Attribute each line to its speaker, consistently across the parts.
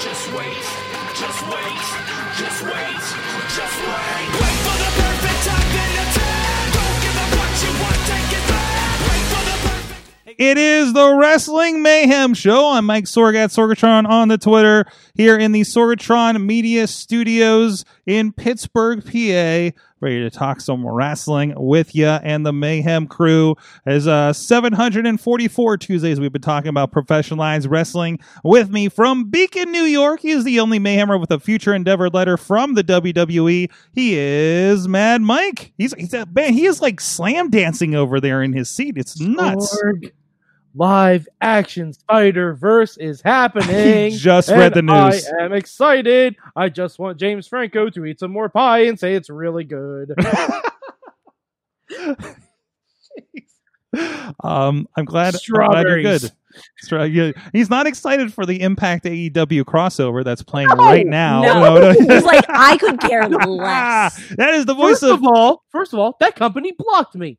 Speaker 1: just wait, just wait, just wait, just wait. Wait for the perfect time then attack. Don't give up what you want, take it back. Wait for the perfect.
Speaker 2: It is the Wrestling Mayhem Show. I'm Mike Sorg at Sorgatron on the Twitter here in the Sorgatron Media Studios in Pittsburgh, PA. Ready to talk some wrestling with you and the Mayhem crew. As uh, 744 Tuesdays, we've been talking about professionalized wrestling. With me from Beacon, New York, he is the only Mayhemmer with a future endeavor letter from the WWE. He is Mad Mike. He's, he's a, man. He is like slam dancing over there in his seat. It's nuts.
Speaker 3: Org. Live action Spider Verse is happening.
Speaker 2: He just read the
Speaker 3: and
Speaker 2: news.
Speaker 3: I am excited. I just want James Franco to eat some more pie and say it's really good.
Speaker 2: Um, I'm glad, I'm glad you're
Speaker 3: Strawberries.
Speaker 2: good. Stra- yeah. He's not excited for the Impact AEW crossover that's playing right now.
Speaker 4: No.
Speaker 2: No, no.
Speaker 4: He's like, I could care less.
Speaker 2: that is the voice
Speaker 3: first
Speaker 2: of.
Speaker 3: of all, first of all, that company blocked me.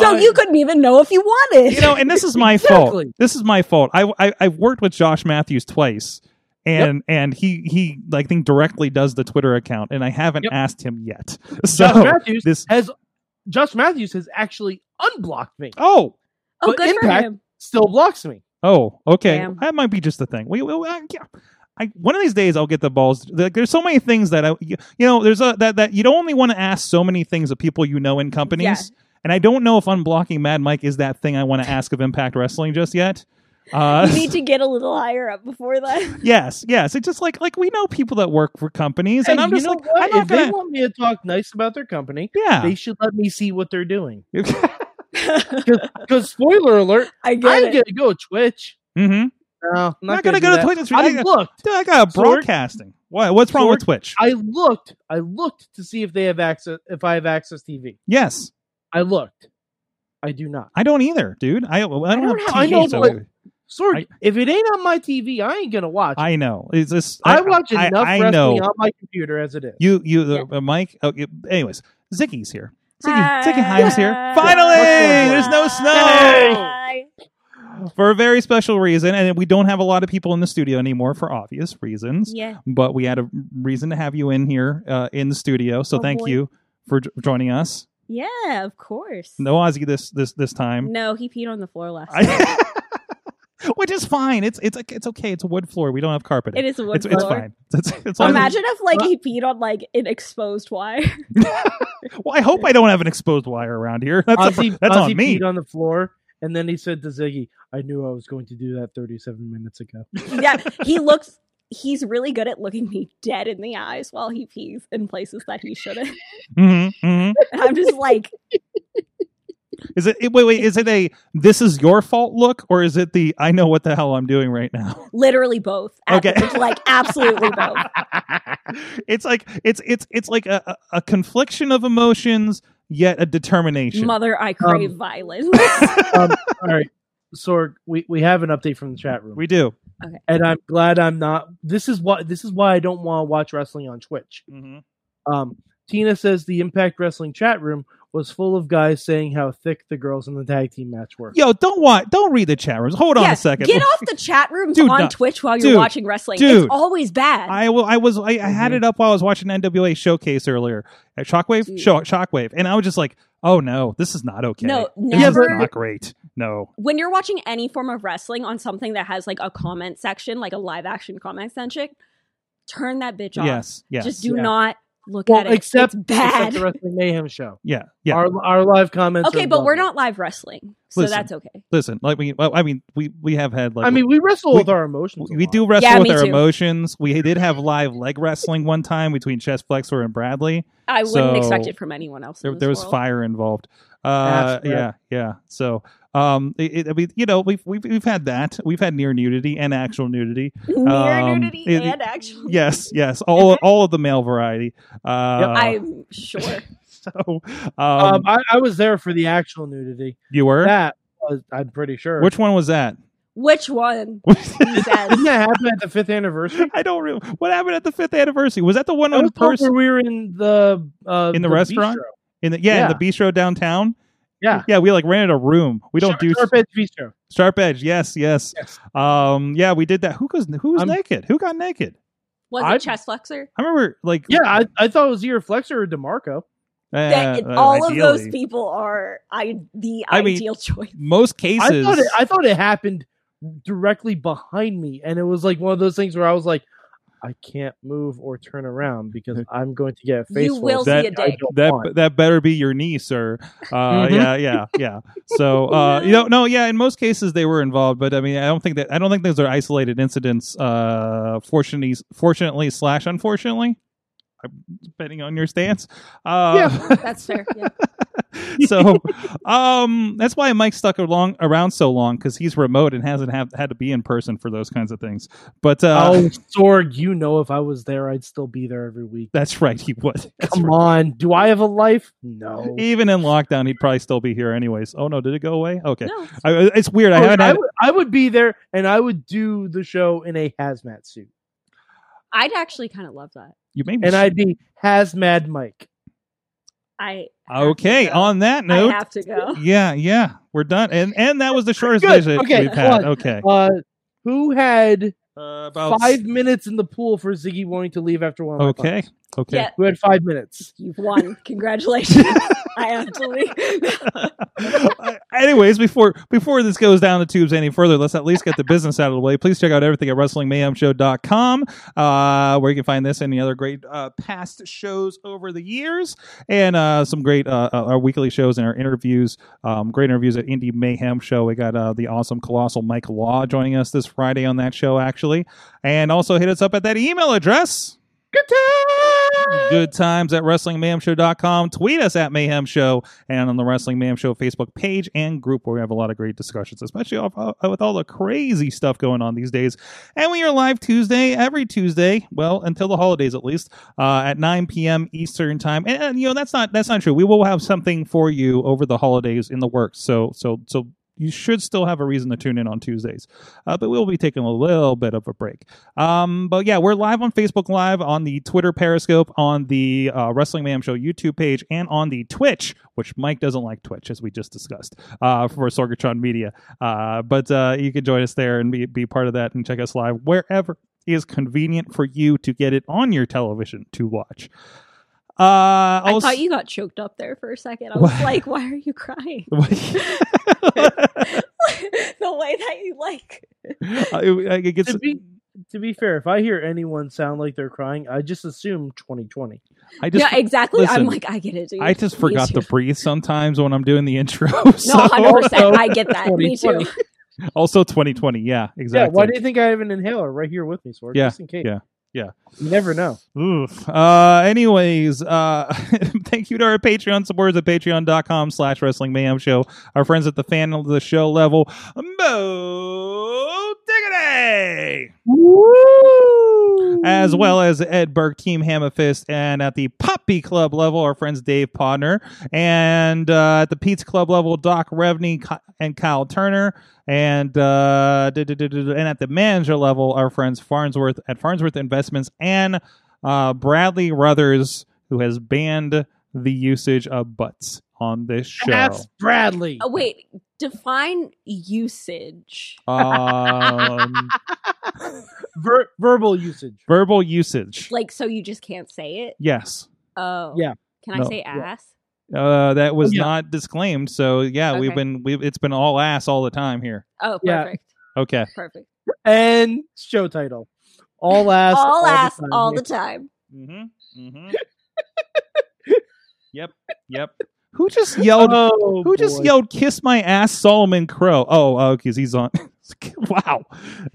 Speaker 4: so you couldn't even know if Oh, you wanted.
Speaker 2: you know, and this is my fault.
Speaker 3: Exactly.
Speaker 2: This is my fault. I, I I've worked with Josh Matthews twice, and and he he I think directly does the Twitter account, and I haven't
Speaker 3: Yep.
Speaker 2: asked him yet.
Speaker 3: Josh
Speaker 2: So
Speaker 3: Matthews
Speaker 2: this.
Speaker 3: has Josh Matthews has actually unblocked me.
Speaker 2: Oh,
Speaker 4: oh,
Speaker 3: but
Speaker 4: good
Speaker 3: Impact-
Speaker 4: for him.
Speaker 3: Still blocks me.
Speaker 2: Oh, okay.
Speaker 4: Damn.
Speaker 2: That might be just the thing. We, we, I, yeah. I, one of these days I'll get the balls. Like, there's so many things that I, you, you know, there's a that that you don't only want to ask so many things of people you know in companies.
Speaker 4: Yeah.
Speaker 2: And I don't know if unblocking Mad Mike is that thing I want to ask of Impact Wrestling just yet. Uh,
Speaker 4: You need to get a little higher up before that.
Speaker 2: yes, yes. It's just like like we know people that work for companies, and
Speaker 3: Hey,
Speaker 2: I'm
Speaker 3: you
Speaker 2: just
Speaker 3: know
Speaker 2: like,
Speaker 3: what?
Speaker 2: I'm not
Speaker 3: if they
Speaker 2: gonna.
Speaker 3: want me to talk nice about their company,
Speaker 2: Yeah. Mm-hmm.
Speaker 3: they should let me see what they're doing. Because spoiler alert,
Speaker 4: I get
Speaker 3: I'm
Speaker 4: it.
Speaker 3: gonna go Twitch.
Speaker 2: mm-hmm.
Speaker 3: No, I'm
Speaker 2: Not, gonna,
Speaker 3: do
Speaker 2: go to
Speaker 3: that.
Speaker 2: Twitch. It's-
Speaker 3: I
Speaker 2: I, got-
Speaker 3: looked.
Speaker 2: dude, I got
Speaker 3: Sorg?
Speaker 2: broadcasting. Why? What's wrong with
Speaker 3: Sorg?
Speaker 2: Twitch?
Speaker 3: I looked. I looked to see if they have access. If I have access TV,
Speaker 2: yes,
Speaker 3: I looked. I do not.
Speaker 2: I don't either, dude. I I don't, have.
Speaker 4: don't have-
Speaker 2: TV,
Speaker 4: I know,
Speaker 2: so-
Speaker 3: but- Sorry,
Speaker 2: I-
Speaker 3: if it ain't on my TV, I ain't gonna watch. it.
Speaker 2: I know. It's this?
Speaker 3: I, watch
Speaker 2: I,
Speaker 3: enough
Speaker 2: I
Speaker 3: wrestling
Speaker 2: know.
Speaker 3: on my computer as it is.
Speaker 2: You, you, the uh, Mike. Oh, you- anyways, Zicky's here. Zicky,
Speaker 4: Hi.
Speaker 2: Zicky Himes here.
Speaker 4: Hi.
Speaker 2: Finally,
Speaker 3: Hi.
Speaker 2: there's no snow
Speaker 4: Hi.
Speaker 2: for a very special reason, and we don't have a lot of people in the studio anymore for obvious reasons.
Speaker 4: Yeah.
Speaker 2: But we had a reason to have you in here uh, in the studio, so
Speaker 4: Oh,
Speaker 2: thank
Speaker 4: boy.
Speaker 2: you for jo- joining us.
Speaker 4: Yeah, of course.
Speaker 2: No Ozzy this this this time,
Speaker 4: No, he peed on the floor last night.
Speaker 2: I- which is fine. It's it's it's okay. It's a wood floor. We don't have carpet.
Speaker 4: It is a wood
Speaker 2: it's, it's
Speaker 4: floor.
Speaker 2: fine. It's, it's, it's
Speaker 4: Imagine if like he peed on like an exposed wire.
Speaker 2: Well, I hope I don't have an exposed wire around here. That's, a-
Speaker 3: Ozzy-
Speaker 2: that's
Speaker 3: Ozzy
Speaker 2: on me.
Speaker 3: peed on the floor, and then he said to Ziggy, "I knew I was going to do that 37 minutes ago."
Speaker 4: yeah, he looks. He's really good at looking me dead in the eyes while he pees in places that he shouldn't.
Speaker 2: Mm-hmm, mm-hmm.
Speaker 4: And I'm just like,
Speaker 2: Is it, it- wait wait is it a this is your fault look or is it the I know what the hell I'm doing right now?
Speaker 4: literally both. Ab-
Speaker 2: Okay.
Speaker 4: like absolutely both.
Speaker 2: it's like it's it's it's like a, a, a confliction of emotions yet a determination.
Speaker 4: Mother, I crave violence.
Speaker 3: All right, Sorg, we we have an update from the chat room,
Speaker 2: we do.
Speaker 3: and I'm glad I'm not. This is why this is why I don't want to watch wrestling on Twitch. Um, Tina says the Impact Wrestling chat room was full of guys saying how thick the girls in the tag team match were.
Speaker 2: Yo, don't want don't read the chat rooms. Hold on
Speaker 4: Yeah,
Speaker 2: a second.
Speaker 4: Get off the chat rooms
Speaker 2: Dude,
Speaker 4: on
Speaker 2: no.
Speaker 4: Twitch while you're
Speaker 2: Dude,
Speaker 4: watching wrestling.
Speaker 2: dude.
Speaker 4: It's always bad.
Speaker 2: I, will- I was I, I had
Speaker 3: Mhm.
Speaker 2: it up while I was watching NWA showcase earlier at Shockwave
Speaker 4: Dude.
Speaker 2: Shock, Shockwave and I was just like oh no this is not okay
Speaker 4: No,
Speaker 2: this is
Speaker 4: never-
Speaker 2: not great no
Speaker 4: when you're watching any form of wrestling on something that has like a comment section, like a live action comment section, turn that bitch off.
Speaker 2: yes yes
Speaker 4: Just do
Speaker 3: yeah.
Speaker 4: not look
Speaker 3: Well,
Speaker 4: at it.
Speaker 3: except,
Speaker 4: it's
Speaker 3: except
Speaker 4: bad.
Speaker 3: the Wrestling Mayhem show.
Speaker 2: yeah yeah
Speaker 3: Our, our live comments.
Speaker 4: okay,
Speaker 3: are
Speaker 4: but we're
Speaker 3: lovely.
Speaker 4: not live wrestling, so
Speaker 2: Listen,
Speaker 4: that's okay.
Speaker 2: listen like we well, i mean we we have had like
Speaker 3: I mean, we wrestle
Speaker 2: We-
Speaker 3: with our emotions.
Speaker 2: we,
Speaker 3: a
Speaker 2: we
Speaker 3: lot.
Speaker 2: do wrestle
Speaker 4: Yeah,
Speaker 2: with
Speaker 4: me
Speaker 2: our
Speaker 4: too.
Speaker 2: emotions we did have live leg wrestling one time between chest flexor and bradley
Speaker 4: I wouldn't
Speaker 2: so-
Speaker 4: expect it from anyone else. in
Speaker 2: there,
Speaker 4: this
Speaker 2: there was
Speaker 4: world.
Speaker 2: fire involved uh
Speaker 3: That's
Speaker 2: yeah yeah so Um, it, it- I mean, you know, we've, we've we've had that. We've had near nudity and actual nudity.
Speaker 4: Near
Speaker 2: Um,
Speaker 4: nudity
Speaker 2: it-
Speaker 4: and actual.
Speaker 2: Yes, yes, all all of the male variety. Uh,
Speaker 4: I'm sure.
Speaker 2: so um,
Speaker 3: Um, I, I was there for the actual nudity.
Speaker 2: you were.
Speaker 3: That was, I'm pretty sure.
Speaker 2: Which one was that?
Speaker 4: Which one? Says.
Speaker 3: didn't that happen at the fifth anniversary?
Speaker 2: I don't remember. What happened at the fifth anniversary? Was that the one
Speaker 3: That
Speaker 2: on
Speaker 3: was
Speaker 2: the person
Speaker 3: where we were in the uh,
Speaker 2: In the restaurant?
Speaker 3: bistro.
Speaker 2: in the yeah, in
Speaker 3: Yeah.
Speaker 2: the bistro downtown?
Speaker 3: Yeah.
Speaker 2: yeah. We like rented a room. We don't
Speaker 3: Sharp-
Speaker 2: do
Speaker 3: Sharp Edge Bistro.
Speaker 2: Sharp Edge. Yes, yes.
Speaker 3: Yes.
Speaker 2: Um, yeah, we did that. Who goes? Who was
Speaker 3: I'm-
Speaker 2: naked? Who got naked?
Speaker 4: Was
Speaker 3: I-
Speaker 4: it chest flexor?
Speaker 2: I remember like
Speaker 3: Yeah, I, I thought it was either Flexer or DeMarco.
Speaker 2: eh,
Speaker 4: That-
Speaker 2: uh,
Speaker 4: all of those
Speaker 2: ideally.
Speaker 4: people are I, the
Speaker 2: I mean-
Speaker 4: ideal choice.
Speaker 2: Most
Speaker 3: I
Speaker 2: cases.
Speaker 3: thought it, I thought it happened directly behind me, and it was like one of those things where I was like, I can't move or turn around because I'm going to get a face.
Speaker 4: You
Speaker 3: full
Speaker 4: will
Speaker 3: of
Speaker 4: see
Speaker 2: That-
Speaker 4: a
Speaker 3: shit I
Speaker 4: dick.
Speaker 3: don't
Speaker 2: that
Speaker 3: want.
Speaker 2: that better be your knee, sir. Uh,
Speaker 3: Mhm.
Speaker 2: Yeah, yeah, yeah. So uh, you know, no, yeah. In most cases, they were involved, but I mean, I don't think that I don't think those are isolated incidents. Uh, fortunately, fortunately slash unfortunately, I'm depending on your stance. Uh,
Speaker 4: That's fair. Yeah.
Speaker 2: so um, that's why Mike stuck along around so long because he's remote and hasn't have, had to be in person for those kinds of things. But uh,
Speaker 3: oh, Sorg, you know if I was there, I'd still be there every week.
Speaker 2: that's right, he would. That's
Speaker 3: Come
Speaker 2: right.
Speaker 3: on, do I have a life? No.
Speaker 2: Even in lockdown, he'd probably still be here anyways. Oh no, did it go away? Okay,
Speaker 4: No.
Speaker 2: I, it's weird. I
Speaker 3: Oh, I,
Speaker 2: haven't.
Speaker 3: would, I,
Speaker 2: had,
Speaker 3: would, I would be there, and I would do the show in a hazmat suit,
Speaker 4: I'd actually kind of love that.
Speaker 2: you made me.
Speaker 3: and
Speaker 2: sh-
Speaker 3: I'd be hazmat Mike.
Speaker 4: I have to
Speaker 2: okay.
Speaker 4: go.
Speaker 2: On that
Speaker 4: I
Speaker 2: note,
Speaker 4: have to go.
Speaker 2: yeah, yeah, we're done. And and that was the shortest
Speaker 3: Good,
Speaker 2: visit
Speaker 3: okay,
Speaker 2: we've had.
Speaker 3: fine.
Speaker 2: Okay,
Speaker 3: Uh, who had
Speaker 2: uh, about
Speaker 3: five minutes in the pool for Ziggy wanting to leave after one? Of my
Speaker 2: Okay,
Speaker 3: puns?
Speaker 2: okay.
Speaker 4: Yeah.
Speaker 3: who had five minutes?
Speaker 4: You've won. Congratulations. I have to leave.
Speaker 2: Uh, Anyways, before before this goes down the tubes any further, let's at least get the business out of the way. Please check out everything at WrestlingMayhemShow.com, uh, where you can find this and the other great uh, past shows over the years, and uh, some great uh, uh, our weekly shows and our interviews. Um, great interviews at Indie Mayhem Show. We got uh, the awesome colossal Mike Law joining us this Friday on that show, actually, and also hit us up at that email address. Good
Speaker 3: Mm,
Speaker 2: times. Good times at WrestlingMayhemShow.com. Tweet us at Mayhem Show and on the Wrestling Mayhem Show Facebook page and group where we have a lot of great discussions, especially off, uh, with all the crazy stuff going on these days. And we are live Tuesday, every Tuesday, well, until the holidays at least, uh, at 9 p.m. Eastern time. And, and, you know that's not that's not true. We will have something for you over the holidays in the works. So so so. You should still have a reason to tune in on Tuesdays, uh, but we'll be taking a little bit of a break. Um, but yeah, we're live on Facebook Live, on the Twitter Periscope, on the uh, Wrestling Mayhem Show YouTube page, and on the Twitch, which Mike doesn't like Twitch, as we just discussed, uh, for Sorgatron Media. Uh, but uh, you can join us there and be, be part of that and check us live wherever is convenient for you to get it on your television to watch. Uh,
Speaker 4: I
Speaker 2: also-
Speaker 4: thought you got choked up there for a second. I was
Speaker 2: What?
Speaker 4: like, why are you crying? the way that you like.
Speaker 2: I- I- it gets-
Speaker 3: To be, to be fair, if I hear anyone sound like they're crying, I just assume 2020.
Speaker 2: I just
Speaker 4: yeah, exactly.
Speaker 2: listen,
Speaker 4: I'm like, I get it. Dude.
Speaker 2: I just forgot
Speaker 4: Me
Speaker 2: to
Speaker 4: too.
Speaker 2: breathe sometimes when I'm doing the intro.
Speaker 4: No,
Speaker 2: so-
Speaker 4: hundred percent. I get that. Me too.
Speaker 3: 2020.
Speaker 2: Also 2020. Yeah, exactly.
Speaker 3: Yeah, why do you think I have an inhaler right here with me, Sword?
Speaker 2: Yeah,
Speaker 3: just in case.
Speaker 2: yeah, yeah.
Speaker 3: You never know.
Speaker 2: Oof. Uh, anyways, uh, thank you to our Patreon supporters at patreon.com slash wrestling mayhem show. Our friends at the fan of the show level, Mo Diggity! As well as Ed Burke, Team Hammerfist, and at the Puppy Club level, our friends Dave Podner, and uh, at the Pete's Club level, Doc Revney Ky- and Kyle Turner, and uh, duh, duh, duh, duh, duh, and at the manager level, our friends Farnsworth at Farnsworth Investments and uh, Bradley Ruthers, who has banned the usage of butts on this show.
Speaker 3: That's Bradley.
Speaker 4: Oh, wait, define usage.
Speaker 2: um,
Speaker 3: Ver- verbal usage.
Speaker 2: verbal usage.
Speaker 4: Like, so you just can't say it.
Speaker 2: Yes.
Speaker 4: Oh,
Speaker 3: Yeah.
Speaker 4: Can I
Speaker 2: No.
Speaker 4: say
Speaker 3: Yeah.
Speaker 4: ass?
Speaker 2: Uh, that was
Speaker 3: Yeah.
Speaker 2: not disclaimed. So yeah, we've
Speaker 4: Okay.
Speaker 2: been we've it's been all ass all the time here.
Speaker 4: Oh,
Speaker 3: Yeah.
Speaker 4: perfect,
Speaker 2: Okay.
Speaker 4: perfect.
Speaker 3: And show title. All ass.
Speaker 4: all ass,
Speaker 3: the time.
Speaker 4: all the time.
Speaker 2: Mm-hmm. Mm-hmm.
Speaker 4: Mm-hmm.
Speaker 2: yep. Yep. Who just yelled?
Speaker 3: Oh,
Speaker 2: who just
Speaker 3: boy.
Speaker 2: yelled? Kiss my ass, Solomon Crow. Oh, oh, because he's on. Wow.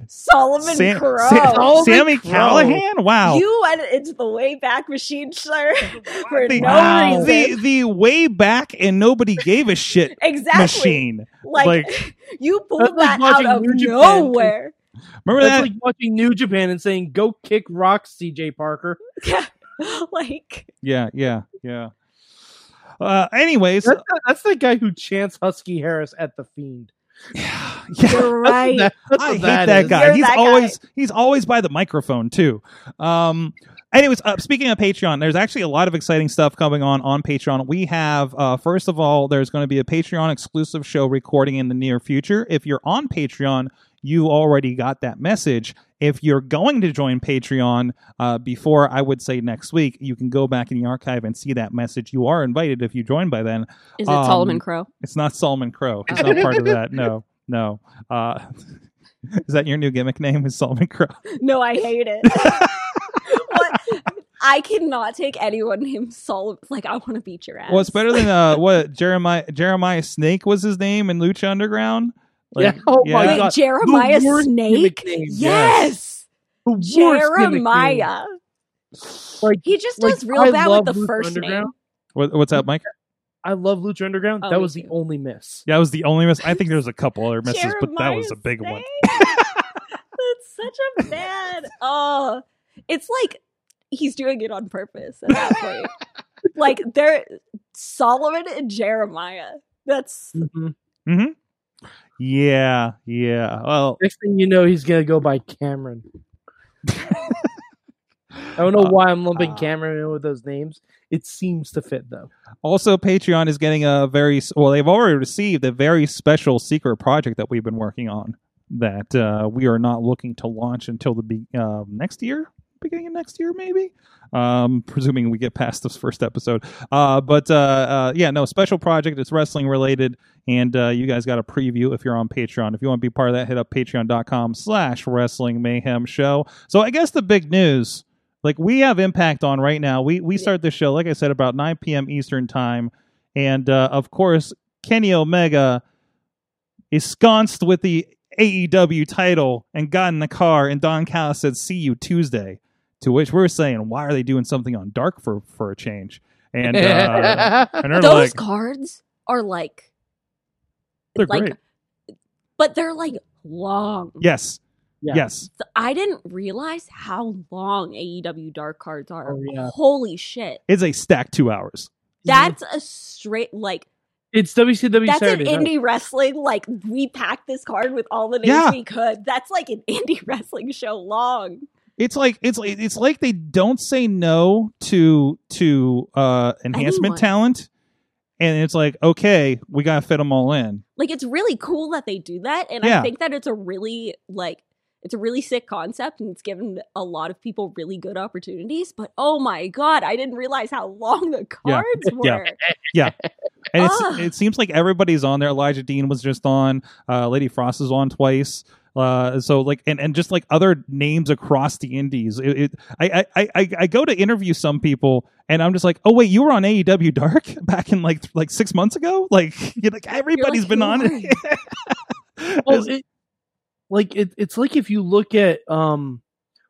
Speaker 4: Solomon
Speaker 2: Sam-
Speaker 4: Crow.
Speaker 2: Sam- Sammy
Speaker 3: Crow.
Speaker 2: Callahan? Wow.
Speaker 4: You went into the way back machine, sir. for
Speaker 2: the,
Speaker 4: no
Speaker 3: Wow.
Speaker 4: reason.
Speaker 2: the the way back and nobody gave a shit
Speaker 4: exactly.
Speaker 2: machine.
Speaker 4: Like,
Speaker 2: like-
Speaker 4: you
Speaker 3: That's
Speaker 4: pulled
Speaker 3: like
Speaker 4: that out
Speaker 3: watching
Speaker 4: of
Speaker 3: New Japan.
Speaker 4: nowhere.
Speaker 2: Remember
Speaker 3: That's
Speaker 2: that?
Speaker 3: like watching New Japan and saying, "Go kick rocks, CJ Parker."
Speaker 4: like
Speaker 2: yeah, yeah, yeah. Uh, anyways,
Speaker 3: That's the, that's the guy who chants Husky Harris at the Fiend.
Speaker 2: yeah.
Speaker 4: you're
Speaker 3: That's what
Speaker 4: right.
Speaker 3: that- that's
Speaker 2: I
Speaker 3: what
Speaker 2: hate that
Speaker 3: is.
Speaker 2: guy.
Speaker 4: You're
Speaker 2: he's
Speaker 4: that guy.
Speaker 2: always he's always by the microphone too. Um anyways, uh, speaking of Patreon, there's actually a lot of exciting stuff coming on on Patreon. We have uh first of all, there's going to be a Patreon exclusive show recording in the near future. If you're on Patreon, you already got that message. If you're going to join Patreon uh, before, I would say next week, you can go back in the archive and see that message. You are invited if you join by then.
Speaker 4: Is
Speaker 2: it Um, Solomon
Speaker 4: Crow?
Speaker 2: It's not Solomon Crow. He's not part of that. No, no. Uh, is that your new gimmick name? Is Solomon Crow?
Speaker 4: No, I hate it. what? I cannot take anyone named Solomon. Like, I want to beat your ass.
Speaker 2: Well, it's better than uh, what Jeremiah Jeremiah Snake was his name in Lucha Underground.
Speaker 3: yeah. Oh my
Speaker 2: yeah.
Speaker 4: Wait,
Speaker 3: god.
Speaker 4: Jeremiah
Speaker 3: The worst
Speaker 4: Snake?
Speaker 3: gimmick name,
Speaker 4: Yes.
Speaker 3: The worst gimmick name.
Speaker 4: Jeremiah.
Speaker 3: Like,
Speaker 4: He just
Speaker 3: like,
Speaker 4: does real
Speaker 3: I
Speaker 4: bad
Speaker 3: love
Speaker 4: with the
Speaker 3: Lucha
Speaker 4: first name.
Speaker 3: Underground.
Speaker 2: What, what's up, Mike?
Speaker 3: I love Lucha Underground.
Speaker 4: Oh,
Speaker 3: that
Speaker 4: me
Speaker 3: was the
Speaker 4: too.
Speaker 3: only miss.
Speaker 2: That was the only miss. I think there's a couple other misses, but that was a
Speaker 4: Jeremiah
Speaker 2: big one.
Speaker 4: Snake? That's such a bad. Oh, it's like he's doing it on purpose at that point. like they're Solomon and Jeremiah. That's
Speaker 2: Mm-hmm.
Speaker 3: Mhm.
Speaker 2: Yeah, yeah. Well,
Speaker 3: Next thing you know, he's gonna go by Cameron. I don't know
Speaker 2: Uh,
Speaker 3: why I'm lumping
Speaker 2: uh.
Speaker 3: Cameron in with those names. It seems to fit though.
Speaker 2: Also, Patreon is getting a very s- well. They've already received a very special secret project that we've been working on that uh, we are not looking to launch until the be- uh, next year, beginning of next year, maybe. Um, presuming we get past this first episode. Uh, but uh, uh, yeah, no special project. It's wrestling related, and uh, you guys got a preview if you're on Patreon. If you want to be part of that, hit up Patreon.com/slash Wrestling Mayhem Show. So I guess the big news like we have impact on right now we we start the show like i said about 9 p.m eastern time and uh, of course kenny omega is sconced with the aew title and got in the car and don callis said see you tuesday to which we're saying why are they doing something on dark for for a change and uh, and they're
Speaker 4: those
Speaker 2: like
Speaker 4: cards are like,
Speaker 2: they're
Speaker 4: like-
Speaker 2: great
Speaker 4: but they're like long.
Speaker 2: yes
Speaker 3: Yeah.
Speaker 2: yes
Speaker 4: I didn't realize how long AEW dark cards are.
Speaker 3: Oh, yeah.
Speaker 4: Holy shit!
Speaker 2: it's a stack two hours
Speaker 4: That's a straight like.
Speaker 3: it's WCW
Speaker 4: That's
Speaker 3: Saturday.
Speaker 4: an
Speaker 3: Night.
Speaker 4: indie wrestling. Like we packed this card with all the names
Speaker 2: Yeah.
Speaker 4: we could. That's like an indie wrestling show long.
Speaker 2: it's like it's like it's like they don't say no to to uh enhancement
Speaker 4: Anyone.
Speaker 2: talent and it's like okay we gotta fit them all in
Speaker 4: like it's really cool that they do that and
Speaker 2: Yeah.
Speaker 4: i think that it's a really like it's a really sick concept and it's given a lot of people really good opportunities but oh my god i didn't realize how long the
Speaker 2: Yeah.
Speaker 4: cards
Speaker 2: Yeah.
Speaker 4: were
Speaker 2: and it's,
Speaker 4: Ah.
Speaker 2: it seems like everybody's on there elijah dean was just on uh lady frost is on twice uh so like and and just like other names across the indies it, it I, I i i go to interview some people and i'm just like oh wait you were on aew dark back in like th- like six months ago like you're like everybody's been
Speaker 4: "Who
Speaker 2: on
Speaker 4: are
Speaker 2: it
Speaker 4: you?"
Speaker 3: Well, it, like it, it's like if you look at um,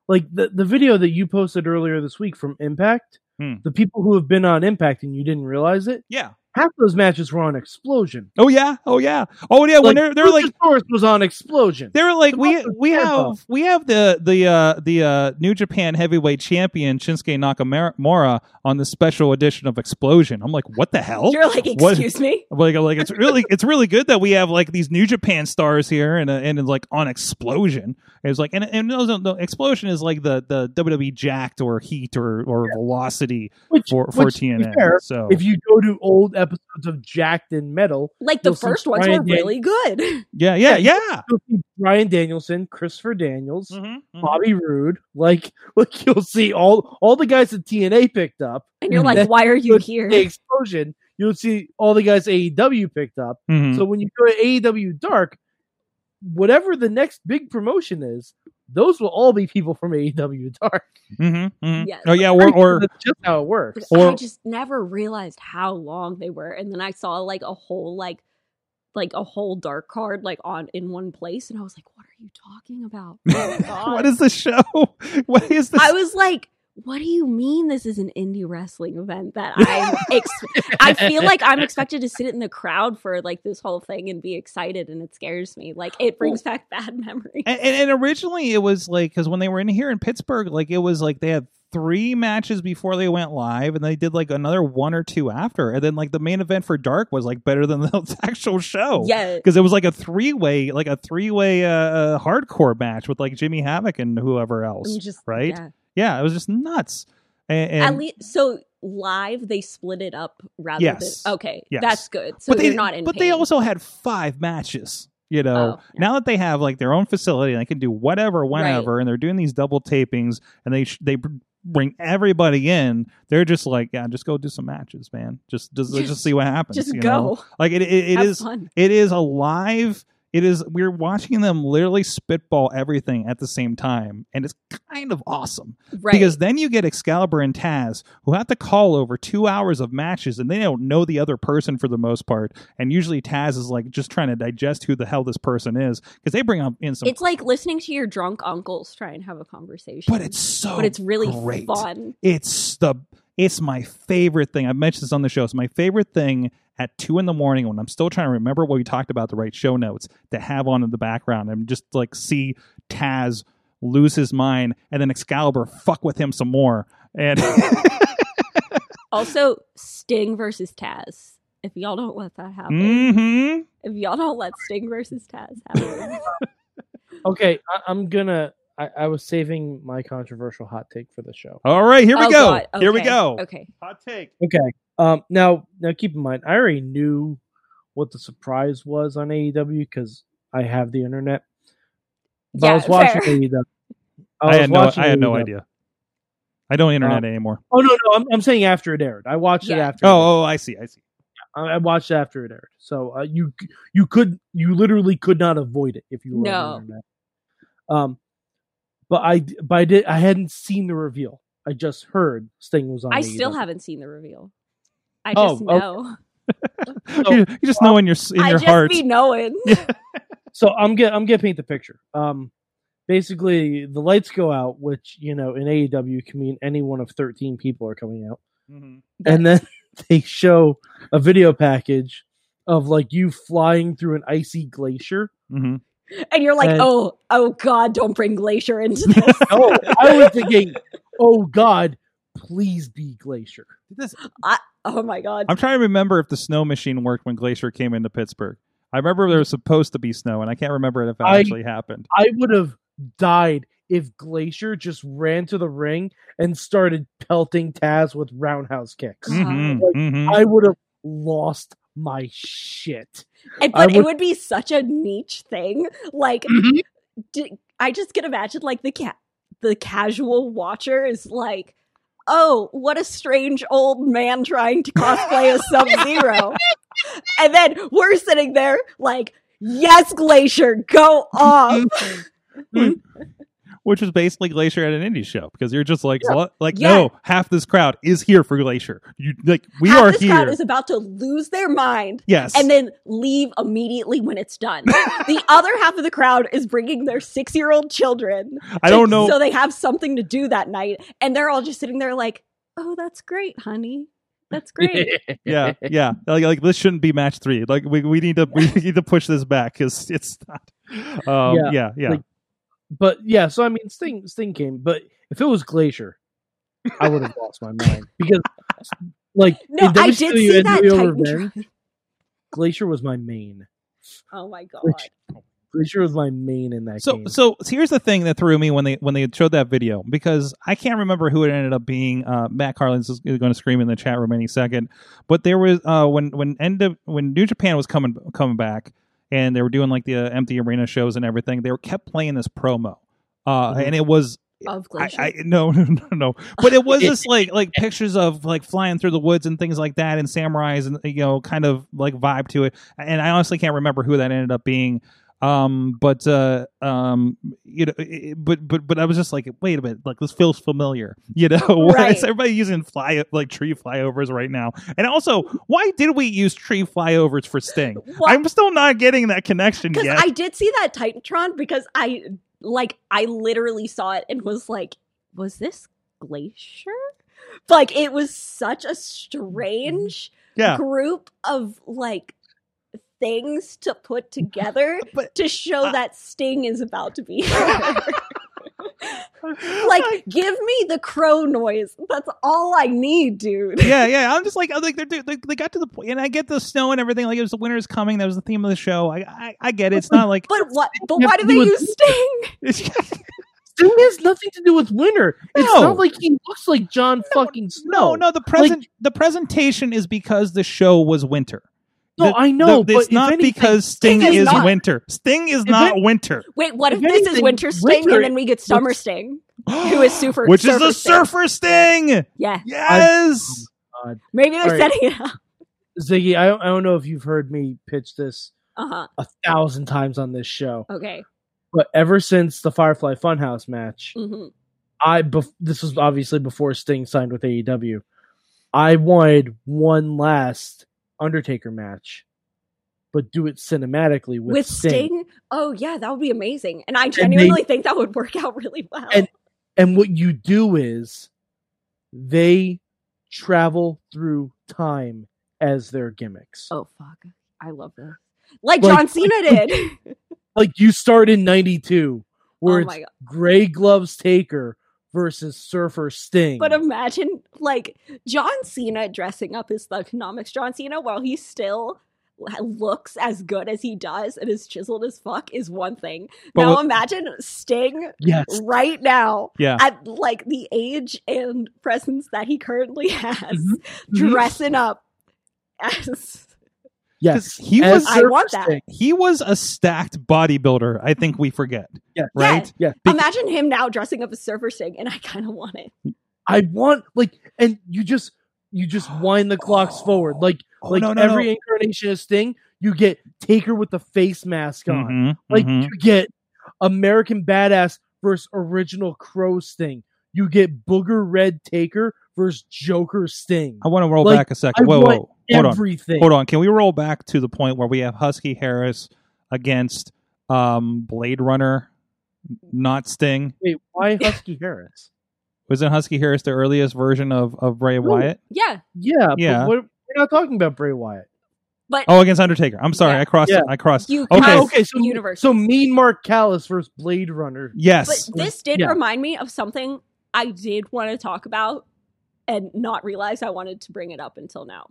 Speaker 3: like the the video that you posted earlier this week from Impact,
Speaker 2: Hmm.
Speaker 3: the people who have been on Impact and you didn't realize it,
Speaker 2: yeah
Speaker 3: half those matches were on Explosion.
Speaker 2: oh yeah oh yeah oh yeah when they're they're like
Speaker 3: Luchasaurus was on Explosion.
Speaker 2: They were like
Speaker 3: The
Speaker 2: we
Speaker 3: Buffalo
Speaker 2: we
Speaker 3: Sabres.
Speaker 2: have we have the the uh, the uh, New Japan heavyweight champion Shinsuke Nakamura on the special edition of Explosion. I'm like, what the hell?
Speaker 4: you're like
Speaker 2: What-
Speaker 4: excuse me
Speaker 2: I'm like, I'm like it's really it's really good that we have like these New Japan stars here and uh, and it's, like on Explosion. And It's like and and no, no, no, Explosion is like the the WWE Jacked or Heat or or Velocity
Speaker 3: Which,
Speaker 2: for for
Speaker 3: which, to be
Speaker 2: TNA.
Speaker 3: fair,
Speaker 2: so
Speaker 3: if you go to old episodes of Jacked and Metal,
Speaker 4: like the
Speaker 3: You'll see
Speaker 4: first ones were
Speaker 3: Brian Dan-
Speaker 4: really good
Speaker 2: yeah yeah yeah.
Speaker 3: you'll see Brian Danielson, Christopher Daniels,
Speaker 2: Mhm, mhm.
Speaker 3: Bobby Roode, like like you'll see all all the guys that TNA picked up.
Speaker 4: and you're
Speaker 2: Mhm.
Speaker 4: like why are you
Speaker 3: Good
Speaker 4: here
Speaker 3: The Explosion, you'll see all the guys AEW picked up.
Speaker 2: Mhm.
Speaker 3: So when you go to AEW Dark, whatever the next big promotion is, those will all be people from AEW Dark.
Speaker 2: Mhm, mhm.
Speaker 4: Yes.
Speaker 2: Oh yeah, or or
Speaker 3: That's just how it works.
Speaker 4: But
Speaker 2: Or-
Speaker 4: I just never realized how long they were. And then I saw like a whole like like a whole dark card like on in one place, and I was like, "What are you talking about?"
Speaker 2: what is the show? What is this?
Speaker 4: I was like, "What do you mean this is an indie wrestling event that I ex- I feel like I'm expected to sit in the crowd for like this whole thing and be excited, and it scares me. Like it brings back bad memories.
Speaker 2: and, and, and originally it was like because when they were in here in Pittsburgh, like it was like they had three matches before they went live, and they did like another one or two after, and then like the main event for Dark was like better than the actual show.
Speaker 4: yeah,
Speaker 2: Because it was like a three way, like a three way uh, uh, hardcore match with like Jimmy Havoc and whoever else.
Speaker 4: I'm just
Speaker 2: right?
Speaker 4: yeah.
Speaker 2: Yeah, it was just nuts. And, and
Speaker 4: At least so live they split it up rather
Speaker 2: Yes.
Speaker 4: than okay,
Speaker 2: Yes.
Speaker 4: that's good. So
Speaker 2: but
Speaker 4: they,
Speaker 2: they
Speaker 4: are not in
Speaker 2: but
Speaker 4: pain.
Speaker 2: they also had five matches. You know,
Speaker 4: Oh, yeah.
Speaker 2: now that they have like their own facility, and they can do whatever, whenever, and they're doing these double tapings, and they sh- they br- bring everybody in. They're just like, yeah, just go do some matches, man. Just just just,
Speaker 4: Just-
Speaker 2: see what happens.
Speaker 4: just
Speaker 2: you know?
Speaker 4: go.
Speaker 2: Like it it, it
Speaker 4: Have
Speaker 2: is
Speaker 4: fun.
Speaker 2: it is alive. It is we're watching them literally spitball everything at the same time, and it's kind of awesome
Speaker 4: Right.
Speaker 2: because then you get Excalibur and Taz who have to call over two hours of matches and they don't know the other person for the most part. And usually Taz is like just trying to digest who the hell this person is because they bring up in some.
Speaker 4: it's like listening to your drunk uncles try and have a conversation.
Speaker 2: but it's so.
Speaker 4: but it's really
Speaker 2: great.
Speaker 4: fun.
Speaker 2: It's the it's my favorite thing. I've mentioned this on the show. It's my favorite thing at two in the morning when I'm still trying to remember what we talked about, the right show notes to have on in the background and just like see Taz lose his mind and then Excalibur fuck with him some more. And
Speaker 4: Also, Sting versus Taz. If y'all don't let that happen,
Speaker 2: hmm
Speaker 4: if y'all don't let Sting versus Taz happen,
Speaker 3: Okay, I, I'm gonna. I, I was saving my controversial hot take for the show.
Speaker 2: All right, here we
Speaker 4: Oh,
Speaker 2: go.
Speaker 4: God.
Speaker 2: Here we
Speaker 4: Okay.
Speaker 2: go.
Speaker 4: Okay,
Speaker 2: Hot take.
Speaker 3: Okay. Um. Now, now keep in mind, I already knew what the surprise was on AEW because I have the internet. But
Speaker 4: yeah,
Speaker 3: I was watching
Speaker 4: fair.
Speaker 3: AEW.
Speaker 2: I,
Speaker 3: was
Speaker 2: had no,
Speaker 3: watching
Speaker 2: I had no
Speaker 3: AEW.
Speaker 2: idea. I don't internet anymore.
Speaker 3: Oh no, no, I'm, I'm saying after it aired. I watched it
Speaker 4: Yeah.
Speaker 3: after. it
Speaker 2: Oh, oh, I see. I see.
Speaker 3: aired. I I watched it after it aired. So uh, you you could you literally could not avoid it if you were on
Speaker 4: No.
Speaker 3: the internet. Um, but I d- but I did I hadn't seen the reveal. I just heard Sting was on. E
Speaker 4: I still
Speaker 3: AEW.
Speaker 4: haven't seen the reveal. I
Speaker 3: Oh,
Speaker 4: just
Speaker 3: okay.
Speaker 4: know.
Speaker 2: you, you just know in your s- in
Speaker 4: I
Speaker 2: your
Speaker 4: just
Speaker 2: heart.
Speaker 4: be knowing.
Speaker 3: so I'm get I'm gonna paint the picture. Um, basically the lights go out, which you know in AEW can mean any one of thirteen people are coming out,
Speaker 2: Mm-hmm.
Speaker 3: and then they show a video package of like you flying through an icy glacier.
Speaker 2: Mhm.
Speaker 4: And you're like,
Speaker 3: And-
Speaker 4: oh, oh God, don't bring Glacier into this.
Speaker 3: Oh, I was thinking, oh God, please be glacier.
Speaker 4: oh my God.
Speaker 2: I'm trying to remember if the snow machine worked when Glacier came into Pittsburgh. I remember there was supposed to be snow, and I can't remember if it
Speaker 3: I-
Speaker 2: actually happened.
Speaker 3: I would have died if Glacier just ran to the ring and started pelting Taz with roundhouse kicks.
Speaker 4: Mhm.
Speaker 2: Mhm,
Speaker 3: Like,
Speaker 2: mhm.
Speaker 3: I would have lost my shit.
Speaker 4: And-
Speaker 3: I
Speaker 4: but it
Speaker 3: would-
Speaker 4: would be such a niche thing. Like,
Speaker 2: Mm-hmm.
Speaker 4: d- I just can imagine, like, the cat, the casual watcher is like, oh, what a strange old man trying to cosplay as Sub Zero. and then we're sitting there, like, yes, Glacier, go off.
Speaker 2: Mm-hmm. Which is basically Glacier at an indie show because you're just like, "What?" like
Speaker 4: Yeah.
Speaker 2: no, half this crowd is here for Glacier. You like we
Speaker 4: Half
Speaker 2: are
Speaker 4: this
Speaker 2: here.
Speaker 4: crowd is about to lose their mind.
Speaker 2: yes,
Speaker 4: and then leave immediately when it's done. the other half of the crowd is bringing their six year old children.
Speaker 2: I
Speaker 4: to-
Speaker 2: don't know.
Speaker 4: So they have something to do that night. And they're all just sitting there like, oh, that's great, honey. That's great.
Speaker 2: yeah, yeah. Like, like this shouldn't be match three. Like we, we need to we need to push this back because it's not. Um, yeah,
Speaker 3: Yeah,
Speaker 2: yeah,
Speaker 3: like- But yeah, so I mean, Sting Sting came, but if it was Glacier, I would have lost my mind because, like,
Speaker 4: No,
Speaker 3: in
Speaker 4: I did
Speaker 3: WCW
Speaker 4: see that
Speaker 3: NWO
Speaker 4: Titan
Speaker 3: Revenge,
Speaker 4: Drive.
Speaker 3: Glacier was my main.
Speaker 4: Oh my God.
Speaker 3: Which- Glacier was my main in that
Speaker 2: So
Speaker 3: game.
Speaker 2: so so here's the thing that threw me when they when they showed that video because I can't remember who it ended up being. Uh, Matt Carlin's is going to scream in the chat room any second. But there was uh, when when end of, when New Japan was coming coming back and they were doing like the uh, empty arena shows and everything. They were kept playing this promo, uh,
Speaker 3: Mhm.
Speaker 2: and it was
Speaker 4: Of
Speaker 2: I,
Speaker 4: Glacier.
Speaker 2: I no no no no. But it was just like like pictures of like flying through the woods and things like that, and samurais and you know kind of like vibe to it. And I honestly can't remember who that ended up being. Um, but uh, um, you know, it- it- but but but I was just like, wait a minute, like this feels familiar. You know, why is
Speaker 4: Right.
Speaker 2: everybody using fly like tree flyovers right now? And also, why did we use tree flyovers for Sting?
Speaker 4: Why-
Speaker 2: I'm still not getting that connection
Speaker 4: Because
Speaker 2: yet.
Speaker 4: I did see that Titantron because I like I literally saw it and was like, was this glacier? Like it was such a strange
Speaker 2: Mm-hmm. yeah,
Speaker 4: group of like things to put together
Speaker 2: But-
Speaker 4: to show
Speaker 2: I-
Speaker 4: that Sting is about to be here. like give me the crow noise. That's all I need, dude.
Speaker 2: yeah, yeah. I'm just like, I'm like they're, they they got to the point, and I get the snow and everything. Like it was the winter's coming. That was the theme of the show. I I, I get it. It's not like
Speaker 4: But what but
Speaker 3: You have
Speaker 4: why
Speaker 3: to
Speaker 4: do they
Speaker 3: do a-
Speaker 4: use Sting?
Speaker 3: Sting has nothing to do with winter. It's
Speaker 2: No.
Speaker 3: not like he looks like John fucking
Speaker 2: no,
Speaker 3: Snow.
Speaker 2: no. The present the presentation is because the show was winter.
Speaker 3: No,
Speaker 2: The-
Speaker 3: I know,
Speaker 2: the-
Speaker 3: but
Speaker 2: it's
Speaker 3: if
Speaker 2: not
Speaker 3: anything,
Speaker 2: because Sting,
Speaker 4: Sting is
Speaker 2: is,
Speaker 4: not-
Speaker 2: winter. Sting is not winter.
Speaker 4: Wait, what if,
Speaker 3: If
Speaker 4: this is
Speaker 3: anything,
Speaker 4: Winter Sting
Speaker 3: winter
Speaker 4: and then we get Summer
Speaker 3: looks-
Speaker 4: Sting? Who is Super
Speaker 2: Which is
Speaker 4: Surfer
Speaker 2: the
Speaker 4: Sting.
Speaker 2: surfer Sting.
Speaker 4: Yeah,
Speaker 2: Yes.
Speaker 4: maybe they're
Speaker 3: All right.
Speaker 4: setting it up.
Speaker 3: Ziggy, I don't, I don't know if you've heard me pitch this
Speaker 4: Uh huh.
Speaker 3: a thousand times on this show,
Speaker 4: Okay.
Speaker 3: but ever since the Firefly Funhouse match,
Speaker 4: hmm
Speaker 3: I bef- this was obviously before Sting signed with AEW. I wanted one last Undertaker match, but do it cinematically with,
Speaker 4: With, Sting. Oh yeah, that would be amazing, and I
Speaker 3: they-
Speaker 4: genuinely think that would work out really well.
Speaker 3: and- And what you do is they travel through time as their gimmicks.
Speaker 4: oh fuck, I love this. Like,
Speaker 3: Like-
Speaker 4: John Cena did.
Speaker 3: Like you start in 92 where
Speaker 4: oh
Speaker 3: it's
Speaker 4: my god!
Speaker 3: Gray Gloves Taker versus Surfer Sting.
Speaker 4: But imagine like John Cena dressing up as the economics John Cena while he still looks as good as he does and is chiseled as fuck is one thing.
Speaker 2: But
Speaker 4: now
Speaker 2: what-
Speaker 4: imagine Sting
Speaker 3: yes.
Speaker 4: right now
Speaker 2: Yeah.
Speaker 4: at like the age and presence that he currently has,
Speaker 3: Mhm.
Speaker 2: Mm-hmm.
Speaker 4: dressing up as
Speaker 3: Yes.
Speaker 2: 'Cause he
Speaker 3: As
Speaker 2: was
Speaker 4: I want that.
Speaker 2: he was a stacked bodybuilder. I think we forget.
Speaker 3: Yes.
Speaker 2: Right.
Speaker 3: Yeah.
Speaker 2: Be-
Speaker 4: imagine him now dressing up as Surfer Sting, and I kind of want it.
Speaker 3: I want like and you just you just wind the clocks forward. Like
Speaker 2: Oh,
Speaker 3: like
Speaker 2: no, no,
Speaker 3: every
Speaker 2: no.
Speaker 3: incarnation of Sting, you get Taker with the face mask on.
Speaker 2: Mhm,
Speaker 3: Like
Speaker 2: mhm.
Speaker 3: you get American Badass versus original Crow Sting. You get Booger Red Taker versus Joker Sting.
Speaker 2: I want to roll
Speaker 3: like,
Speaker 2: back a
Speaker 3: I
Speaker 2: second. Whoa,
Speaker 3: want
Speaker 2: whoa. Hold on.
Speaker 3: Everything.
Speaker 2: Hold on. Can we roll back to the point where we have Husky Harris against um Blade Runner, not Sting?
Speaker 3: Wait, why Husky Harris?
Speaker 2: Wasn't Husky Harris the earliest version of, of Bray Wyatt?
Speaker 4: Yeah,
Speaker 3: Yeah,
Speaker 2: Yeah.
Speaker 3: but what, we're not talking about Bray Wyatt.
Speaker 4: but
Speaker 2: Oh, against Undertaker. I'm sorry,
Speaker 4: Yeah.
Speaker 2: I crossed.
Speaker 3: Yeah.
Speaker 2: I crossed.
Speaker 4: you
Speaker 2: Okay.
Speaker 4: guys,
Speaker 2: Yes.
Speaker 3: okay, so
Speaker 4: universe.
Speaker 3: so Mean Mark Callis versus Blade Runner.
Speaker 2: Yes.
Speaker 4: but this did
Speaker 3: Yeah.
Speaker 4: remind me of something I did want to talk about and not realize I wanted to bring it up until now.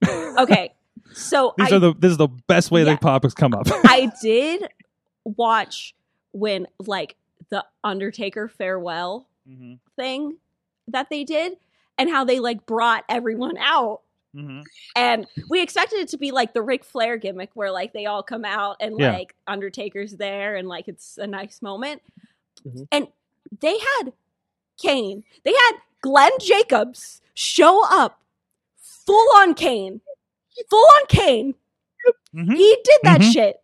Speaker 4: Okay, so
Speaker 2: These
Speaker 4: I
Speaker 2: are the this is the best way
Speaker 4: Yeah.
Speaker 2: the topics come up.
Speaker 4: I did watch when like the Undertaker farewell thing that they did and how they like brought everyone out. And we expected it to be like the Ric Flair gimmick where like they all come out and
Speaker 2: Yeah.
Speaker 4: like Undertaker's there and like it's a nice moment.
Speaker 3: Mhm.
Speaker 4: And they had Kane, they had Glenn Jacobs show up full on Kane, full on Kane
Speaker 2: Mhm.
Speaker 4: he did that
Speaker 2: Mhm.
Speaker 4: shit.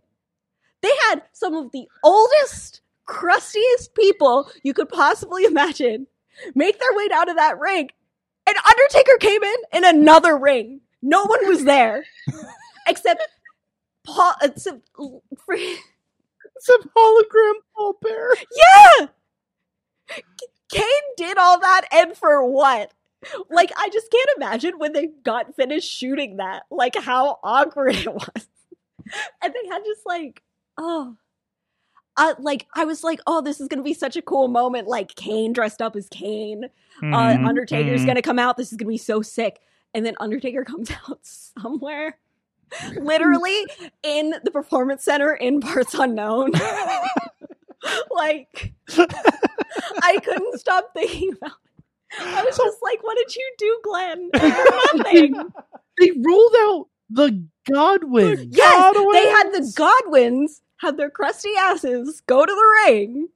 Speaker 4: They had some of the oldest, crustiest people you could possibly imagine make their way down to that ring. And Undertaker came in in another ring. No one was there except Paul. Except, for,
Speaker 3: Some hologram Paul Bear.
Speaker 4: yeah, Kane did all that, and for what? Like, I just can't imagine when they got finished shooting that, like how awkward it was. And they had just like, oh, uh, like I was like, oh, this is gonna be such a cool moment. Like Kane dressed up as Kane, uh,
Speaker 2: Mhm.
Speaker 4: Undertaker's
Speaker 2: Mhm.
Speaker 4: gonna come out. This is gonna be so sick. And then Undertaker comes out somewhere, literally in the performance center in parts unknown. like, I couldn't stop thinking about. It. I was just like, "What did you do, Glenn?" Nothing.
Speaker 3: They rolled out the Godwin.
Speaker 4: Yes, they had the Godwins have their crusty asses go to the ring.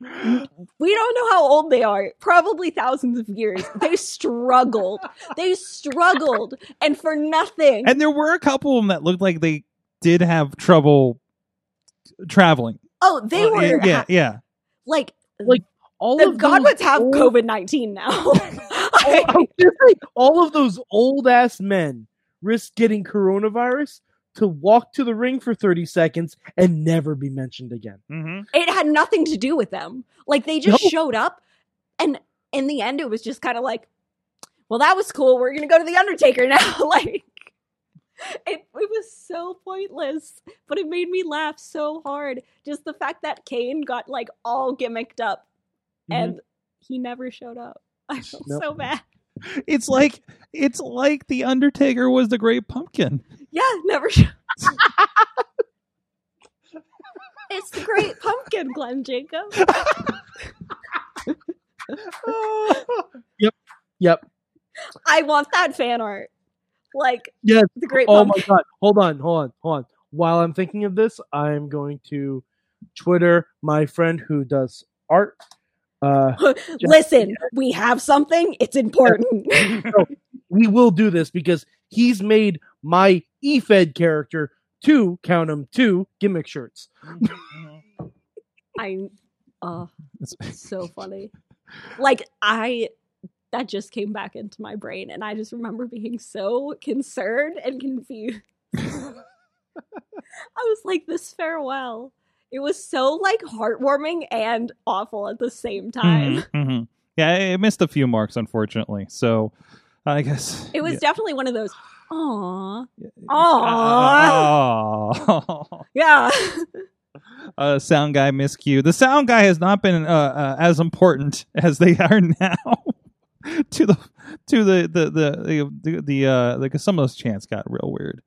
Speaker 4: We don't know how old they are. Probably thousands of years. They struggled. They struggled, and for nothing.
Speaker 2: And there were a couple of them that looked like they did have trouble traveling.
Speaker 4: Oh, they
Speaker 2: Uh,
Speaker 4: were
Speaker 2: yeah, yeah.
Speaker 4: like
Speaker 3: All
Speaker 4: the
Speaker 3: of
Speaker 4: Godwins
Speaker 3: those
Speaker 4: have
Speaker 3: old-
Speaker 4: COVID nineteen now.
Speaker 3: all-
Speaker 4: I-
Speaker 3: I was gonna say, all of those old ass men risk getting coronavirus to walk to the ring for 30 seconds and never be mentioned again.
Speaker 2: Mm-hmm.
Speaker 4: it had nothing to do with them. Like they just
Speaker 3: No.
Speaker 4: showed up, and in the end, it was just kind of like, well, that was cool. We're gonna go to the Undertaker now. like it, it was so pointless, but it made me laugh so hard. Just the fact that Kane got like all gimmicked up and he never showed up. I felt
Speaker 3: Nope.
Speaker 4: so bad.
Speaker 2: It's like it's like the Undertaker was the Great Pumpkin.
Speaker 4: Yeah, never showed. it's the Great Pumpkin, Glenn Jacob.
Speaker 3: Oh Yep.
Speaker 4: I want that fan art. Like
Speaker 3: Yeah.
Speaker 4: the Great
Speaker 3: Oh
Speaker 4: Pumpkin.
Speaker 3: my god. Hold on, hold on, hold on. While I'm thinking of this, I'm going to Twitter my friend who does art. Uh
Speaker 4: Listen, we have something. It's important.
Speaker 3: we will do this because he's made my E eFed character two count 'em two gimmick shirts.
Speaker 4: I, oh, so funny. Like I, that just came back into my brain, and I just remember being so concerned and confused. I was like, this farewell. It was so like heartwarming and awful at the same time.
Speaker 2: hmm Yeah, I I missed a few marks, unfortunately. So I guess
Speaker 4: It was
Speaker 2: Yeah.
Speaker 4: definitely one of those. Aw, aw,
Speaker 2: Aw.
Speaker 4: yeah.
Speaker 2: uh, sound guy miscue. The sound guy has not been uh, uh, as important as they are now. to the to the the the the, the uh because some of those chants got real weird.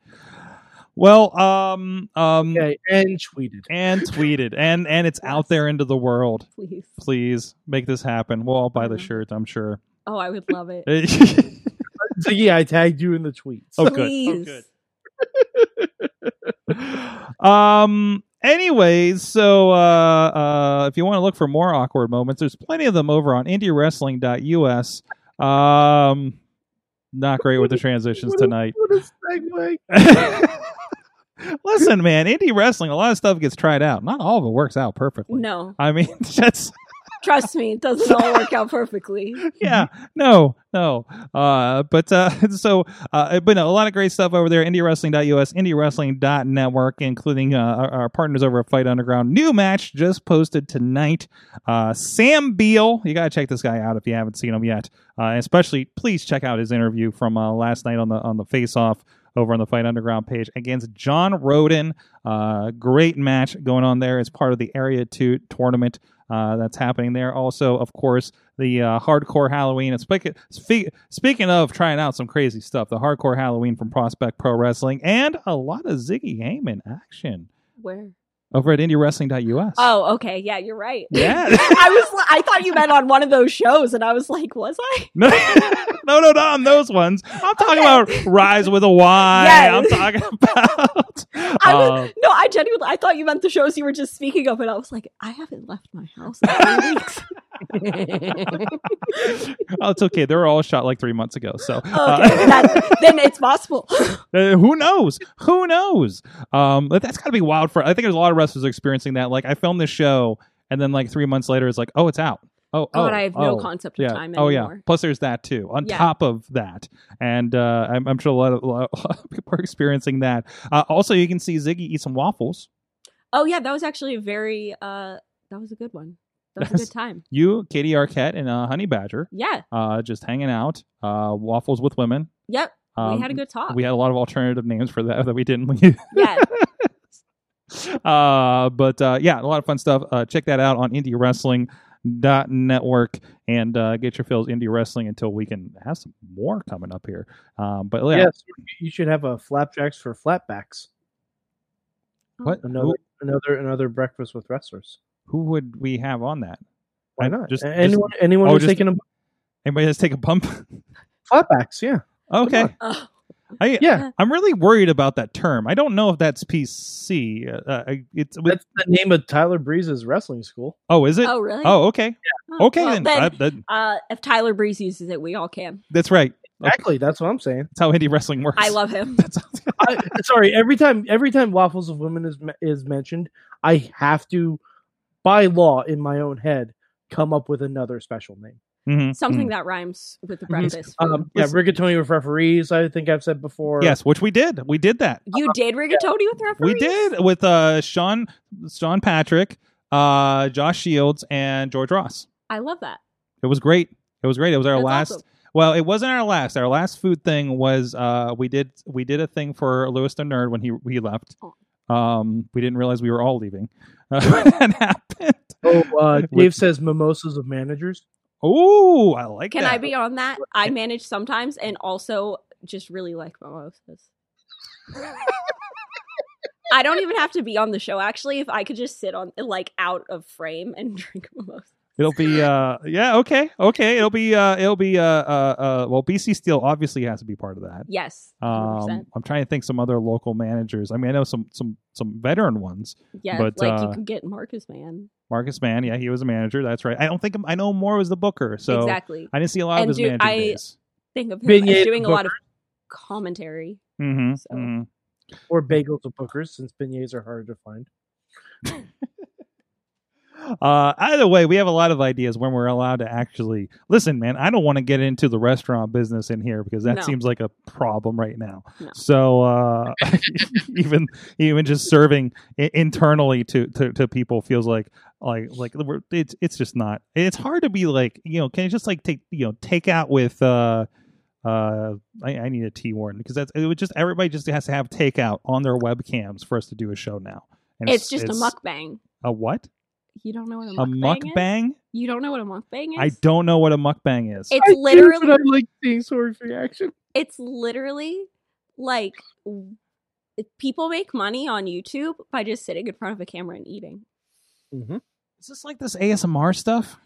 Speaker 2: Well, um, um,
Speaker 3: Okay, and tweeted.
Speaker 2: and tweeted and and it's out there into the world.
Speaker 4: Please.
Speaker 2: Please make this happen. We'll all buy the
Speaker 4: Mhm.
Speaker 2: shirt. I'm sure.
Speaker 4: Oh, I would love it.
Speaker 3: So yeah, I tagged you in the tweets.
Speaker 2: Oh, good. Oh,
Speaker 4: Please.
Speaker 2: good. um anyways so uh uh if you want to look for more awkward moments there's plenty of them over on indiewrestling.us um not great with the transitions
Speaker 3: What a-
Speaker 2: tonight
Speaker 3: What a segue.
Speaker 2: listen man indie wrestling a lot of stuff gets tried out not all of it works out perfectly
Speaker 4: No,
Speaker 2: i mean that's
Speaker 4: trust me, it doesn't all work out perfectly.
Speaker 2: yeah no no uh but uh so uh but no, a lot of great stuff over there indiewrestling.us indiewrestling.network including uh our, our partners over at fight underground new match just posted tonight uh sam beal you gotta check this guy out if you haven't seen him yet uh and especially please check out his interview from uh, last night on the on the face off over on the Fight Underground page against John Roden. Uh, great match going on there as part of the Area 2 tournament uh, that's happening there. Also, of course, the uh, Hardcore Halloween. And speak, speak, speaking of trying out some crazy stuff, the Hardcore Halloween from Prospect Pro Wrestling and a lot of Ziggy Heyman action
Speaker 4: Where?
Speaker 2: over at IndieWrestling.us.
Speaker 4: Oh, okay. Yeah, you're right.
Speaker 2: Yeah.
Speaker 4: I was. li- I thought you meant on one of those shows, and I was like, was I?
Speaker 2: No, no, no, not on those ones. I'm talking
Speaker 4: Okay.
Speaker 2: about Rise with a Y.
Speaker 4: Yes.
Speaker 2: I'm talking about.
Speaker 4: I was,
Speaker 2: uh,
Speaker 4: no, I genuinely. I thought you meant the shows you were just speaking of, and I was like, I haven't left my house in three weeks.
Speaker 2: oh, it's okay. They were all shot like three months ago. So uh,
Speaker 4: Okay, that, then it's possible.
Speaker 2: uh, who knows? Who knows? Um, but that's got to be wild for. I think there's a lot of wrestlers experiencing that. Like I filmed this show, and then like three months later, it's like, oh, it's out. Oh,
Speaker 4: God,
Speaker 2: oh,
Speaker 4: I have
Speaker 2: oh.
Speaker 4: no concept of
Speaker 2: Yeah.
Speaker 4: time
Speaker 2: oh yeah.
Speaker 4: anymore.
Speaker 2: Plus, there's that too. On
Speaker 4: Yeah.
Speaker 2: top of that, and uh, I'm, I'm sure a lot, of, a lot of people are experiencing that. Uh, also, you can see Ziggy eat some waffles.
Speaker 4: Oh yeah, that was actually a very. uh That was a good one. That was a
Speaker 2: That's-
Speaker 4: good time.
Speaker 2: You, Katie Arquette, and uh, Honey Badger,
Speaker 4: Yeah.
Speaker 2: uh, just hanging out. Uh, waffles with women.
Speaker 4: Yep.
Speaker 2: Um,
Speaker 4: we had a good talk.
Speaker 2: we had a lot of alternative names for that that we didn't use.
Speaker 4: yeah.
Speaker 2: uh, but uh, yeah, a lot of fun stuff. Uh, check that out on indie wrestling dot network and uh, get your fills indie wrestling until we can have some more coming up here. Um, but yeah,
Speaker 3: Yes, you should have a flapjacks for flatbacks.
Speaker 2: what
Speaker 3: Another
Speaker 2: who,
Speaker 3: another another breakfast with wrestlers.
Speaker 2: who would we have on that?
Speaker 3: Why
Speaker 2: I-
Speaker 3: not?
Speaker 2: just-
Speaker 3: Just,
Speaker 2: just-
Speaker 3: anyone anyone
Speaker 2: oh,
Speaker 3: who's
Speaker 2: just-
Speaker 3: taking a
Speaker 2: Anybody just take a pump?
Speaker 3: flatbacks, yeah.
Speaker 2: okay,
Speaker 4: Oh,
Speaker 2: I,
Speaker 3: Yeah.
Speaker 2: I'm really worried about that term. I don't know if that's PC. Uh, Uh, it's
Speaker 3: That's the name of Tyler Breeze's wrestling school.
Speaker 2: oh, is it?
Speaker 4: oh, really?
Speaker 2: Oh, okay,
Speaker 4: Oh,
Speaker 2: okay
Speaker 4: well,
Speaker 2: then.
Speaker 4: then
Speaker 2: That- that-
Speaker 4: uh, if Tyler Breeze uses it, we all can.
Speaker 2: that's right.
Speaker 3: Exactly. That's what I'm saying.
Speaker 2: That's how indie wrestling works.
Speaker 4: I love him.
Speaker 2: That's-
Speaker 3: I, sorry, every time every time waffles of women is me- is mentioned, I have to, by law, in my own head, come up with another special name.
Speaker 2: Mhm.
Speaker 4: Something that rhymes with the breakfast. food.
Speaker 3: Um, yeah,
Speaker 2: Listen-
Speaker 3: rigatoni with referees. I think I've said before.
Speaker 2: Yes, which we did. We did that.
Speaker 4: you did rigatoni with
Speaker 2: We
Speaker 4: referees.
Speaker 2: did with uh Sean Sean Patrick, uh Josh Shields, and George Ross.
Speaker 4: I love that.
Speaker 2: It was great. It was great. It was our
Speaker 4: That's
Speaker 2: last.
Speaker 4: awesome.
Speaker 2: Well, it wasn't our last. Our last food thing was uh we did we did a thing for Lewis the nerd when he he left.
Speaker 4: Oh.
Speaker 2: Um, we didn't realize we were all leaving uh, when that happened.
Speaker 3: Oh, uh, Dave
Speaker 2: With-
Speaker 3: says mimosas of managers.
Speaker 2: Oh, I like
Speaker 4: Can
Speaker 2: that.
Speaker 4: I be on that? I manage sometimes and also just really like mimosas. I don't even have to be on the show actually. If I could just sit on like out of frame and drink a mimosa.
Speaker 2: It'll be uh yeah, okay. Okay. It'll be uh it'll be uh uh, uh well BC Steel obviously has to be part of that.
Speaker 4: Yes. 100%.
Speaker 2: Um I'm trying to think some other local managers. I mean I know some some some veteran ones.
Speaker 4: yes.
Speaker 2: but,
Speaker 4: like
Speaker 2: uh,
Speaker 4: you can get Marcus man.
Speaker 2: Marcus Mann, yeah, he was a manager, that's right. I don't think I know Moore was the booker, so
Speaker 4: exactly.
Speaker 2: I didn't see a lot of
Speaker 4: And
Speaker 2: his
Speaker 4: do-
Speaker 2: manager
Speaker 4: I-
Speaker 2: days.
Speaker 4: Think of him
Speaker 3: Beignet
Speaker 4: as
Speaker 3: and
Speaker 4: doing a lot of commentary.
Speaker 2: Mm-hmm,
Speaker 4: So-
Speaker 2: hmm
Speaker 3: or bagels of bookers, since beignets are harder to find.
Speaker 2: Uh either way, we have a lot of ideas when we're allowed to actually listen, man, I don't want to get into the restaurant business in here because that
Speaker 4: No.
Speaker 2: seems like a problem right now.
Speaker 4: No.
Speaker 2: So uh, even even just serving I- internally to, to to people feels like like like we're, it's it's just not. It's hard to be like you know can you just like take you know take out with uh uh I, I need a T Warden because that's it would just everybody just has to have takeout on their webcams for us to do a show now. And
Speaker 4: It's, just a mukbang.
Speaker 2: A what?
Speaker 4: You don't know what a
Speaker 2: A
Speaker 4: mukbang, is?
Speaker 2: mukbang?
Speaker 4: You don't know what a mukbang is?
Speaker 2: I don't know what a mukbang is.
Speaker 4: It's literally
Speaker 3: I like seeing Sorg's reaction.
Speaker 4: it's literally like w- people make money on YouTube by just sitting in front of a camera and eating.
Speaker 2: Is this like this ASMR stuff?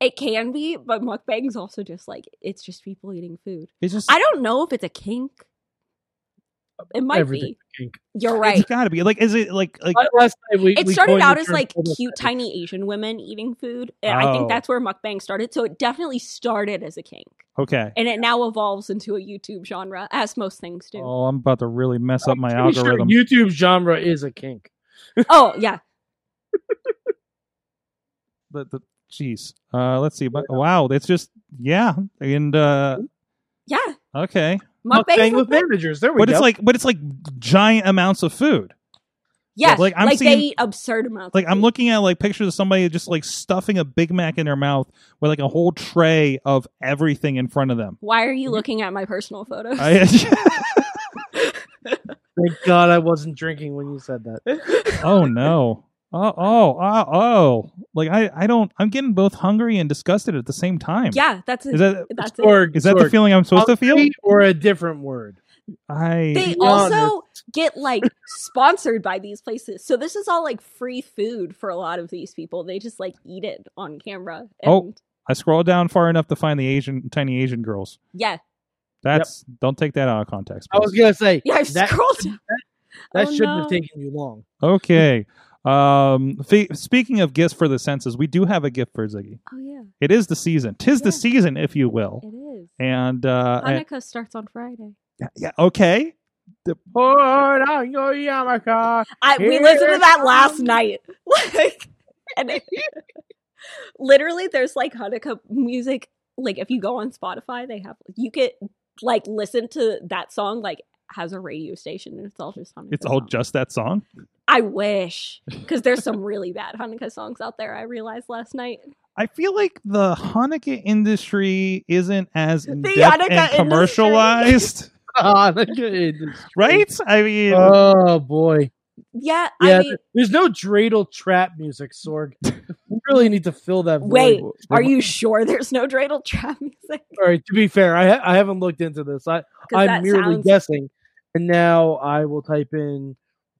Speaker 4: It can be, but mukbang's also just like it's just people eating food.
Speaker 2: It's just
Speaker 4: I don't know if it's a kink. It might
Speaker 3: Everything.
Speaker 4: be. You're right.
Speaker 2: It's got to be like, is it like like
Speaker 3: Last night we,
Speaker 4: It
Speaker 3: we
Speaker 4: started
Speaker 3: coined the
Speaker 4: out as
Speaker 3: term
Speaker 4: like
Speaker 3: homeless
Speaker 4: cute,
Speaker 3: man.
Speaker 4: tiny Asian women eating food. And I
Speaker 2: Oh.
Speaker 4: think that's where mukbang started. So it definitely started as a kink,
Speaker 2: okay?
Speaker 4: and it now evolves into a YouTube genre, as most things do.
Speaker 2: Oh, I'm about to really mess up my
Speaker 3: I'm pretty sure
Speaker 2: algorithm.
Speaker 3: YouTube genre is a kink.
Speaker 4: oh yeah,
Speaker 2: The, the, jeez, uh, let's see. But, wow, it's just yeah, and uh,
Speaker 4: yeah.
Speaker 2: okay,
Speaker 3: Mukbang
Speaker 4: Mukbang's
Speaker 3: with
Speaker 4: with
Speaker 3: managers. There we
Speaker 2: but
Speaker 3: go.
Speaker 2: it's like but it's like giant amounts of food.
Speaker 4: Yes,
Speaker 2: Like,
Speaker 4: like,
Speaker 2: I'm
Speaker 4: they
Speaker 2: seeing-
Speaker 4: eat absurd amounts.
Speaker 2: Like
Speaker 4: of
Speaker 2: I'm
Speaker 4: food.
Speaker 2: looking at like pictures of somebody just like stuffing a Big Mac in their mouth with like a whole tray of everything in front of them.
Speaker 4: Why are you looking at my personal photos?
Speaker 2: I,
Speaker 3: Thank God I wasn't drinking when you said that.
Speaker 2: oh no. Oh, oh, oh, oh. Like I, I don't. I'm getting both hungry and disgusted at the same time.
Speaker 4: yeah, that's it.
Speaker 2: Is that
Speaker 4: that's it.
Speaker 3: Sorg,
Speaker 2: is that the
Speaker 3: Sorg,
Speaker 2: feeling I'm supposed to feel?
Speaker 3: hungry or a different word?
Speaker 2: I
Speaker 4: They
Speaker 3: Be
Speaker 4: also get like sponsored by these places, so this is all like free food for a lot of these people. They just like eat it on camera. And
Speaker 2: Oh. I scrolled down far enough to find the Asian tiny Asian girls.
Speaker 4: yeah,
Speaker 2: That's don't take that out of context.
Speaker 3: I was
Speaker 2: please.
Speaker 3: gonna say
Speaker 4: yeah. I
Speaker 3: that,
Speaker 4: scrolled down.
Speaker 3: that
Speaker 4: Oh,
Speaker 3: shouldn't
Speaker 4: no.
Speaker 3: have taken you long.
Speaker 2: okay. Um, fe- speaking of gifts for the senses, we do have a gift for Ziggy.
Speaker 4: Oh yeah,
Speaker 2: It is the season. Tis
Speaker 4: Yeah.
Speaker 2: the season, if you will.
Speaker 4: it is.
Speaker 2: And uh, I-
Speaker 4: Hanukkah starts on Friday.
Speaker 2: yeah, okay.
Speaker 3: Put on your yarmulke.
Speaker 4: I we
Speaker 3: Here
Speaker 4: listened to that last
Speaker 3: comes-
Speaker 4: night. Like and it- literally there's like Hanukkah music. Like if you go on Spotify, they have you get like listen to that song like has a radio station and it's all just Hanukkah.
Speaker 2: It's all
Speaker 4: songs.
Speaker 2: just that song.
Speaker 4: I wish because there's some really bad Hanukkah songs out there. I realized last night.
Speaker 2: I feel like the Hanukkah industry isn't as in depth and
Speaker 4: Hanukkah
Speaker 2: commercialized, right? I mean,
Speaker 3: Oh boy.
Speaker 4: Yeah,
Speaker 3: Yeah,
Speaker 4: I mean,
Speaker 3: there's no dreidel trap music, Sorg. we really need to fill that void.
Speaker 4: Wait, are you sure there's no dreidel trap music?
Speaker 3: All right. To be fair, I ha- I haven't looked into this. I
Speaker 4: Because
Speaker 3: I'm
Speaker 4: that
Speaker 3: merely
Speaker 4: sounds
Speaker 3: guessing. And now I will type in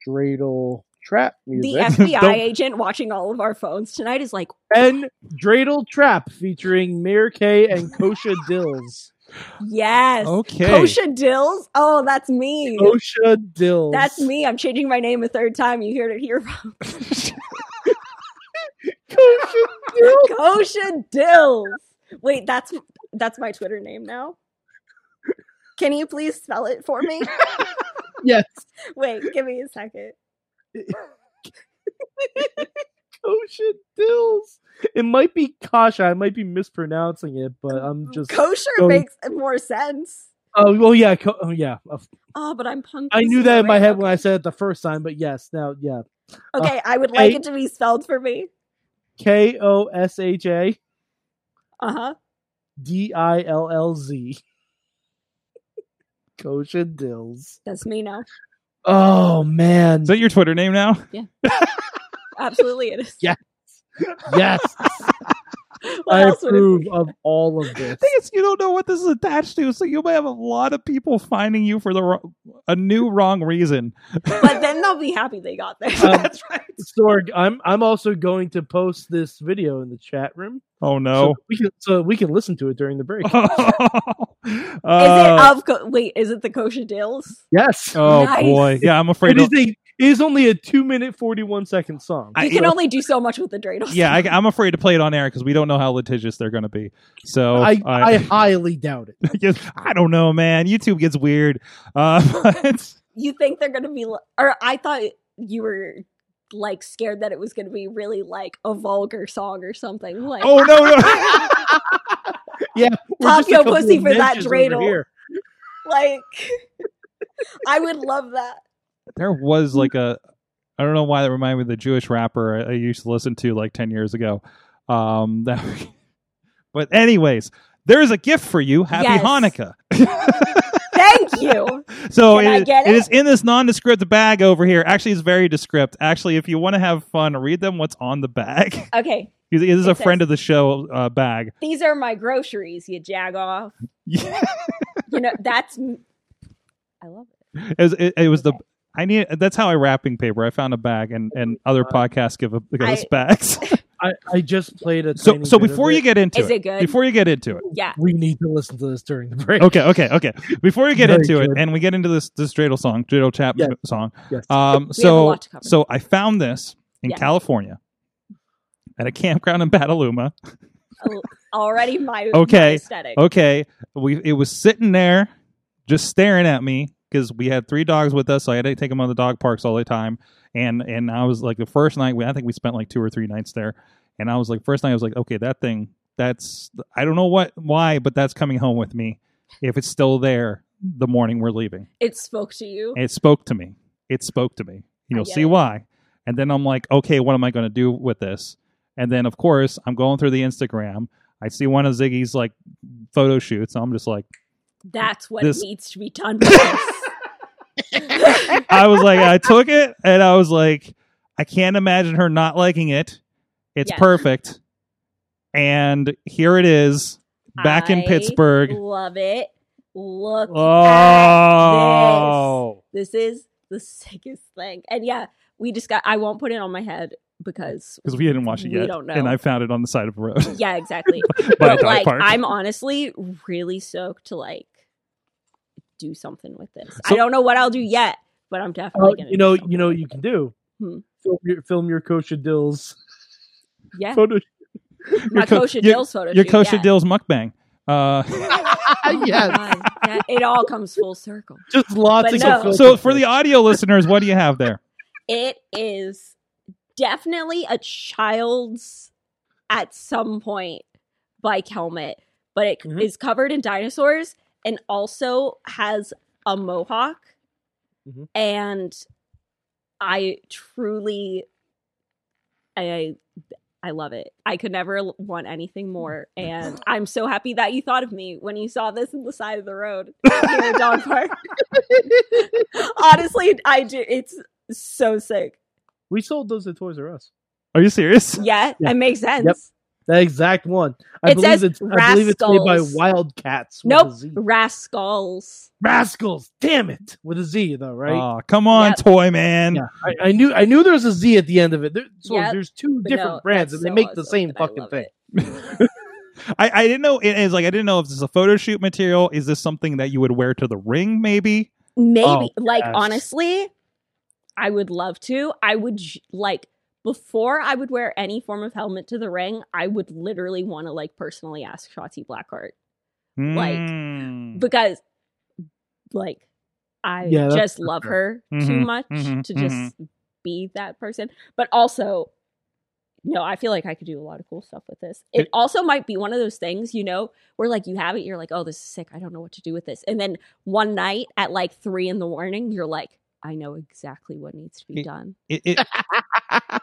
Speaker 3: dreidel trap
Speaker 4: the
Speaker 3: music
Speaker 2: Don't-
Speaker 4: FBI agent watching all of our phones tonight is like,
Speaker 3: and dreidel trap featuring Mir K and Kosha Dills.
Speaker 4: yes,
Speaker 2: okay?
Speaker 4: Kosha Dills. Oh, that's me.
Speaker 3: Kosha Dills.
Speaker 4: That's me. I'm changing my name a third time. You heard it here. from
Speaker 3: Kosha Dills.
Speaker 4: Kosha Dills. Wait, that's that's my Twitter name now. Can you please spell it for me?
Speaker 3: Yes.
Speaker 4: Wait, give me a second.
Speaker 3: Kosha Dills. It might be Kasha. I might be mispronouncing it, but I'm just.
Speaker 4: Kosher
Speaker 3: Go-
Speaker 4: makes more sense.
Speaker 3: Oh, well, yeah. Ko- oh, yeah. Of-
Speaker 4: Oh, but I'm punk.
Speaker 3: I knew
Speaker 4: as
Speaker 3: that in
Speaker 4: well.
Speaker 3: my head when I said it the first time, but yes, now, yeah.
Speaker 4: Okay, I would like
Speaker 3: I-
Speaker 4: it to be spelled for me.
Speaker 3: K O S H A
Speaker 4: Uh huh.
Speaker 3: D I L L Z. Kosha Dills.
Speaker 4: That's me now.
Speaker 3: Oh, man.
Speaker 2: Is that your Twitter name now?
Speaker 4: Absolutely, it is.
Speaker 3: Yeah. yes.
Speaker 4: What
Speaker 3: I
Speaker 4: else would it
Speaker 3: approve of all of
Speaker 2: I
Speaker 3: this.
Speaker 2: think it's you don't know what this is attached to, so you may have a lot of people finding you for the wrong, a new wrong reason.
Speaker 4: But then they'll be happy they got there.
Speaker 3: Um,
Speaker 2: That's right.
Speaker 3: Sorg, I'm I'm also going to post this video in the chat room.
Speaker 2: Oh
Speaker 3: So
Speaker 2: no.
Speaker 3: we can so we can listen to it during the break.
Speaker 2: Uh,
Speaker 3: uh,
Speaker 4: is it of co- wait? Is it the kosher dills?
Speaker 3: Yes.
Speaker 2: oh
Speaker 4: Nice.
Speaker 2: boy, yeah, I'm afraid.
Speaker 3: It
Speaker 2: I'll-
Speaker 3: is a it is only a two minute forty one second song.
Speaker 2: I-
Speaker 4: You can
Speaker 2: so-
Speaker 4: only do so much with the dreidels.
Speaker 2: yeah, I, I'm afraid to play it on air because we don't know how litigious they're going to be. So
Speaker 3: I, I highly doubt it.
Speaker 2: Yes, I don't know, man. YouTube gets weird. Uh, but
Speaker 4: you think they're gonna be? li- Or I thought you were like scared that it was gonna be really like a vulgar song or something. Like
Speaker 2: oh no, no.
Speaker 3: Yeah, we're
Speaker 4: Pop
Speaker 3: just a
Speaker 4: your
Speaker 3: couple
Speaker 4: pussy
Speaker 3: of
Speaker 4: for that
Speaker 3: ninjas over
Speaker 4: dreidel.
Speaker 3: here.
Speaker 4: like I would love that.
Speaker 2: there was like a I don't know why that reminded me of the Jewish rapper I, I used to listen to like ten years ago. Um, that, but anyways, there is a gift for you. Happy
Speaker 4: Yes.
Speaker 2: Hanukkah.
Speaker 4: Thank you.
Speaker 2: So
Speaker 4: Can I
Speaker 2: it-
Speaker 4: get
Speaker 2: it
Speaker 4: it?
Speaker 2: is in this nondescript bag over here. Actually, it's very descript. Actually, if you want to have fun, read them what's on the bag.
Speaker 4: Okay,
Speaker 2: This is a
Speaker 4: It says-
Speaker 2: friend of the show uh, bag.
Speaker 4: these are my groceries. You jag off.
Speaker 2: Yeah.
Speaker 4: You know that's. I love it.
Speaker 2: It was, it, it was the I need that's how I wrapping paper. I found a bag and and other podcasts give, a, give us
Speaker 4: I-
Speaker 2: bags.
Speaker 3: I, I just played a
Speaker 2: so
Speaker 3: tiny
Speaker 2: so
Speaker 3: bit of
Speaker 2: before
Speaker 3: it.
Speaker 2: you get into
Speaker 4: Is
Speaker 2: it,
Speaker 4: it good?
Speaker 2: before you get into it.
Speaker 4: yeah.
Speaker 3: we need to listen to this during the break.
Speaker 2: Okay, okay, okay. Before you get
Speaker 3: Very
Speaker 2: into it
Speaker 3: good.
Speaker 2: and we get into this this dreidel song, dreidel chat
Speaker 3: Yes.
Speaker 2: song.
Speaker 3: Yes. Uh,
Speaker 2: Um
Speaker 4: We have a
Speaker 2: so
Speaker 4: lot to cover.
Speaker 2: so I found this in
Speaker 4: Yeah.
Speaker 2: California at a campground in Petaluma.
Speaker 4: Al- Already my
Speaker 2: Okay.
Speaker 4: my aesthetic.
Speaker 2: Okay, we it was sitting there just staring at me because we had three dogs with us, so I had to take them on the dog parks all the time. And and I was like the first night we I think we spent like two or three nights there, and I was like first night I was like okay that thing that's I don't know what why but that's coming home with me if it's still there the morning we're leaving.
Speaker 4: It spoke to you.
Speaker 2: And it spoke to me. It spoke to me.
Speaker 4: I
Speaker 2: And you'll
Speaker 4: get
Speaker 2: see
Speaker 4: it.
Speaker 2: why. And then I'm like, okay, what am I going to do with this? And then, of course, I'm going through the Instagram. I see one of Ziggy's like photo shoots. I'm just like,
Speaker 4: That's what
Speaker 2: This-
Speaker 4: needs to be done. with this.
Speaker 2: I was like, I took it and I was like, I can't imagine her not liking it. It's
Speaker 4: Yeah.
Speaker 2: perfect. And here it is back in
Speaker 4: I
Speaker 2: Pittsburgh.
Speaker 4: Love it. Look at
Speaker 2: Oh,
Speaker 4: this. This is the sickest thing. And yeah, we just got. I won't put it on my head because.
Speaker 2: because we didn't watch it
Speaker 4: We
Speaker 2: yet.
Speaker 4: don't know.
Speaker 2: And I found it on the side of the road
Speaker 4: Yeah, exactly.
Speaker 2: by a
Speaker 4: but
Speaker 2: dog
Speaker 4: like,
Speaker 2: park.
Speaker 4: I'm honestly really stoked to like do something with this.
Speaker 2: So-
Speaker 4: I don't know what I'll do yet, but I'm
Speaker 3: Uh,
Speaker 4: definitely gonna.
Speaker 3: you know,
Speaker 4: do
Speaker 3: you know, what you can do
Speaker 4: Hmm.
Speaker 3: film your film your Kosha Dills
Speaker 4: something. yeah,
Speaker 3: photo.
Speaker 4: my
Speaker 2: Your co-
Speaker 4: kosher
Speaker 2: your-
Speaker 4: Dills photo.
Speaker 2: Your
Speaker 4: shoot,
Speaker 2: Kosha
Speaker 4: yeah.
Speaker 2: Dills mukbang. Uh,
Speaker 4: Oh my
Speaker 3: yes,
Speaker 4: God, yeah, it all comes full circle.
Speaker 3: just lots
Speaker 4: But
Speaker 3: of
Speaker 4: no.
Speaker 3: filters.
Speaker 2: so for the audio listeners, what do you have there?
Speaker 4: It is definitely a child's at some point bike helmet, but it is
Speaker 3: Mhm.
Speaker 4: covered in dinosaurs and also has a mohawk.
Speaker 3: Mhm.
Speaker 4: And I truly I I love it. I could never want anything more. And I'm so happy that you thought of me when you saw this in the side of the road near a dog park. Honestly, I do it's so sick.
Speaker 3: we sold those at Toys R Us.
Speaker 2: Are you serious?
Speaker 4: Yeah,
Speaker 3: Yeah.
Speaker 4: it makes sense.
Speaker 3: That exact one. I
Speaker 4: It
Speaker 3: believe
Speaker 4: says
Speaker 3: it's I believe it's made by
Speaker 4: Rascals.
Speaker 3: Wildcats. With
Speaker 4: Nope.
Speaker 3: a Z.
Speaker 4: Rascals.
Speaker 3: Rascals. Damn it, with a Z though, right?
Speaker 2: Aw, come on,
Speaker 4: Yep.
Speaker 2: toy man.
Speaker 3: yeah, I, I knew I knew there was a Z at the end of it. There, so
Speaker 4: Yep.
Speaker 3: there's two
Speaker 4: But
Speaker 3: different
Speaker 4: no,
Speaker 3: brands,
Speaker 4: that's
Speaker 3: and they
Speaker 4: so
Speaker 3: make the
Speaker 4: awesome,
Speaker 3: same
Speaker 4: and I
Speaker 3: fucking
Speaker 4: love
Speaker 3: thing.
Speaker 4: it.
Speaker 2: I, I didn't know it is like I didn't know if this is a photo shoot material. Is this something that you would wear to the ring? Maybe.
Speaker 4: Maybe,
Speaker 3: Oh,
Speaker 4: like,
Speaker 3: yes.
Speaker 4: honestly, I would love to. I would, j- like, before I would wear any form of helmet to the ring, I would literally want to, like, personally ask Shotzi Blackheart
Speaker 2: Mm.
Speaker 4: because like I
Speaker 3: Yeah, that's
Speaker 4: just
Speaker 3: for
Speaker 4: love
Speaker 3: sure.
Speaker 4: her too
Speaker 2: Mhm,
Speaker 4: much
Speaker 2: mhm,
Speaker 4: to just be that person. But also, no, I feel like I could do a lot of cool stuff with this. It,
Speaker 2: It-
Speaker 4: also might be one of those things, you know, where like you have it, you're like, oh, this is sick. I don't know what to do with this. And then one night at like three in the morning, you're like, I know exactly what needs to be
Speaker 2: It-
Speaker 4: done.
Speaker 2: It it,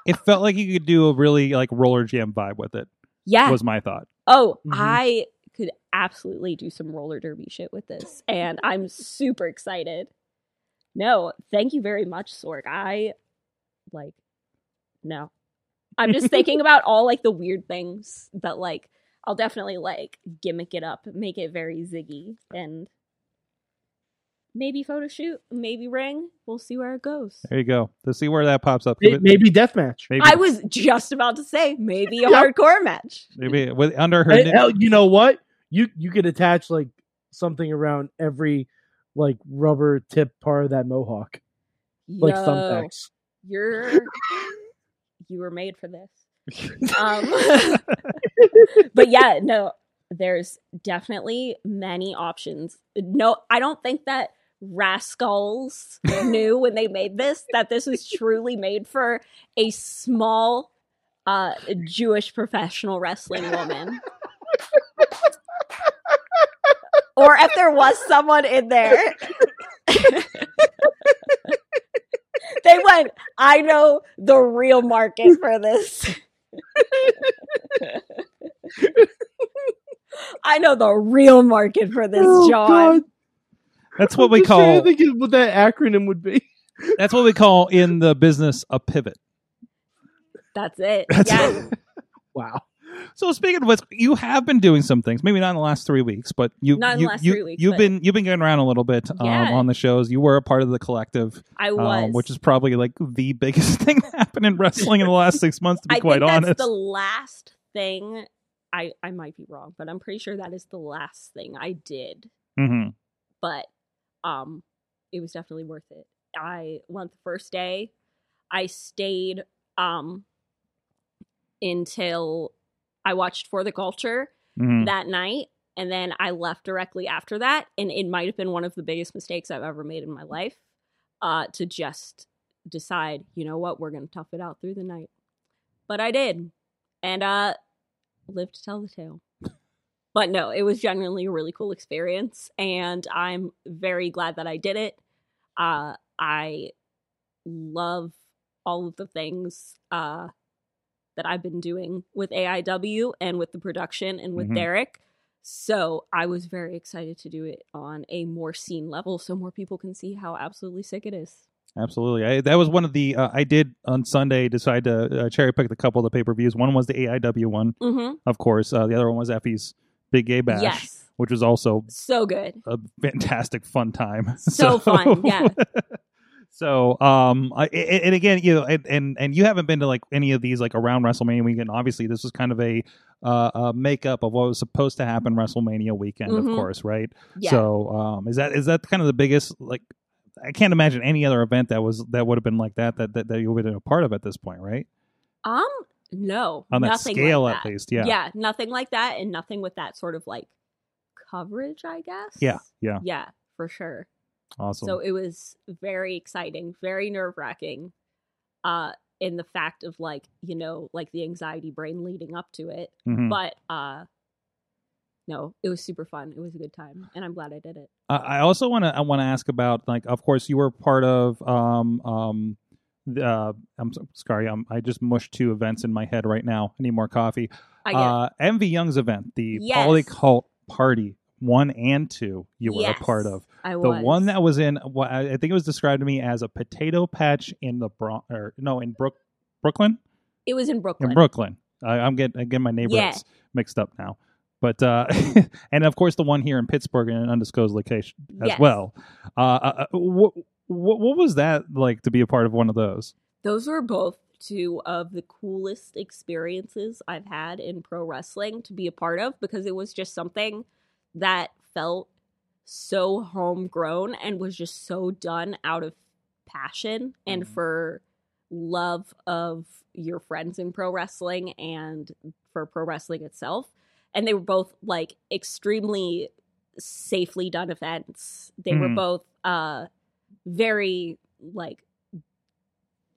Speaker 2: it felt like you could do a really like roller jam vibe with it.
Speaker 4: Yeah.
Speaker 2: Was my thought.
Speaker 4: Oh,
Speaker 3: Mhm.
Speaker 4: I could absolutely do some roller derby shit with this, and I'm super excited. No, thank you very much, Sorg. I like no. I'm just thinking about all like the weird things that like I'll definitely like gimmick it up, make it very ziggy and maybe photo shoot, maybe ring. We'll see where it goes.
Speaker 2: There you go. Let's see where that pops up.
Speaker 3: May- Maybe deathmatch.
Speaker 2: maybe,
Speaker 4: I was just about to say maybe a
Speaker 3: Yeah.
Speaker 4: hardcore match.
Speaker 2: maybe with under her.
Speaker 3: Hey,
Speaker 2: ni-
Speaker 3: hell, you know what? You you could attach like something around every like rubber tip part of that mohawk, like
Speaker 4: Yo.
Speaker 3: thumbtacks.
Speaker 4: you're you were made for this um, but yeah no there's definitely many options no i don't think that rascals knew when they made this that this was truly made for a small uh jewish professional wrestling woman or if there was someone in there they went I know the real market for this. I know the real market for this,
Speaker 3: Oh,
Speaker 4: John.
Speaker 2: that's what we call.
Speaker 3: I think is what that acronym would be.
Speaker 2: That's what we call in the business a pivot.
Speaker 4: That's it.
Speaker 2: That's
Speaker 4: yeah.
Speaker 3: Wow.
Speaker 2: So speaking of which, you have been doing some things. Maybe not in the last three weeks, but you
Speaker 4: Not in the
Speaker 2: you,
Speaker 4: last
Speaker 2: you,
Speaker 4: three weeks,
Speaker 2: you've
Speaker 4: but-
Speaker 2: been you've been going around a little bit um,
Speaker 4: Yeah.
Speaker 2: on the shows. You were a part of the collective,
Speaker 4: I was.
Speaker 2: um, which is probably like the biggest thing that happened in wrestling in the last six months. To be
Speaker 4: I
Speaker 2: quite
Speaker 4: think
Speaker 2: honest,
Speaker 4: that's the last thing. I, I might be wrong, but I'm pretty sure that is the last thing I did.
Speaker 2: hmm
Speaker 4: but um it was definitely worth it i went the first day i stayed um until i watched for the culture
Speaker 2: hmm
Speaker 4: that night and then i left directly after that and it might have been one of the biggest mistakes i've ever made in my life uh to just decide you know what we're gonna tough it out through the night but i did and uh live to tell the tale but no it was genuinely a really cool experience and i'm very glad that i did it uh i love all of the things uh that I've been doing with AIW and with the production and with
Speaker 2: Mhm.
Speaker 4: Derek. So I was very excited to do it on a more seen level so more people can see how absolutely sick it is.
Speaker 2: Absolutely. I, that was one of the uh, I did on Sunday decide to uh, cherry pick a couple of the pay per views. One was the AIW one,
Speaker 4: Mm-hmm.
Speaker 2: of course. Uh, the other one was Effie's Big Gay Bash,
Speaker 4: Yes.
Speaker 2: which was also
Speaker 4: So good.
Speaker 2: a fantastic fun time.
Speaker 4: So fun, yeah.
Speaker 2: So, um, I, I- and again, you know, and, and and you haven't been to like any of these like around WrestleMania weekend. Obviously, this was kind of a uh, a makeup of what was supposed to happen WrestleMania weekend, of
Speaker 4: Mhm.
Speaker 2: course, right?
Speaker 4: Yeah.
Speaker 2: So, um, is that is that kind of the biggest like? I can't imagine any other event that was that would have been like that that that, that you would have been a part of at this point, right?
Speaker 4: um, no.
Speaker 2: On that
Speaker 4: nothing
Speaker 2: scale,
Speaker 4: like
Speaker 2: at
Speaker 4: that.
Speaker 2: least, yeah,
Speaker 4: Yeah, nothing like that and nothing with that sort of like coverage, I guess.
Speaker 2: yeah, yeah.
Speaker 4: Yeah, for sure.
Speaker 2: awesome.
Speaker 4: So it was very exciting, very nerve wracking. Uh, in the fact of like, you know, like the anxiety brain leading up to it.
Speaker 2: Mhm.
Speaker 4: But uh no, it was super fun. It was a good time. And I'm glad I did it.
Speaker 2: I I also want to I want to ask about like of course you were part of um um the, uh I'm so- sorry um I just mushed two events in my head right now I need more coffee
Speaker 4: I get
Speaker 2: uh MV Young's event the
Speaker 4: Yes.
Speaker 2: Polycult Party one and two you were
Speaker 4: Yes,
Speaker 2: a part of
Speaker 4: I
Speaker 2: the
Speaker 4: was.
Speaker 2: one that was in what I I think it was described to me as a potato patch in the Bronx or no in Brook Brooklyn
Speaker 4: it was in Brooklyn.
Speaker 2: in Brooklyn. I, I'm getting again my neighborhoods mixed up now, but uh, and of course the one here in Pittsburgh in an undisclosed location as
Speaker 4: Yes.
Speaker 2: well. Uh, uh, what what what was that like to be a part of one of those?
Speaker 4: Those were both two of the coolest experiences I've had in pro wrestling to be a part of because it was just something that felt so homegrown and was just so done out of passion and
Speaker 2: Mhm.
Speaker 4: for love of your friends in pro wrestling and for pro wrestling itself. And they were both like extremely safely done events. They were
Speaker 2: Mhm.
Speaker 4: both uh very like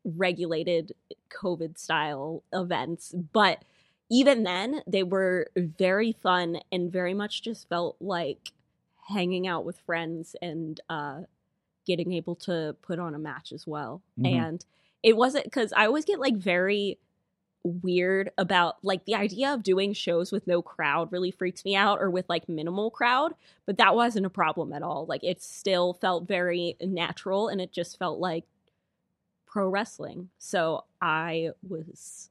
Speaker 4: regulated COVID style events, but even then they were very fun and very much just felt like hanging out with friends and uh getting able to put on a match as well.
Speaker 2: Mhm.
Speaker 4: And it wasn't because I always get like very weird about like the idea of doing shows with no crowd really freaks me out or with like minimal crowd, but that wasn't a problem at all. Like it still felt very natural and it just felt like pro wrestling. So I was,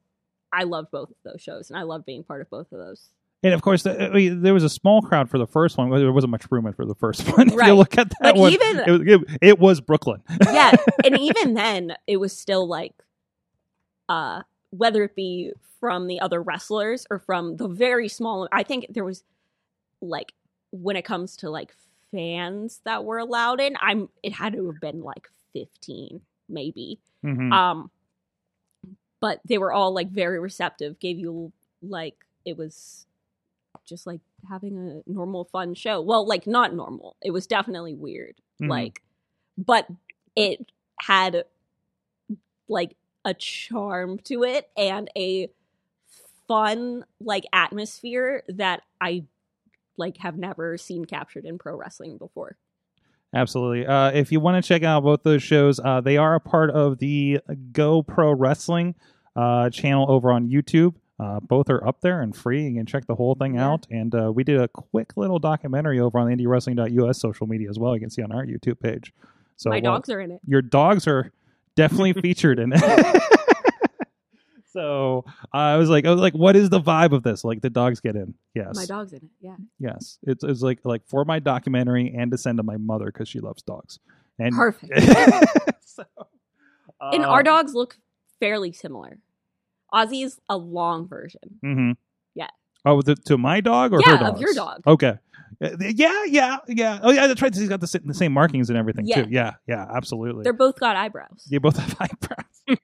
Speaker 4: I loved both of those shows and I loved being part of both of those.
Speaker 2: And of course, the, I mean, there was a small crowd for the first one. There wasn't much room for the first one. If
Speaker 4: Right.
Speaker 2: you look at that
Speaker 4: But
Speaker 2: one,
Speaker 4: even-
Speaker 2: it, was- it, it was Brooklyn.
Speaker 4: yeah and even then it was still like uh whether it be from the other wrestlers or from the very small i think there was like when it comes to like fans that were allowed in i'm it had to have been like 15 maybe
Speaker 2: Mhm.
Speaker 4: um but they were all like very receptive gave you like it was just like having a normal fun show well like not normal it was definitely weird
Speaker 2: Mhm.
Speaker 4: like but it had like a charm to it and a fun like atmosphere that i like have never seen captured in pro wrestling before
Speaker 2: Absolutely. Uh, if you want to check out both those shows, uh, they are a part of the Go Pro Wrestling uh, channel over on YouTube. Uh, both are up there and free. You can check the whole thing
Speaker 4: Yeah.
Speaker 2: out. And uh, we did a quick little documentary over on indiewrestling.us social media as well. You can see on our YouTube page. So
Speaker 4: my
Speaker 2: well,
Speaker 4: dogs are in it
Speaker 2: your dogs are definitely featured in it. so uh, I was like, I was like, what is the vibe of this? Like the dogs get in. Yes.
Speaker 4: my dog's in it yeah
Speaker 2: Yes, it's, it's like like for my documentary and to send to my mother because she loves dogs. And
Speaker 4: perfect
Speaker 2: so,
Speaker 4: and
Speaker 2: uh,
Speaker 4: our dogs look fairly similar Ozzy is a long version
Speaker 2: mhm.
Speaker 4: Yeah.
Speaker 2: Oh, the, to my dog or her
Speaker 4: yeah
Speaker 2: dogs?
Speaker 4: of your dog
Speaker 2: Okay. Uh, Yeah, yeah, yeah. Oh, yeah. That's right. He's got the, sa- the same markings and everything
Speaker 4: Yeah.
Speaker 2: too. Yeah, yeah. Absolutely.
Speaker 4: they're both got eyebrows
Speaker 2: you both have eyebrows.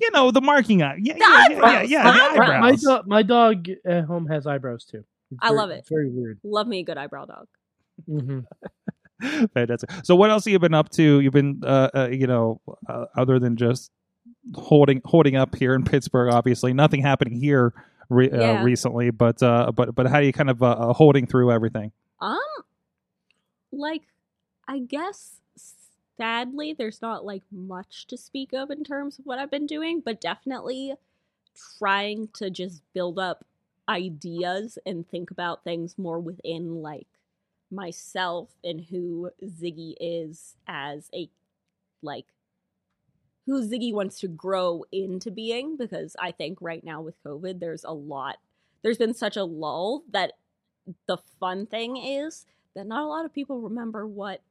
Speaker 2: you know the marking eye. Yeah,
Speaker 4: The
Speaker 2: yeah, yeah, yeah,
Speaker 4: eyebrows,
Speaker 2: yeah.
Speaker 4: the
Speaker 2: The
Speaker 4: eyebrows.
Speaker 3: My,
Speaker 2: eyebrows.
Speaker 3: do- my dog at home has eyebrows too. It's
Speaker 4: I
Speaker 3: very-
Speaker 4: love it.
Speaker 3: It's very weird.
Speaker 4: love me a good eyebrow dog
Speaker 2: Mm-hmm.
Speaker 3: hmm
Speaker 2: Fantastic. So, what else have you been up to? You've been, uh, uh, you know, uh, other than just holding holding up here in Pittsburgh. Obviously, nothing happening here re- uh,
Speaker 4: Yeah.
Speaker 2: recently. But uh, but but how are you kind of uh, uh, holding through everything?
Speaker 4: Um, like, I guess sadly, there's not like much to speak of in terms of what I've been doing, but definitely trying to just build up ideas and think about things more within like myself and who Ziggy is as a like who Ziggy wants to grow into being because I think right now with COVID there's a lot there's been such a lull that the fun thing is that not a lot of people remember what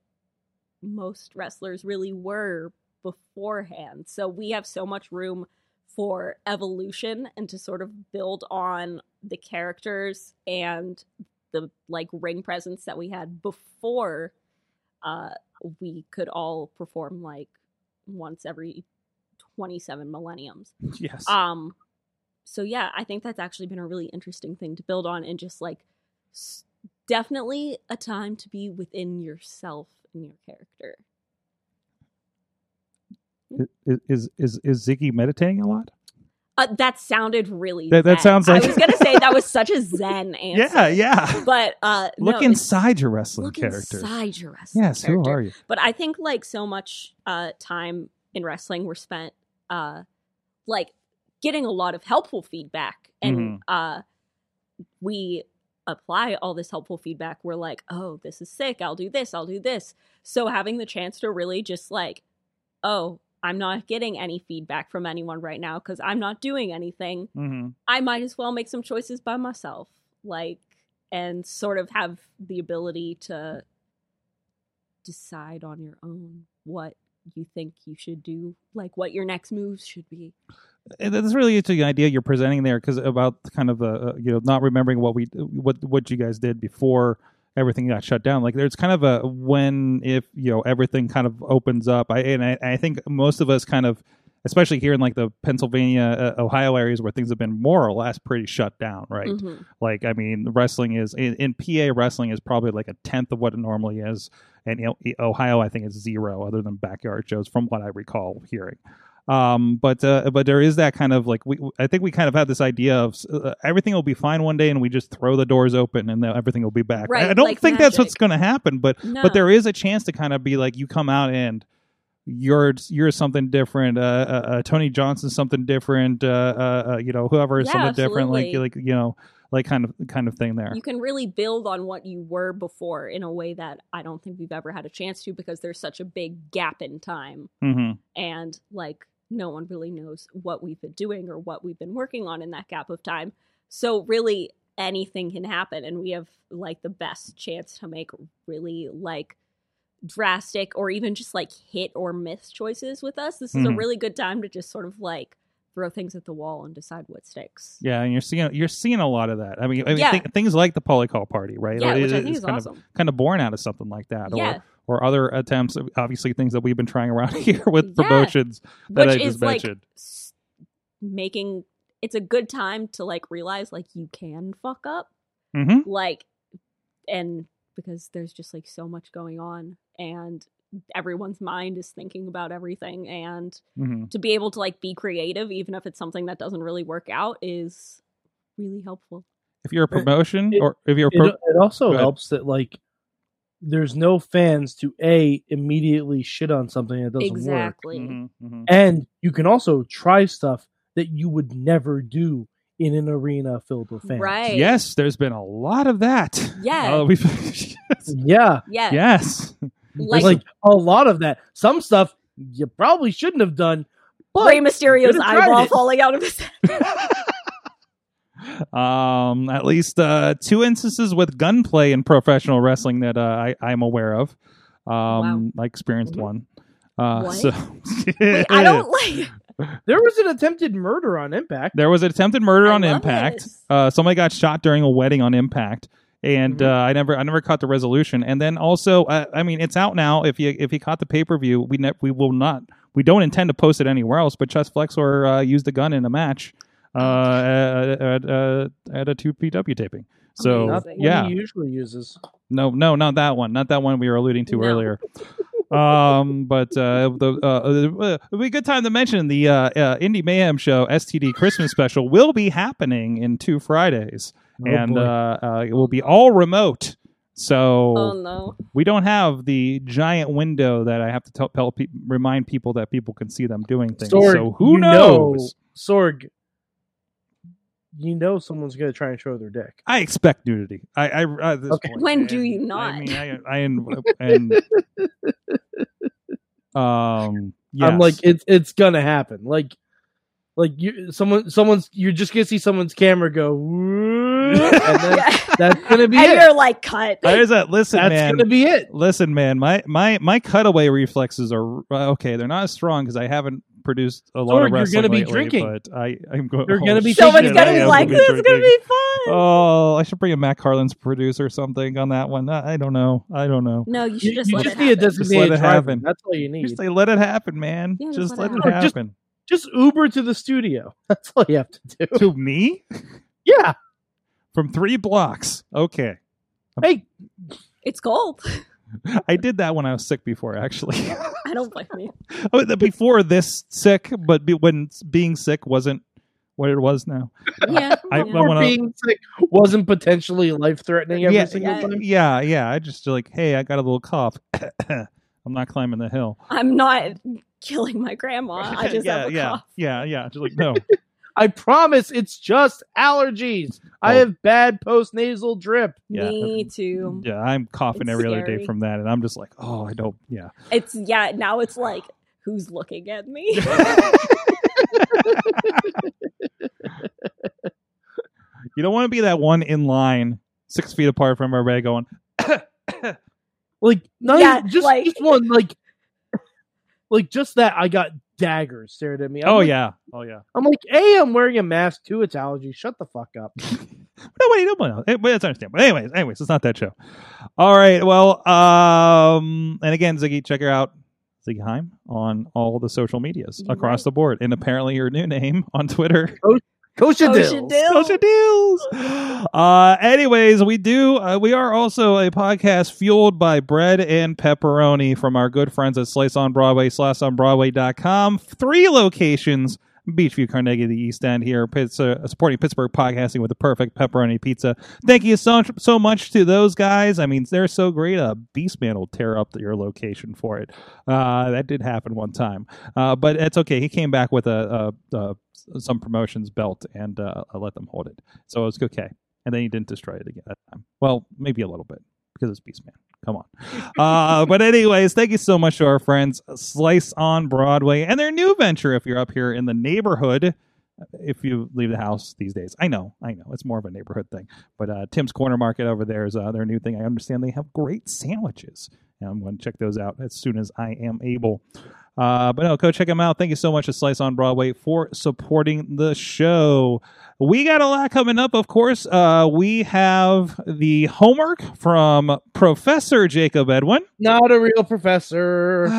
Speaker 4: most wrestlers really were beforehand. So we have so much room for evolution and to sort of build on the characters and the like ring presence that we had before uh we could all perform like once every 27 millenniums.
Speaker 2: Yes.
Speaker 4: Um, so yeah, I think that's actually been a really interesting thing to build on, and just like s- definitely a time to be within yourself and your character.
Speaker 2: is, is is is Ziggy meditating a lot?
Speaker 4: Uh, that sounded really.
Speaker 2: That- that
Speaker 4: zen.
Speaker 2: sounds like-
Speaker 4: I was gonna say that was such a zen answer.
Speaker 2: Yeah, yeah.
Speaker 4: But uh, no,
Speaker 2: Look
Speaker 4: it's-
Speaker 2: inside your wrestling
Speaker 4: Look
Speaker 2: character.
Speaker 4: inside your wrestling
Speaker 2: yes.
Speaker 4: character.
Speaker 2: Who are you?
Speaker 4: but i think like so much uh time in wrestling were spent uh like getting a lot of helpful feedback and
Speaker 2: Mhm.
Speaker 4: uh we apply all this helpful feedback we're like oh this is sick i'll do this i'll do this so having the chance to really just like oh i'm not getting any feedback from anyone right now because i'm not doing anything
Speaker 2: hmm
Speaker 4: I might as well make some choices by myself, like, and sort of have the ability to decide on your own what you think you should do, like what your next moves should be.
Speaker 2: And that's really to the idea you're presenting there because about kind of uh, uh, you know not remembering what we what what you guys did before everything got shut down like there's kind of a when if you know everything kind of opens up i and i, I think most of us kind of especially here in like the Pennsylvania, uh, Ohio areas where things have been more or less pretty shut down, right?
Speaker 4: Mhm.
Speaker 2: Like, I mean, wrestling is in, in PA. Wrestling is probably like a tenth of what it normally is, and you know, i- Ohio, I think, is zero, other than backyard shows, from what I recall hearing. Um, but uh, but there is that kind of like we. I think we kind of have this idea of uh, everything will be fine one day, and we just throw the doors open, and then everything will be back.
Speaker 4: Right,
Speaker 2: I don't
Speaker 4: like
Speaker 2: think that's
Speaker 4: magic.
Speaker 2: what's going to happen, but
Speaker 4: No.
Speaker 2: but there is a chance to kind of be like you come out and you're you're something different uh, uh, uh tony johnson's something different uh, uh uh, you know whoever is
Speaker 4: Yeah,
Speaker 2: something different like
Speaker 4: absolutely.
Speaker 2: like you know like kind of kind of thing there
Speaker 4: you can really build on what you were before in a way that I don't think we've ever had a chance to because there's such a big gap in time
Speaker 2: hmm
Speaker 4: and like no one really knows what we've been doing or what we've been working on in that gap of time. So really anything can happen and we have like the best chance to make really like drastic or even just like hit or miss choices with us. This is a
Speaker 2: Mhm.
Speaker 4: really good time to just sort of like throw things at the wall and decide what sticks.
Speaker 2: yeah and you're seeing you're seeing a lot of that i mean, I mean
Speaker 4: Yeah.
Speaker 2: thi- things like the polycall party right
Speaker 4: Yeah,
Speaker 2: It-
Speaker 4: which I
Speaker 2: it-
Speaker 4: think
Speaker 2: it's
Speaker 4: is
Speaker 2: kind
Speaker 4: awesome.
Speaker 2: of kind of born out of something like that
Speaker 4: yeah,
Speaker 2: or or other attempts obviously things that we've been trying around here with
Speaker 4: Yeah.
Speaker 2: promotions that i
Speaker 4: which is
Speaker 2: just
Speaker 4: like
Speaker 2: mentioned
Speaker 4: s- making it's a good time to like realize like you can fuck up
Speaker 2: hmm
Speaker 4: like and because there's just like so much going on and everyone's mind is thinking about everything and
Speaker 2: hmm
Speaker 4: to be able to like be creative even if it's something that doesn't really work out is really helpful
Speaker 2: if you're a promotion
Speaker 3: it-
Speaker 2: or if you're a
Speaker 3: It,
Speaker 2: pro-
Speaker 3: it also
Speaker 2: Go ahead.
Speaker 3: helps that like there's no fans to a immediately shit on something that doesn't work,
Speaker 4: exactly
Speaker 2: Mhm, mhm.
Speaker 3: and you can also try stuff that you would never do in an arena filled with fans.
Speaker 4: right
Speaker 2: Yes, there's been a lot of that.
Speaker 4: Yeah.
Speaker 2: Oh, we've, yes.
Speaker 3: Yeah.
Speaker 4: yeah,
Speaker 2: yes.
Speaker 3: There's
Speaker 4: like,
Speaker 3: like a lot of that. Some stuff you probably shouldn't have done, but
Speaker 4: Rey Mysterio's
Speaker 3: Could've tried
Speaker 4: eyeball
Speaker 3: it.
Speaker 4: falling out of his head.
Speaker 2: Um, at least uh, two instances with gunplay in professional wrestling that uh, I I'm aware of. Um, I experienced one. Uh,
Speaker 4: Mm-hmm. What?
Speaker 2: so
Speaker 4: Wait, I don't like.
Speaker 3: There was an attempted murder on Impact.
Speaker 2: There was an attempted murder
Speaker 4: I
Speaker 2: on
Speaker 4: love
Speaker 2: Impact.
Speaker 4: this.
Speaker 2: Uh, somebody got shot during a wedding on Impact, and
Speaker 3: Mhm.
Speaker 2: uh, I never, I never caught the resolution. And then also, uh, I mean, it's out now. If you if you caught the pay per view, we ne- we will not, we don't intend to post it anywhere else. But Chess Flexor uh, used a gun in a match uh, at, at, uh, at a two PW taping. So
Speaker 3: Not
Speaker 4: Amazing.
Speaker 3: what
Speaker 2: yeah,
Speaker 3: he usually uses.
Speaker 2: no, no, not that one. Not that one we were alluding to
Speaker 4: No.
Speaker 2: earlier. um, but uh, the uh, uh, it'd be a good time to mention the uh, uh, Indie Mayhem Show STD Christmas special will be happening in two Fridays,
Speaker 3: Oh,
Speaker 2: and
Speaker 3: boy.
Speaker 2: uh, uh, it will be all remote. So
Speaker 4: Oh no!
Speaker 2: we don't have the giant window that I have to tell, tell pe- remind people that people can see them doing things.
Speaker 3: Sorg,
Speaker 2: so who
Speaker 3: you know-
Speaker 2: knows?
Speaker 3: Sorg, you know someone's going to try and show their dick.
Speaker 2: I expect nudity. I, I at this
Speaker 3: Okay.
Speaker 2: point,
Speaker 4: When
Speaker 2: I-
Speaker 4: do you not?
Speaker 2: I mean, I, I and, and um, yes.
Speaker 3: I'm like, it's it's going to happen. Like, like you, someone, someone's, you're just going to see someone's camera go, and then
Speaker 4: Yeah.
Speaker 3: that's going to be
Speaker 4: and
Speaker 3: it.
Speaker 4: you're like cut.
Speaker 2: there's that. Listen,
Speaker 3: That's
Speaker 2: man.
Speaker 3: going to be it.
Speaker 2: Listen, man. My my my cutaway reflexes are uh, okay. They're not as strong because I haven't produced a lot of
Speaker 3: Sorg, Oh, you're
Speaker 2: wrestling
Speaker 3: gonna be
Speaker 2: lately,
Speaker 3: drinking.
Speaker 2: But I I'm going.
Speaker 3: You're
Speaker 2: oh,
Speaker 3: gonna be
Speaker 2: shit,
Speaker 4: so much
Speaker 3: thinking
Speaker 4: gonna
Speaker 2: I
Speaker 4: be
Speaker 2: am
Speaker 4: like
Speaker 2: gonna
Speaker 4: this is gonna
Speaker 2: drinking.
Speaker 4: be fun.
Speaker 2: Oh, I should bring a Matt Carlin's producer or something on that one. I I don't know. I don't know.
Speaker 4: no, you should
Speaker 3: You you
Speaker 4: just
Speaker 3: just,
Speaker 4: let it
Speaker 3: need a
Speaker 4: happen.
Speaker 2: Just let
Speaker 3: designated
Speaker 2: it
Speaker 3: driver.
Speaker 2: happen.
Speaker 3: That's all you need.
Speaker 2: Just say, let it happen, man.
Speaker 4: Yeah, just
Speaker 2: just let
Speaker 4: let it
Speaker 2: it
Speaker 3: happen. Oh, Or just-
Speaker 2: happen.
Speaker 3: just Uber to the studio. That's all you have to do.
Speaker 2: to me
Speaker 3: Yeah.
Speaker 2: from three blocks. Okay.
Speaker 3: Hey,
Speaker 4: It's cold.
Speaker 2: I did that when I was sick before, actually.
Speaker 4: I don't blame you.
Speaker 2: Oh, the- before this sick, but be, when s- being sick wasn't what it was now.
Speaker 4: Yeah,
Speaker 2: I-
Speaker 4: yeah.
Speaker 2: I
Speaker 3: or
Speaker 2: wanna-
Speaker 3: being sick wasn't potentially life threatening every
Speaker 2: yeah,
Speaker 3: single
Speaker 4: yeah.
Speaker 3: time.
Speaker 2: yeah, yeah. I just like, hey, I got a little cough. I'm not climbing the hill.
Speaker 4: I'm not killing my grandma. I just
Speaker 2: yeah,
Speaker 4: have a
Speaker 2: yeah,
Speaker 4: cough.
Speaker 2: yeah, yeah. Just like no.
Speaker 3: I promise it's just allergies. I
Speaker 2: Oh.
Speaker 3: have bad postnasal drip.
Speaker 2: Yeah. Mm,
Speaker 4: Me too.
Speaker 2: yeah, I'm coughing
Speaker 4: It's
Speaker 2: every other day
Speaker 4: scary.
Speaker 2: from that, and I'm just like, oh, I don't. Yeah,
Speaker 4: It's yeah. Now it's like who's looking at me?
Speaker 2: you don't want to be that one in line six feet apart from everybody going.
Speaker 3: Like not
Speaker 4: Yeah,
Speaker 3: even- just
Speaker 4: like-
Speaker 3: just one like like just that I got daggers stared at me. I'm
Speaker 2: Oh
Speaker 3: like,
Speaker 2: yeah, oh yeah.
Speaker 3: I'm like, hey, I'm wearing a mask too. It's allergies. Shut the fuck up.
Speaker 2: No, wait, no, no, it- but it's understandable. But anyways, anyways, it's not that show. All right, well, um, and again, Ziggy, check her out. Siegheim on all the social medias
Speaker 4: You're
Speaker 2: across
Speaker 4: right.
Speaker 2: the board. And apparently your new name on Twitter.
Speaker 3: Kosha
Speaker 4: Ocean
Speaker 3: Dills.
Speaker 4: Dill.
Speaker 2: Those are deals. Uh, anyways, we do. Uh, we are also a podcast fueled by bread and pepperoni from our good friends at Slice on Broadway, slash on Broadway.com. Three locations Beachview, Carnegie, the East End here, pizza, supporting Pittsburgh podcasting with the perfect pepperoni pizza. Thank you so, so much to those guys. I mean, they're so great. A Beastman will tear up your location for it. Uh, that did happen one time. Uh, but it's okay. He came back with a, a, a some promotions belt and uh, I let them hold it. So it was okay. And then he didn't destroy it again that time. Well, maybe a little bit because it's Beastman. Come on. Uh, but anyways, thank you so much to our friends Slice on Broadway and their new venture. If you're up here in the neighborhood, if you leave the house these days, I know, I know, it's more of a neighborhood thing. But uh, Tim's Corner Market over there is uh, their new thing. I understand they have great sandwiches, and I'm going to check those out as soon as I am able. Uh, but no, go check them out. Thank you so much to Slice on Broadway for supporting the show. We got a lot coming up, of course. Uh, we have the homework from Professor Jacob Edwin.
Speaker 3: Not a real professor.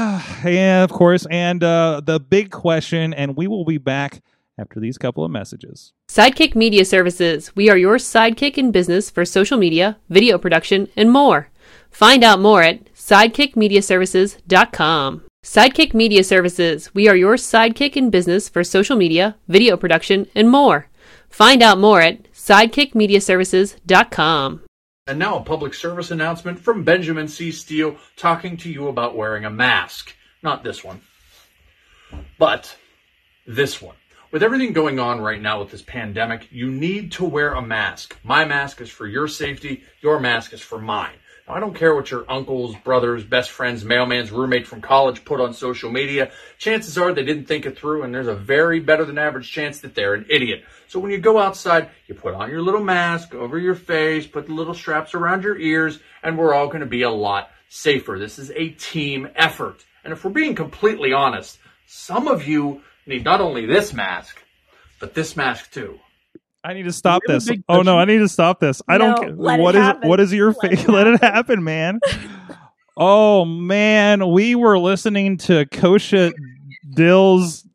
Speaker 2: yeah, of course. And uh, the big question, and we will be back after these couple of messages.
Speaker 5: Sidekick Media Services. We are your sidekick in business for social media, video production, and more. Find out more at sidekickmediaservices.com. Sidekick Media Services. We are your sidekick in business for social media, video production, and more. Find out more at sidekickmediaservices.com.
Speaker 6: And now a public service announcement from Benjamin C. Steele talking to you about wearing a mask. Not this one, but this one. With everything going on right now with this pandemic, you need to wear a mask. My mask is for your safety, your mask is for mine. Now, I don't care what your uncles, brothers, best friends, mailman's roommate from college put on social media. Chances are they didn't think it through, and there's a very better than average chance that they're an idiot. So when you go outside, you put on your little mask over your face, put the little straps around your ears, and we're all going to be a lot safer. This is a team effort. And if we're being completely honest, some of you need not only this mask, but this mask too.
Speaker 2: I need to stop
Speaker 3: have a
Speaker 2: this.
Speaker 3: big
Speaker 2: Oh no,
Speaker 3: question?
Speaker 2: I need to stop this. I don't.
Speaker 4: No,
Speaker 2: ca-
Speaker 4: let it
Speaker 2: what is-
Speaker 4: happen.
Speaker 2: what is your
Speaker 4: Let it
Speaker 2: face? Let it happen, man. oh man, we were listening to Kosha Dill's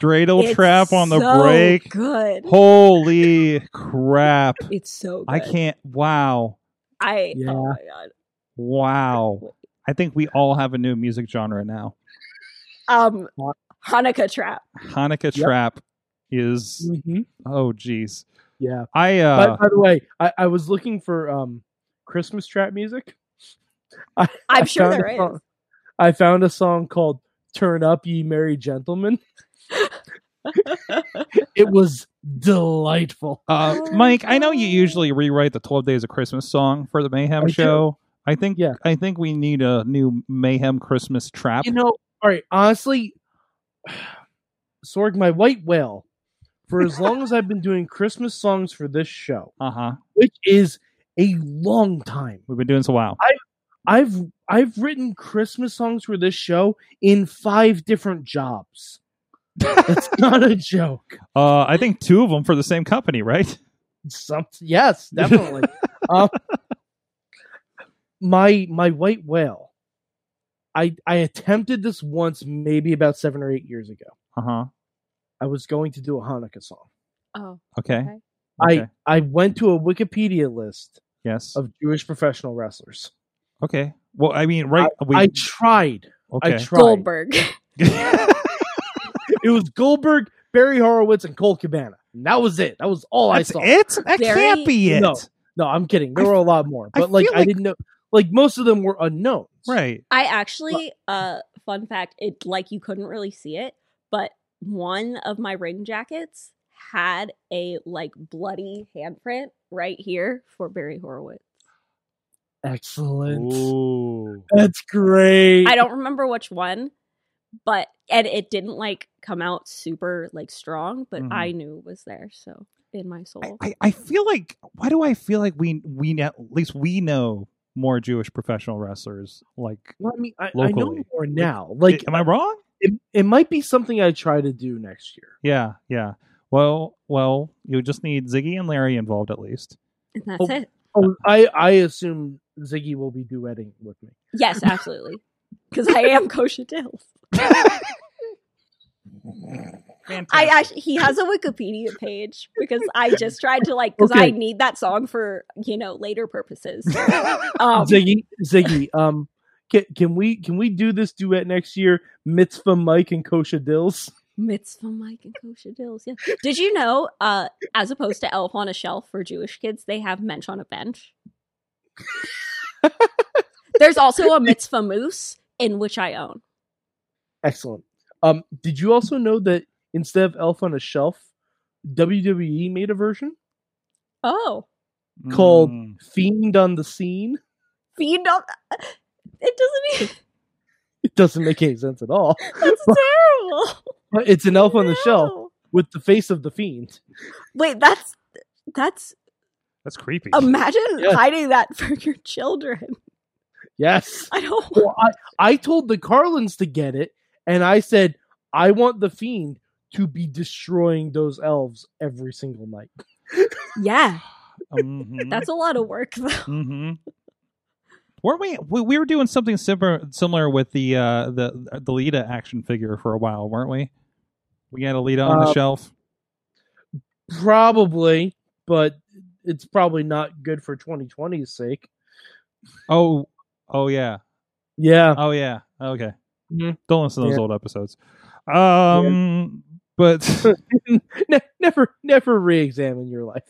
Speaker 2: dreidel
Speaker 4: It's
Speaker 2: trap on the
Speaker 4: so
Speaker 2: break.
Speaker 4: Good.
Speaker 2: Holy crap!
Speaker 4: It's so good.
Speaker 2: I can't. Wow,
Speaker 4: I
Speaker 3: Yeah.
Speaker 4: oh my god.
Speaker 2: wow. I think we all have a new music genre now.
Speaker 4: Um Hanukkah trap.
Speaker 2: Hanukkah
Speaker 3: Yep.
Speaker 2: trap is
Speaker 3: Mhm.
Speaker 2: oh geez.
Speaker 3: Yeah.
Speaker 2: I
Speaker 3: By-
Speaker 2: uh
Speaker 3: by, the way, I, I was looking for um Christmas trap music. I,
Speaker 4: I'm
Speaker 3: I
Speaker 4: sure
Speaker 3: found a
Speaker 4: there is.
Speaker 3: song- I found a song called "Turn Up, Ye Merry Gentlemen." it was delightful.
Speaker 2: Uh, Mike, I know you usually rewrite the Twelve Days of Christmas song for the Mayhem
Speaker 3: I do.
Speaker 2: show. I think
Speaker 3: Yeah.
Speaker 2: I think we need a new Mayhem Christmas trap.
Speaker 3: You know, all right. Honestly, Sorg, my white whale. For as long as I've been doing Christmas songs for this show,
Speaker 2: uh huh.
Speaker 3: which is a long time,
Speaker 2: We've been doing this a while.
Speaker 3: I've I've written Christmas songs for this show in five different jobs. That's not a joke.
Speaker 2: Uh, I think two of them for the same company, right?
Speaker 3: Some, yes, definitely. um, my my white whale. I I attempted this once, maybe about seven or eight years ago.
Speaker 2: Uh huh.
Speaker 3: I was going to do a Hanukkah song.
Speaker 4: Oh.
Speaker 2: Okay.
Speaker 4: Okay.
Speaker 2: Okay.
Speaker 3: I I went to a Wikipedia list
Speaker 2: Yes.
Speaker 3: of Jewish professional wrestlers.
Speaker 2: Okay. Well, I mean, right?
Speaker 3: I,
Speaker 2: we,
Speaker 3: I tried. I
Speaker 2: okay.
Speaker 3: tried.
Speaker 4: Goldberg.
Speaker 3: It was Goldberg, Barry Horowitz, and Cole Cabana. And that was it. That was all
Speaker 2: That's
Speaker 3: oh, I saw.
Speaker 2: it. That
Speaker 4: Very-
Speaker 2: can't be it.
Speaker 3: No. No, I'm kidding. There
Speaker 2: I
Speaker 3: were a lot more,
Speaker 2: I
Speaker 3: but like,
Speaker 2: feel
Speaker 3: I
Speaker 2: like-
Speaker 3: didn't know. Like most of them were unknowns.
Speaker 2: Right.
Speaker 4: I actually, uh, fun fact, it like you couldn't really see it, but one of my ring jackets had a like bloody handprint right here for Barry Horowitz.
Speaker 3: Excellent.
Speaker 2: Ooh.
Speaker 3: That's great.
Speaker 4: I don't remember which one, but and it didn't like come out super like strong, but
Speaker 2: Mhm.
Speaker 4: I knew it was there. So in my
Speaker 2: I,
Speaker 4: soul,
Speaker 2: I, I feel like why do I feel like we we know, at least we know more Jewish professional wrestlers like
Speaker 3: Well, I mean, I, I know
Speaker 2: Locally.
Speaker 3: more now. Like,
Speaker 2: am I wrong?
Speaker 3: it, it might be something I try to do next year.
Speaker 2: Yeah, yeah. Well, well, you just need Ziggy and Larry involved at least.
Speaker 4: and that's
Speaker 3: Oh.
Speaker 4: it.
Speaker 3: Oh, I I assume Ziggy will be duetting with me.
Speaker 4: Yes, absolutely. because I am Kosha Dills. I
Speaker 2: Fantastic.
Speaker 4: actually, he has a Wikipedia page because I just tried to like because I
Speaker 3: Okay.
Speaker 4: need that song for you know later purposes. Um,
Speaker 3: Ziggy, Ziggy, um, can, can we can we do this duet next year? Mitzvah Mike and Kosha Dills.
Speaker 4: Mitzvah Mike and Kosha Dills. Yeah. Did you know, uh, as opposed to Elf on a Shelf for Jewish kids, they have Mensch on a Bench? There's also a Mitzvah Moose in which I own.
Speaker 3: Excellent. Um, did you also know that instead of Elf on a Shelf, WWE made a version
Speaker 4: Oh,
Speaker 3: called
Speaker 2: Mm.
Speaker 3: Fiend on the Scene?
Speaker 4: feed on. It doesn't even.
Speaker 3: It doesn't make any sense at all.
Speaker 4: That's terrible.
Speaker 3: But it's an Elf on the Shelf
Speaker 4: No.
Speaker 3: with the face of the Fiend.
Speaker 4: Wait, that's that's.
Speaker 2: That's creepy.
Speaker 3: Um,
Speaker 4: Imagine
Speaker 3: Yeah.
Speaker 4: hiding that for your children.
Speaker 3: Yes.
Speaker 4: I don't.
Speaker 3: Well, I, I told the Carlins to get it, and I said I want the Fiend to be destroying those elves every single night.
Speaker 4: Yeah,
Speaker 2: Mhm.
Speaker 4: that's a lot of work though.
Speaker 2: Mm-hmm. Weren't we, we? We were doing something similar similar with the uh, the the Lita action figure for a while, weren't we? We had a Lita on the
Speaker 3: Uh,
Speaker 2: shelf.
Speaker 3: Probably, but it's probably not good for 2020's sake.
Speaker 2: Oh, oh yeah,
Speaker 3: Yeah.
Speaker 2: oh yeah. Okay,
Speaker 3: Mhm.
Speaker 2: don't listen to those
Speaker 3: Yeah.
Speaker 2: old episodes. Um, but
Speaker 3: Ne- never, never re-examine your life.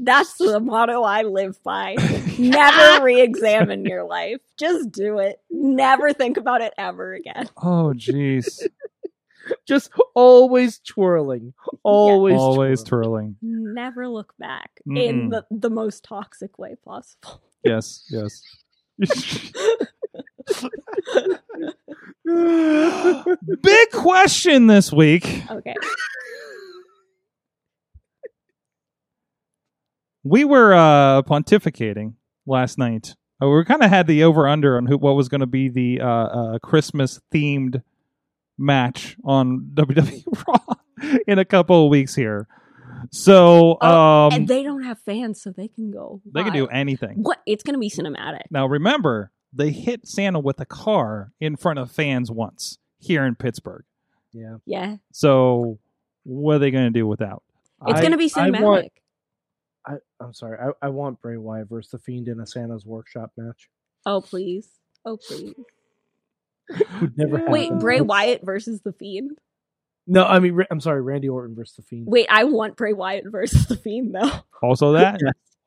Speaker 4: That's the motto I live by. Never re examine your life. Just do it. Never think about it ever again.
Speaker 2: oh, jeez,
Speaker 3: Just always twirling, always,
Speaker 2: always
Speaker 3: twirling.
Speaker 2: twirling.
Speaker 4: Never look back
Speaker 2: Mm-mm.
Speaker 4: in the, the most toxic way possible.
Speaker 2: Yes, yes. Big question this week.
Speaker 4: Okay.
Speaker 2: we were uh pontificating last night Uh, we kind of had the over under on who what was going to be the uh, uh christmas themed match on wwe raw in a couple of weeks here so um
Speaker 4: Oh, and
Speaker 2: they,
Speaker 4: they don't have fans, so they can go.
Speaker 2: can do
Speaker 4: wild.
Speaker 2: anything
Speaker 4: What? It's going to be cinematic.
Speaker 2: now remember they hit santa with a car in front of fans once here in pittsburgh
Speaker 3: Yeah,
Speaker 4: Yeah.
Speaker 2: so what are they going to do without
Speaker 3: I-
Speaker 4: It's going to be
Speaker 3: I
Speaker 4: cinematic.
Speaker 3: want- I, I'm sorry. I, I want Bray Wyatt versus the Fiend in a Santa's Workshop match.
Speaker 4: Oh, please. Oh, please.
Speaker 3: Would never happen.
Speaker 4: Wait, Bray Wyatt versus The Fiend?
Speaker 3: No, I mean, Ra- I'm sorry, Randy Orton versus the Fiend.
Speaker 4: Wait, I want Bray Wyatt versus The Fiend, though.
Speaker 2: also that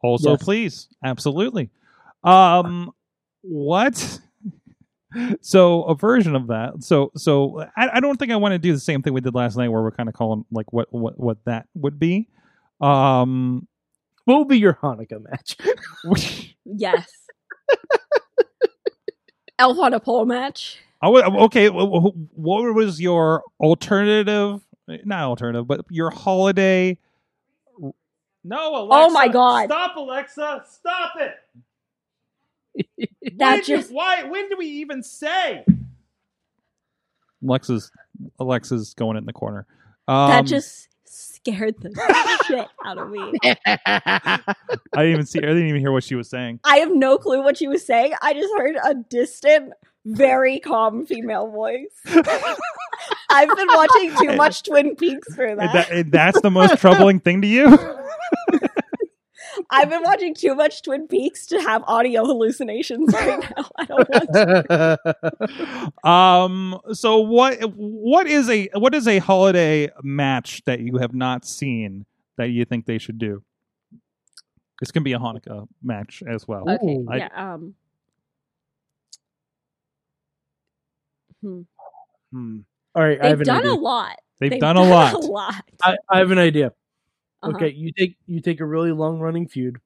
Speaker 2: also
Speaker 3: Yes.
Speaker 2: please absolutely um what so a version of that so so I, I don't think i want to do the same thing we did last night where we're kind of calling like what what what that would be um
Speaker 3: What will be your Hanukkah match?
Speaker 4: Yes. Elf on a pole match.
Speaker 2: I would, okay wh- wh- what was your alternative not alternative but your holiday no Alexa,
Speaker 4: Oh my God.
Speaker 2: stop alexa stop it
Speaker 4: That just
Speaker 2: why when do we even say Alexa's Alexa's going in the corner. Um,
Speaker 4: that just scared the shit out of me.
Speaker 2: I didn't even see I didn't even hear what she was saying.
Speaker 4: I have no clue what she was saying. I just heard a distant, very calm female voice. I've been watching too much Twin Peaks for
Speaker 2: And
Speaker 4: that.
Speaker 2: that- and that's the most troubling thing to you?
Speaker 4: I've been watching too much Twin Peaks to have audio hallucinations right now. I don't want
Speaker 2: um so what what is a what is a holiday match that you have not seen that you think they should do? This can be a Hanukkah match as well.
Speaker 4: Okay.
Speaker 3: Ooh.
Speaker 2: I-
Speaker 4: yeah. Um. hmm.
Speaker 3: Hmm. All right, I have
Speaker 4: They've
Speaker 3: an
Speaker 4: done
Speaker 3: idea.
Speaker 4: a lot.
Speaker 2: They've, done, a lot.
Speaker 4: A lot.
Speaker 3: I, I have an idea.
Speaker 4: Uh-huh.
Speaker 3: Okay, you take you take a really long running feud.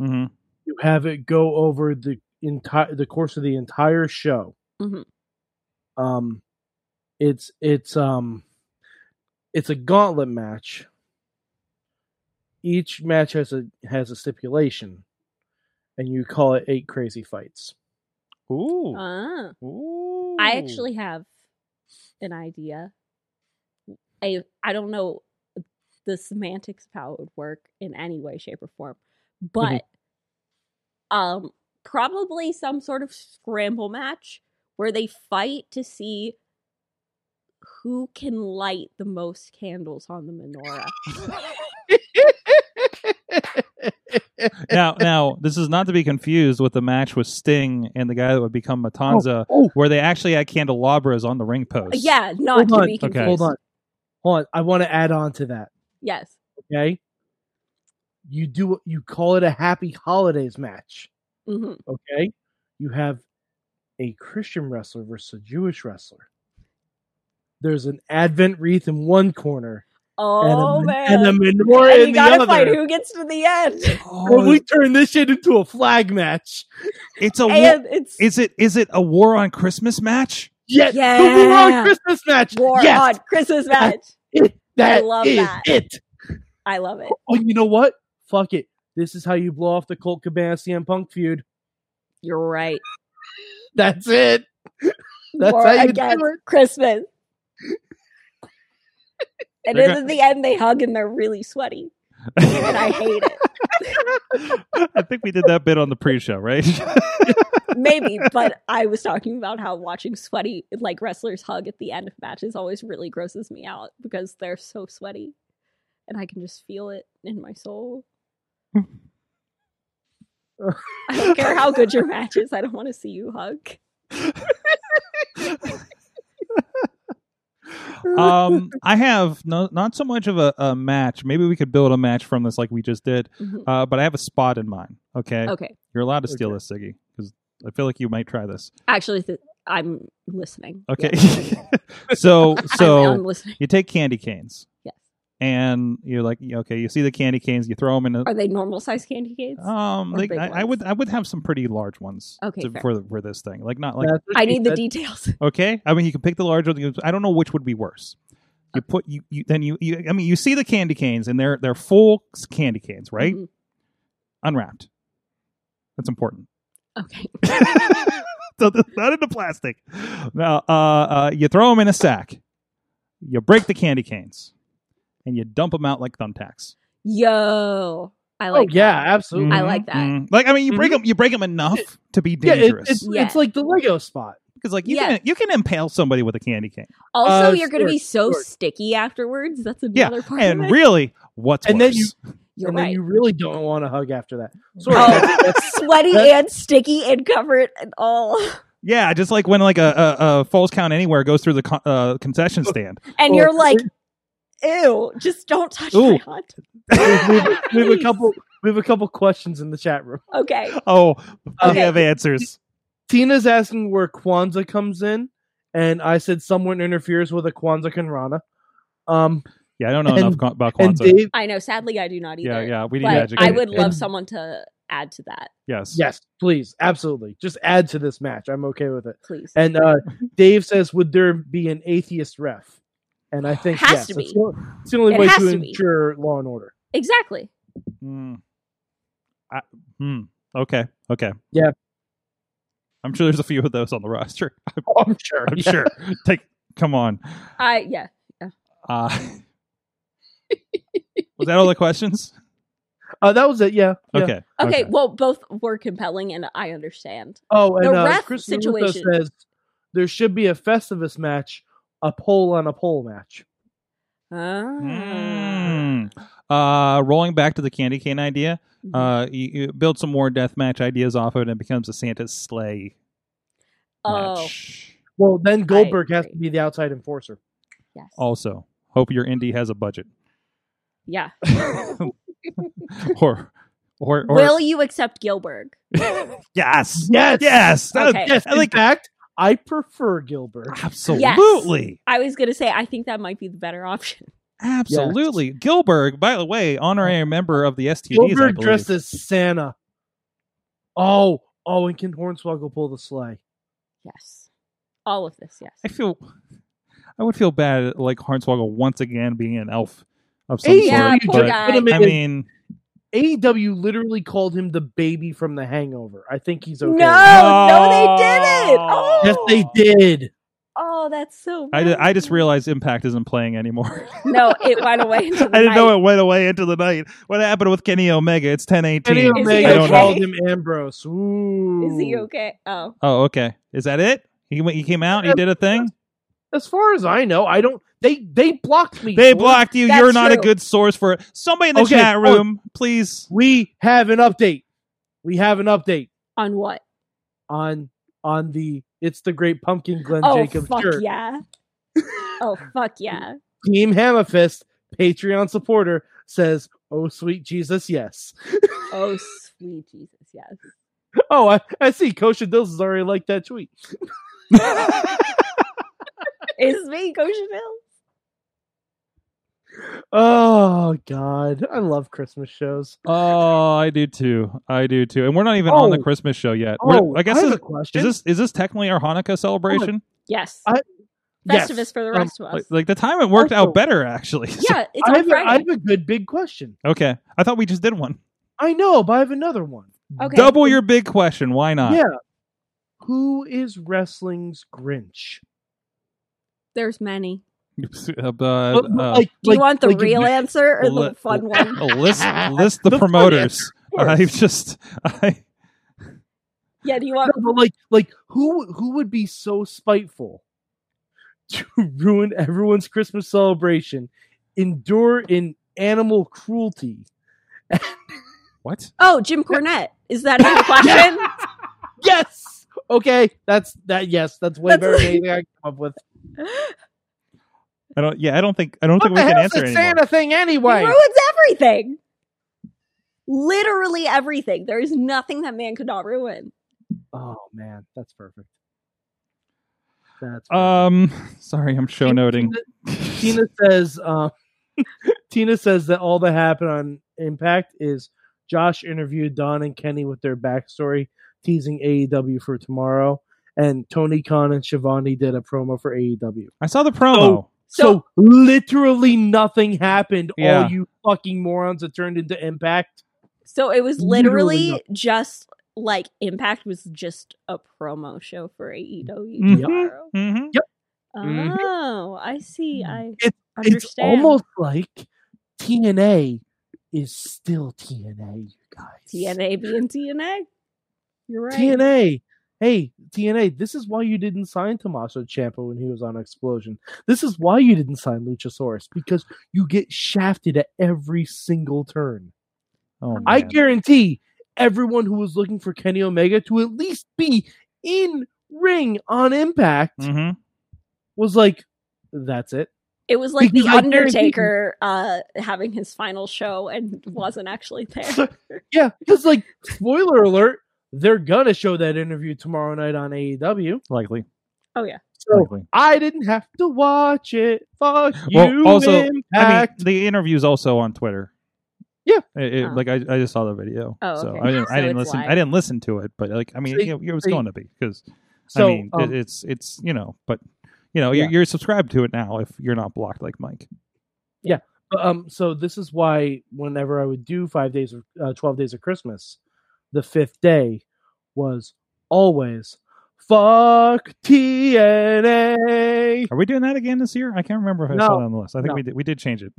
Speaker 2: Mhm.
Speaker 3: you have it go over the entire the course of the entire show.
Speaker 4: Mhm.
Speaker 3: Um, it's it's um, it's a gauntlet match. Each match has a has a stipulation, and you call it eight crazy fights.
Speaker 2: Ooh.
Speaker 4: Ah.
Speaker 2: Ooh.
Speaker 4: I actually have an idea. I I don't know the semantics of how it would work in any way, shape, or form,
Speaker 3: Mm-hmm.
Speaker 4: but um, probably some sort of scramble match where they fight to see who can light the most candles on the menorah.
Speaker 2: now, now this is not to be confused with the match with Sting and the guy that would become Matanza,
Speaker 3: oh,
Speaker 2: where they actually had candelabras on the ring post.
Speaker 4: yeah,
Speaker 3: Hold
Speaker 4: not to
Speaker 3: on,
Speaker 4: be
Speaker 2: okay.
Speaker 4: confused.
Speaker 3: hold on, hold on. I want to add on to that.
Speaker 4: Yes.
Speaker 3: Okay, you do you call it a happy holidays match.
Speaker 4: hmm
Speaker 3: Okay, you have a Christian wrestler versus a Jewish wrestler. There's an Advent wreath in one corner
Speaker 4: Oh
Speaker 3: and, a,
Speaker 4: man.
Speaker 3: and a menorah in
Speaker 4: And you
Speaker 3: the
Speaker 4: gotta
Speaker 3: other.
Speaker 4: fight who gets to the end.
Speaker 3: Well, we turn this shit into a flag match.
Speaker 2: It's a war,
Speaker 4: and it's
Speaker 2: is it is it a war on Christmas match?
Speaker 3: Yes,
Speaker 4: Yeah.
Speaker 3: the War on Christmas match.
Speaker 4: war
Speaker 3: yes,
Speaker 4: on Christmas match.
Speaker 3: that
Speaker 4: I love
Speaker 3: is
Speaker 4: that.
Speaker 3: it.
Speaker 4: I love it.
Speaker 3: Oh, you know what? Fuck it. This is how you blow off the Colt Cabana CM Punk feud.
Speaker 4: You're right.
Speaker 3: That's it. That's
Speaker 4: war
Speaker 3: how you
Speaker 4: against
Speaker 3: do it.
Speaker 4: Christmas. And
Speaker 2: They're
Speaker 4: then at the end they hug and they're really sweaty. And I hate it.
Speaker 2: I think we did that bit on the pre-show, right?
Speaker 4: Maybe, but I was talking about how watching sweaty like wrestlers hug at the end of matches always really grosses me out because they're so sweaty. And I can just feel it in my soul. I don't care how good your match is, I don't want to see you hug.
Speaker 2: um, I have no, not so much of a, a match. Maybe we could build a match from this, like we just did.
Speaker 4: Mhm.
Speaker 2: Uh, but I have a spot in mind. Okay,
Speaker 4: Okay.
Speaker 2: you're allowed to steal
Speaker 3: Okay.
Speaker 2: this, Siggy, because I feel like you might try this.
Speaker 4: Actually, th- I'm listening.
Speaker 2: Okay, so
Speaker 4: So, I'm,
Speaker 2: so
Speaker 4: listening.
Speaker 2: you take candy canes.
Speaker 4: Yes.
Speaker 2: And you're like, okay, you see the candy canes, you throw them in. A,
Speaker 4: Are they normal size candy canes?
Speaker 2: um,
Speaker 4: or
Speaker 2: like
Speaker 4: big
Speaker 2: I, I
Speaker 4: ones?
Speaker 2: would I would have some pretty large ones.
Speaker 4: Okay,
Speaker 2: to-
Speaker 4: fair.
Speaker 2: for for this thing, like not like
Speaker 3: That's what
Speaker 4: I
Speaker 3: she
Speaker 4: need the
Speaker 3: said.
Speaker 4: details.
Speaker 2: Okay, I mean you can pick the large one. You- I don't know which would be worse. You put you, you then you, you I mean you see the candy canes and they're they're full s- candy canes, right?
Speaker 4: Mhm.
Speaker 3: Mm-hmm.
Speaker 2: Unwrapped. That's important.
Speaker 4: Okay.
Speaker 2: So they're not in the plastic. Now uh, uh, you throw them in a sack. You break the candy canes, and you dump them out like thumbtacks.
Speaker 4: Yo. I
Speaker 3: Oh
Speaker 4: like
Speaker 3: yeah,
Speaker 4: that.
Speaker 3: absolutely.
Speaker 4: I like that.
Speaker 2: Mhm. Like I mean, you break them. You break them enough to be
Speaker 3: Yeah, Mm-hmm. it-
Speaker 2: dangerous.
Speaker 3: it's,
Speaker 4: Yeah.
Speaker 3: it's like the Lego spot.
Speaker 2: because like you
Speaker 4: yeah.
Speaker 2: can you can impale somebody with a candy cane.
Speaker 4: Also,
Speaker 3: Uh,
Speaker 4: you're going to be so
Speaker 3: sure.
Speaker 4: sticky afterwards. That's
Speaker 2: Yeah,
Speaker 4: another part.
Speaker 2: And
Speaker 4: of it.
Speaker 2: really, what's
Speaker 3: And
Speaker 2: worse?
Speaker 3: then you-
Speaker 4: you're
Speaker 3: and
Speaker 4: right.
Speaker 3: then you really don't want to hug after that. Sorry,
Speaker 4: oh,
Speaker 3: that's- that's-
Speaker 4: sweaty
Speaker 3: that-
Speaker 4: and sticky and covered and all.
Speaker 2: Yeah, just like when like a, a, a false count anywhere goes through the con- uh, concession stand.
Speaker 4: And
Speaker 3: Oh,
Speaker 4: you're like, ew, just don't touch
Speaker 2: Ooh.
Speaker 4: my hot.
Speaker 3: we, have, we have a couple. We have a couple questions in the chat room.
Speaker 4: Okay.
Speaker 2: Oh, we
Speaker 4: Okay.
Speaker 2: have answers.
Speaker 3: Tina's asking where Kwanzaa comes in, and I said someone interferes with a Kwanzaa Kanrana. Um,
Speaker 2: Yeah, I don't know
Speaker 3: And-
Speaker 2: enough con- about
Speaker 3: and
Speaker 2: Kwanzaa.
Speaker 3: Dave,
Speaker 4: I know. Sadly, I do not either.
Speaker 2: yeah, yeah, we need
Speaker 4: But
Speaker 2: magic.
Speaker 4: I would love
Speaker 3: And-
Speaker 4: someone to add to that,
Speaker 2: Yes.
Speaker 3: yes, please, absolutely, just add to this match. I'm okay with it.
Speaker 4: please.
Speaker 3: And uh, Dave says, would there be an atheist ref? And I think
Speaker 4: Has
Speaker 3: yes.
Speaker 4: to
Speaker 3: It's
Speaker 4: be.
Speaker 3: the only- it's the only
Speaker 4: It
Speaker 3: way
Speaker 4: has
Speaker 3: to
Speaker 4: to be.
Speaker 3: ensure law and order.
Speaker 4: exactly.
Speaker 2: Hmm. I, hmm. Okay. Okay.
Speaker 3: Yeah.
Speaker 2: I'm sure there's a few of those on the roster. I'm,
Speaker 3: Oh, I'm sure.
Speaker 2: I'm
Speaker 3: yeah.
Speaker 2: sure. Take. Come on.
Speaker 4: I yeah.
Speaker 2: Uh, was that all the questions?
Speaker 3: Uh, that was it. Yeah. yeah.
Speaker 2: Okay.
Speaker 4: Okay, Well, both were compelling, and I understand.
Speaker 3: Oh, and
Speaker 4: The
Speaker 3: uh,
Speaker 4: ref
Speaker 3: Chris Russo
Speaker 4: situation.
Speaker 3: says there should be a Festivus match, a pole on a pole match.
Speaker 4: Ah.
Speaker 2: Mm. Uh, rolling back to the candy cane idea,
Speaker 4: Mhm.
Speaker 2: uh, you, you build some more deathmatch ideas off of it, and it becomes a Santa's sleigh
Speaker 4: oh,
Speaker 2: match.
Speaker 3: Well, then Goldberg has to be
Speaker 4: agree.
Speaker 3: the outside enforcer.
Speaker 4: yes.
Speaker 2: Also, hope your indie has a budget,
Speaker 4: Yeah.
Speaker 2: or or, or
Speaker 4: Will you accept Gilbert?
Speaker 2: yes,
Speaker 3: Yes.
Speaker 2: yes, That-
Speaker 4: Okay.
Speaker 3: Yes.
Speaker 2: I like
Speaker 3: in fact, I prefer Gilbert.
Speaker 2: absolutely,
Speaker 4: I was gonna say I think that might be the better option.
Speaker 2: absolutely. Gilbert, by the way, honorary member of the STDs. I
Speaker 3: Gilbert
Speaker 2: believe.
Speaker 3: dressed as Santa. Oh, oh, and can Hornswoggle pull the sleigh?
Speaker 4: Yes. All of this, yes.
Speaker 2: I feel, I would feel bad like Hornswoggle once again being an elf of some
Speaker 3: AEW
Speaker 2: sort.
Speaker 4: Yeah,
Speaker 3: just
Speaker 4: poor
Speaker 2: but,
Speaker 4: guy.
Speaker 3: put him in
Speaker 2: I
Speaker 3: as-
Speaker 2: mean,
Speaker 3: AEW literally called him the baby from The Hangover. I think he's okay.
Speaker 4: No, no, they didn't. Oh,
Speaker 3: Yes, they did.
Speaker 4: Oh, that's so.
Speaker 2: I, ju- I just
Speaker 4: realized.
Speaker 2: realized Impact isn't playing anymore.
Speaker 4: No, it went away. Into the
Speaker 2: I didn't know
Speaker 4: night.
Speaker 2: it went away into the night. What happened with Kenny Omega? It's ten eighteen.
Speaker 3: Kenny
Speaker 4: he
Speaker 3: Omega
Speaker 2: I don't
Speaker 4: okay?
Speaker 2: know.
Speaker 3: called him Ambrose. Ooh.
Speaker 4: Is he okay? Oh,
Speaker 2: Oh, okay. Is that it? He went- he came out. He did a thing.
Speaker 3: As far as I know, I don't. They they blocked me.
Speaker 2: They
Speaker 3: Ford.
Speaker 2: blocked you.
Speaker 4: That's
Speaker 2: You're not a
Speaker 4: true.
Speaker 2: good source for it. Somebody in the
Speaker 3: Okay,
Speaker 2: chat
Speaker 3: hold on.
Speaker 2: room, please.
Speaker 3: We have an update. We have an update
Speaker 4: On what?
Speaker 3: on on the it's the Great Pumpkin Glenn
Speaker 4: oh
Speaker 3: Jacobs
Speaker 4: fuck
Speaker 3: shirt.
Speaker 4: yeah. oh fuck yeah.
Speaker 3: Team Hammerfist Patreon supporter says, "Oh sweet Jesus, yes."
Speaker 4: Oh sweet Jesus, yes.
Speaker 3: Oh, I, I see. Kosha Dills has already liked that tweet.
Speaker 4: It's me, Goshenville.
Speaker 3: Oh God, I love Christmas shows.
Speaker 2: Oh, I do too. I do too. And we're not even on the
Speaker 3: Oh.
Speaker 2: Christmas show yet.
Speaker 3: Oh,
Speaker 2: We're- I guess
Speaker 3: have
Speaker 2: this,
Speaker 3: a question.
Speaker 2: is this is this technically our Hanukkah celebration?
Speaker 4: Yes.
Speaker 3: I- Uh, Yes.
Speaker 4: Festivus for the
Speaker 3: Um,
Speaker 4: rest of
Speaker 2: Like,
Speaker 4: us.
Speaker 2: like the time it worked
Speaker 3: Also-
Speaker 2: out better actually. So-
Speaker 4: yeah, it's
Speaker 3: I have,
Speaker 4: on
Speaker 3: a, I
Speaker 4: Friday.
Speaker 3: have a good big question.
Speaker 2: okay. I thought we just did one.
Speaker 3: I know, but I have another one.
Speaker 4: Okay.
Speaker 2: Double your big question. Why not?
Speaker 3: Yeah. Who is wrestling's Grinch?
Speaker 4: There's many.
Speaker 2: Uh,
Speaker 3: But- but
Speaker 2: uh,
Speaker 3: like-
Speaker 4: Do you
Speaker 3: like-
Speaker 4: want the
Speaker 3: like if
Speaker 4: real
Speaker 3: you- Oh.
Speaker 4: answer or
Speaker 2: li-
Speaker 4: the fun one?
Speaker 2: uh, list list the,
Speaker 3: The funny
Speaker 2: promoters.
Speaker 3: answer, of
Speaker 2: I've just I,
Speaker 4: Yeah, do you want
Speaker 3: No, but like, like who who would be so spiteful to ruin everyone's Christmas celebration, endure in animal cruelty?
Speaker 2: what?
Speaker 4: Oh, Jim Cornette. Is that a question?
Speaker 3: Yes. Okay, that's that. Yes, that's way
Speaker 4: That's-
Speaker 3: better than anything I can come up with.
Speaker 2: I don't yeah, I don't think I don't
Speaker 3: What
Speaker 2: think
Speaker 3: the
Speaker 2: we can
Speaker 3: hell's
Speaker 2: answer
Speaker 3: the
Speaker 2: anymore.
Speaker 3: Santa thing
Speaker 4: He
Speaker 3: anyway?
Speaker 4: ruins everything. Literally everything. There is nothing that man could not ruin.
Speaker 3: Oh man, that's perfect. That's
Speaker 2: Um sorry, I'm show
Speaker 3: Tina-
Speaker 2: noting.
Speaker 3: perfect. Tina says. Uh, Tina says that all that happened on Impact is Josh interviewed Don and Kenny with their backstory, teasing AEW for tomorrow, and Tony Khan and Shivani did a promo for AEW.
Speaker 2: I saw the promo.
Speaker 3: So- So,
Speaker 4: So-
Speaker 3: literally nothing happened.
Speaker 2: Yeah.
Speaker 3: All you fucking morons that turned into Impact.
Speaker 4: So it was
Speaker 3: Literally
Speaker 4: literally
Speaker 3: nothing.
Speaker 4: just like Impact was just a promo show for E AEW
Speaker 2: Mhm.
Speaker 3: Mm-hmm.
Speaker 4: tomorrow.
Speaker 2: Mhm. Mhm.
Speaker 4: Oh, I see. I
Speaker 3: It- Mm-hmm. It's
Speaker 4: understand.
Speaker 3: almost like TNA is still TNA, you guys.
Speaker 4: TNA being TNA. You're right.
Speaker 3: TNA. Hey, TNA, this is why you didn't sign Tommaso Ciampa when he was on Explosion. This is why you didn't sign Luchasaurus, because you get shafted at every single turn.
Speaker 2: Oh,
Speaker 3: I
Speaker 2: man.
Speaker 3: guarantee everyone who was looking for Kenny Omega to at least be in ring on impact
Speaker 2: Mhm.
Speaker 3: was like, that's it.
Speaker 4: It was like
Speaker 3: Because
Speaker 4: the
Speaker 3: I guarantee-
Speaker 4: Undertaker uh, having his final show and wasn't actually there.
Speaker 3: Yeah, because like, spoiler alert, they're gonna show that interview tomorrow night on AEW.
Speaker 2: Likely.
Speaker 4: Oh, yeah.
Speaker 3: So-
Speaker 2: Likely.
Speaker 3: I didn't have to watch it. Fuck
Speaker 2: Well,
Speaker 3: you,
Speaker 2: also, I mean,
Speaker 3: Impact.
Speaker 2: the interview's also on Twitter.
Speaker 3: Yeah.
Speaker 2: It- it-
Speaker 4: Oh.
Speaker 2: Like I, I just saw the video.
Speaker 4: Oh,
Speaker 2: so
Speaker 4: okay.
Speaker 2: I didn't,
Speaker 4: So
Speaker 2: I didn't
Speaker 4: it's
Speaker 2: listen.
Speaker 4: live.
Speaker 2: I didn't listen to it, but like I mean,
Speaker 3: So
Speaker 2: you know, it was
Speaker 3: so you-
Speaker 2: going to be because
Speaker 3: so,
Speaker 2: I mean,
Speaker 3: um,
Speaker 2: it, it's it's you know, but you know, you're,
Speaker 3: Yeah.
Speaker 2: you're subscribed to it now if you're not blocked like Mike.
Speaker 3: But, um, so this is why whenever I would do five days of uh, twelve days of Christmas, the fifth day was always fuck TNA.
Speaker 2: Are we doing that again this year? I can't remember if I
Speaker 3: No.
Speaker 2: saw that on the list. I think
Speaker 3: No.
Speaker 2: we did, we did change it.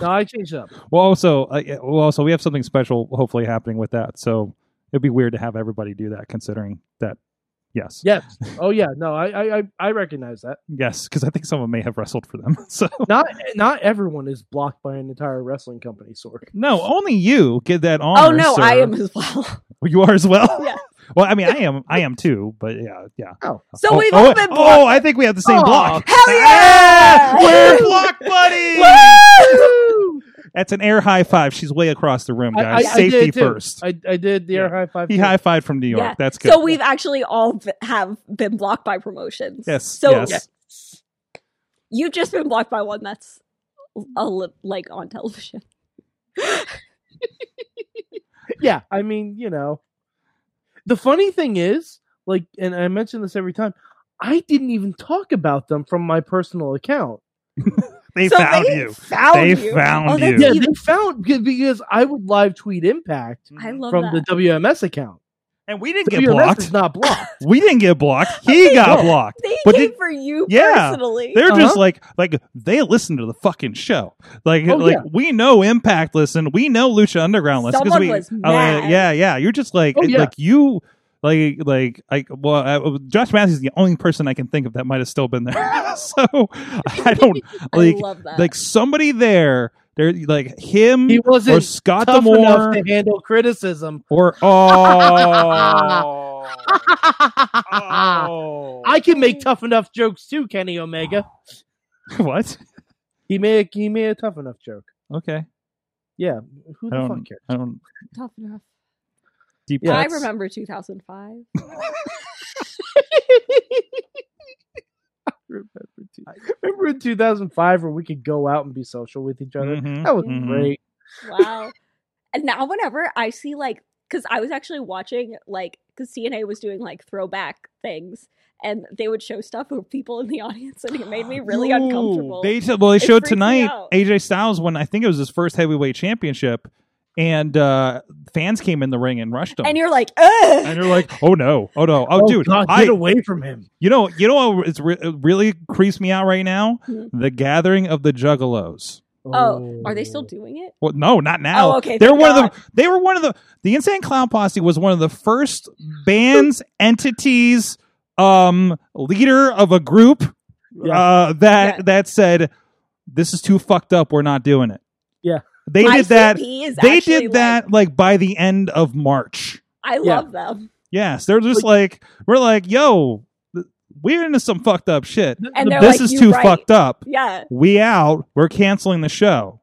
Speaker 3: No, I changed it up.
Speaker 2: Well, also, uh, yeah, well, also, we have something special hopefully happening with that. So it'd be weird to have everybody do that, considering that. Yes,
Speaker 3: Yes. Oh yeah. No, I I I- I recognize that.
Speaker 2: yes, because I think someone may have wrestled for them. So
Speaker 3: Not not everyone is blocked by an entire wrestling company. Sorg.
Speaker 2: No, only you get that
Speaker 4: Oh
Speaker 2: honor.
Speaker 4: no, I
Speaker 2: sir.
Speaker 4: am as
Speaker 3: Oh,
Speaker 4: well.
Speaker 2: Well, You are as well.
Speaker 4: Yeah.
Speaker 2: Well, I mean, I am. I am too. But yeah, yeah.
Speaker 4: So
Speaker 2: oh,
Speaker 4: we've
Speaker 2: oh,
Speaker 4: all been blocked.
Speaker 2: Oh, I think we have the same
Speaker 3: Aw,
Speaker 2: block.
Speaker 4: Hell yeah!
Speaker 2: We're block buddies.
Speaker 3: Woo!
Speaker 2: That's an air high five. She's way across the room,
Speaker 3: I-
Speaker 2: guys.
Speaker 3: I- I did
Speaker 2: Safety
Speaker 3: too.
Speaker 2: first.
Speaker 3: I, I did the air high five.
Speaker 2: he
Speaker 3: too.
Speaker 2: high fived from New York.
Speaker 4: Yeah.
Speaker 2: That's good.
Speaker 4: So we've actually all b- have been blocked by promotions.
Speaker 2: Yes.
Speaker 4: So
Speaker 2: yes.
Speaker 4: you've just been blocked by one that's a li- like on television.
Speaker 3: yeah i mean you know the funny thing is like and i mention this every time i didn't even talk about them from my personal account
Speaker 2: They
Speaker 4: so
Speaker 2: found
Speaker 4: they
Speaker 2: you.
Speaker 4: Found
Speaker 2: They
Speaker 4: you.
Speaker 2: found
Speaker 4: oh, that's
Speaker 2: you.
Speaker 3: yeah
Speaker 4: even-
Speaker 3: they found be- because i would live tweet impact
Speaker 4: I love
Speaker 3: from
Speaker 4: that.
Speaker 3: the wms account
Speaker 2: And we didn't get
Speaker 3: WMS
Speaker 2: blocked.
Speaker 3: is not blocked
Speaker 2: We didn't get blocked. He got
Speaker 3: No.
Speaker 2: blocked.
Speaker 4: they
Speaker 2: But
Speaker 4: came
Speaker 2: did-
Speaker 4: for you
Speaker 2: Yeah.
Speaker 4: personally.
Speaker 2: They're just
Speaker 3: Uh-huh.
Speaker 2: like like they listen to the fucking show. Like
Speaker 3: Oh,
Speaker 2: like
Speaker 3: yeah.
Speaker 2: we know Impact listen, we know Lucha Underground listen
Speaker 4: Someone
Speaker 2: we
Speaker 4: was
Speaker 2: uh,
Speaker 4: mad.
Speaker 2: yeah, yeah, you're just like
Speaker 3: Oh, yeah.
Speaker 2: like you Like, like, I well, I, uh, Josh Matthews is the only person I can think of that might have still been there. so I don't
Speaker 4: I
Speaker 2: like
Speaker 4: love that.
Speaker 2: like somebody there. There, like him
Speaker 3: He
Speaker 2: or
Speaker 3: wasn't
Speaker 2: Scott
Speaker 3: tough enough
Speaker 2: Demore
Speaker 3: to handle criticism.
Speaker 2: or oh, oh.
Speaker 3: I can make tough enough jokes too, Kenny Omega.
Speaker 2: what?
Speaker 3: He made he made a tough enough joke.
Speaker 2: Okay,
Speaker 3: Yeah, who
Speaker 2: I
Speaker 3: the
Speaker 2: don't-
Speaker 3: fuck cares?
Speaker 2: I don't
Speaker 4: Tough enough.
Speaker 2: deep.
Speaker 3: Yeah,
Speaker 4: I
Speaker 2: cuts.
Speaker 4: remember 2005.
Speaker 3: Remember, two- remember in 2005 where we could go out and be social with each other?
Speaker 2: Mhm.
Speaker 3: That was
Speaker 2: Mhm.
Speaker 3: great.
Speaker 4: Wow. and now, whenever I see like, because I was actually watching like, because CNA was doing like throwback things, and they would show stuff of people in the audience, and it made me really
Speaker 2: Ooh,
Speaker 4: uncomfortable.
Speaker 2: They t- well, they
Speaker 4: It
Speaker 2: showed
Speaker 4: freaked me
Speaker 2: tonight
Speaker 4: out.
Speaker 2: AJ Styles when I think it was his first heavyweight championship, and uh, fans came in the ring and rushed him.
Speaker 4: and you're like, ugh.
Speaker 2: And you're like, oh no, oh no, oh, dude,
Speaker 3: God,
Speaker 2: I,
Speaker 3: get away from him.
Speaker 2: you know, you know what is re- really creased me out right now?
Speaker 3: Mm.
Speaker 4: Hmm.
Speaker 2: The gathering of the Juggalos.
Speaker 4: Oh, are they still doing it?
Speaker 2: Well, no, not now.
Speaker 4: Oh, okay,
Speaker 2: They're
Speaker 4: thank
Speaker 2: one of
Speaker 4: God.
Speaker 2: the. They were one of the. The Insane Clown Posse was one of the first bands, entities, um, leader of a group
Speaker 3: Yeah.
Speaker 2: uh, that
Speaker 4: Yeah.
Speaker 2: that said, "This is too fucked up. We're not doing it."
Speaker 3: Yeah.
Speaker 2: they did
Speaker 4: ICP
Speaker 2: that.
Speaker 4: is
Speaker 2: They
Speaker 4: actually,
Speaker 2: did that like by the end of March.
Speaker 4: Like, I
Speaker 3: Yeah.
Speaker 4: love them.
Speaker 2: Yes, they're just like we're like, "Yo, th- we're into some fucked up shit.
Speaker 4: And they're
Speaker 2: This
Speaker 4: like,
Speaker 2: is
Speaker 4: "You
Speaker 2: too
Speaker 4: right."
Speaker 2: fucked up.
Speaker 4: Yeah.
Speaker 2: We out. We're canceling the show.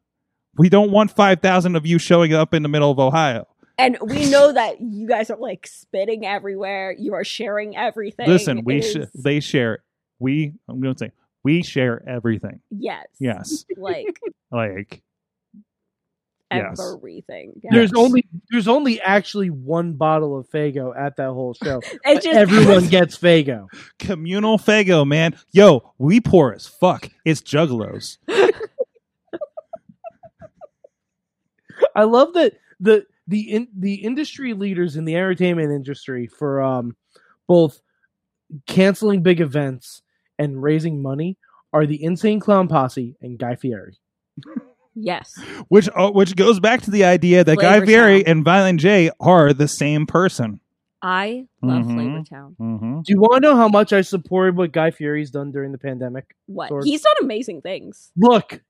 Speaker 2: We don't want five thousand of you showing up in the middle of Ohio."
Speaker 4: And we know that you guys are like spitting everywhere. You are sharing everything.
Speaker 2: Listen, we
Speaker 4: It
Speaker 2: sh-
Speaker 4: is-
Speaker 2: they share. We I'm going to say we share everything.
Speaker 4: yes,
Speaker 2: Yes,
Speaker 4: like
Speaker 2: like Yes.
Speaker 4: everything. Yeah.
Speaker 3: There's
Speaker 2: Yes.
Speaker 3: only there's only actually one bottle of Fago at that whole show.
Speaker 4: It
Speaker 3: But Everyone gets Fago.
Speaker 2: communal fago, man. Yo, we poor as fuck. It's juggalos.
Speaker 3: I love that the the in, the industry leaders in the entertainment industry for um both canceling big events and raising money are the Insane Clown Posse and Guy Fieri.
Speaker 4: yes.
Speaker 2: Which uh, which goes back to the idea that Guy
Speaker 4: Flavor
Speaker 2: Fieri
Speaker 4: Town.
Speaker 2: and Violent J are the same person.
Speaker 4: I love
Speaker 2: Mhm.
Speaker 4: Flavor Town.
Speaker 2: Mm-hmm.
Speaker 3: Do you want to know how much I supported what Guy Fieri's done during the pandemic?
Speaker 4: What?
Speaker 3: Sword.
Speaker 4: He's done amazing things.
Speaker 3: Look,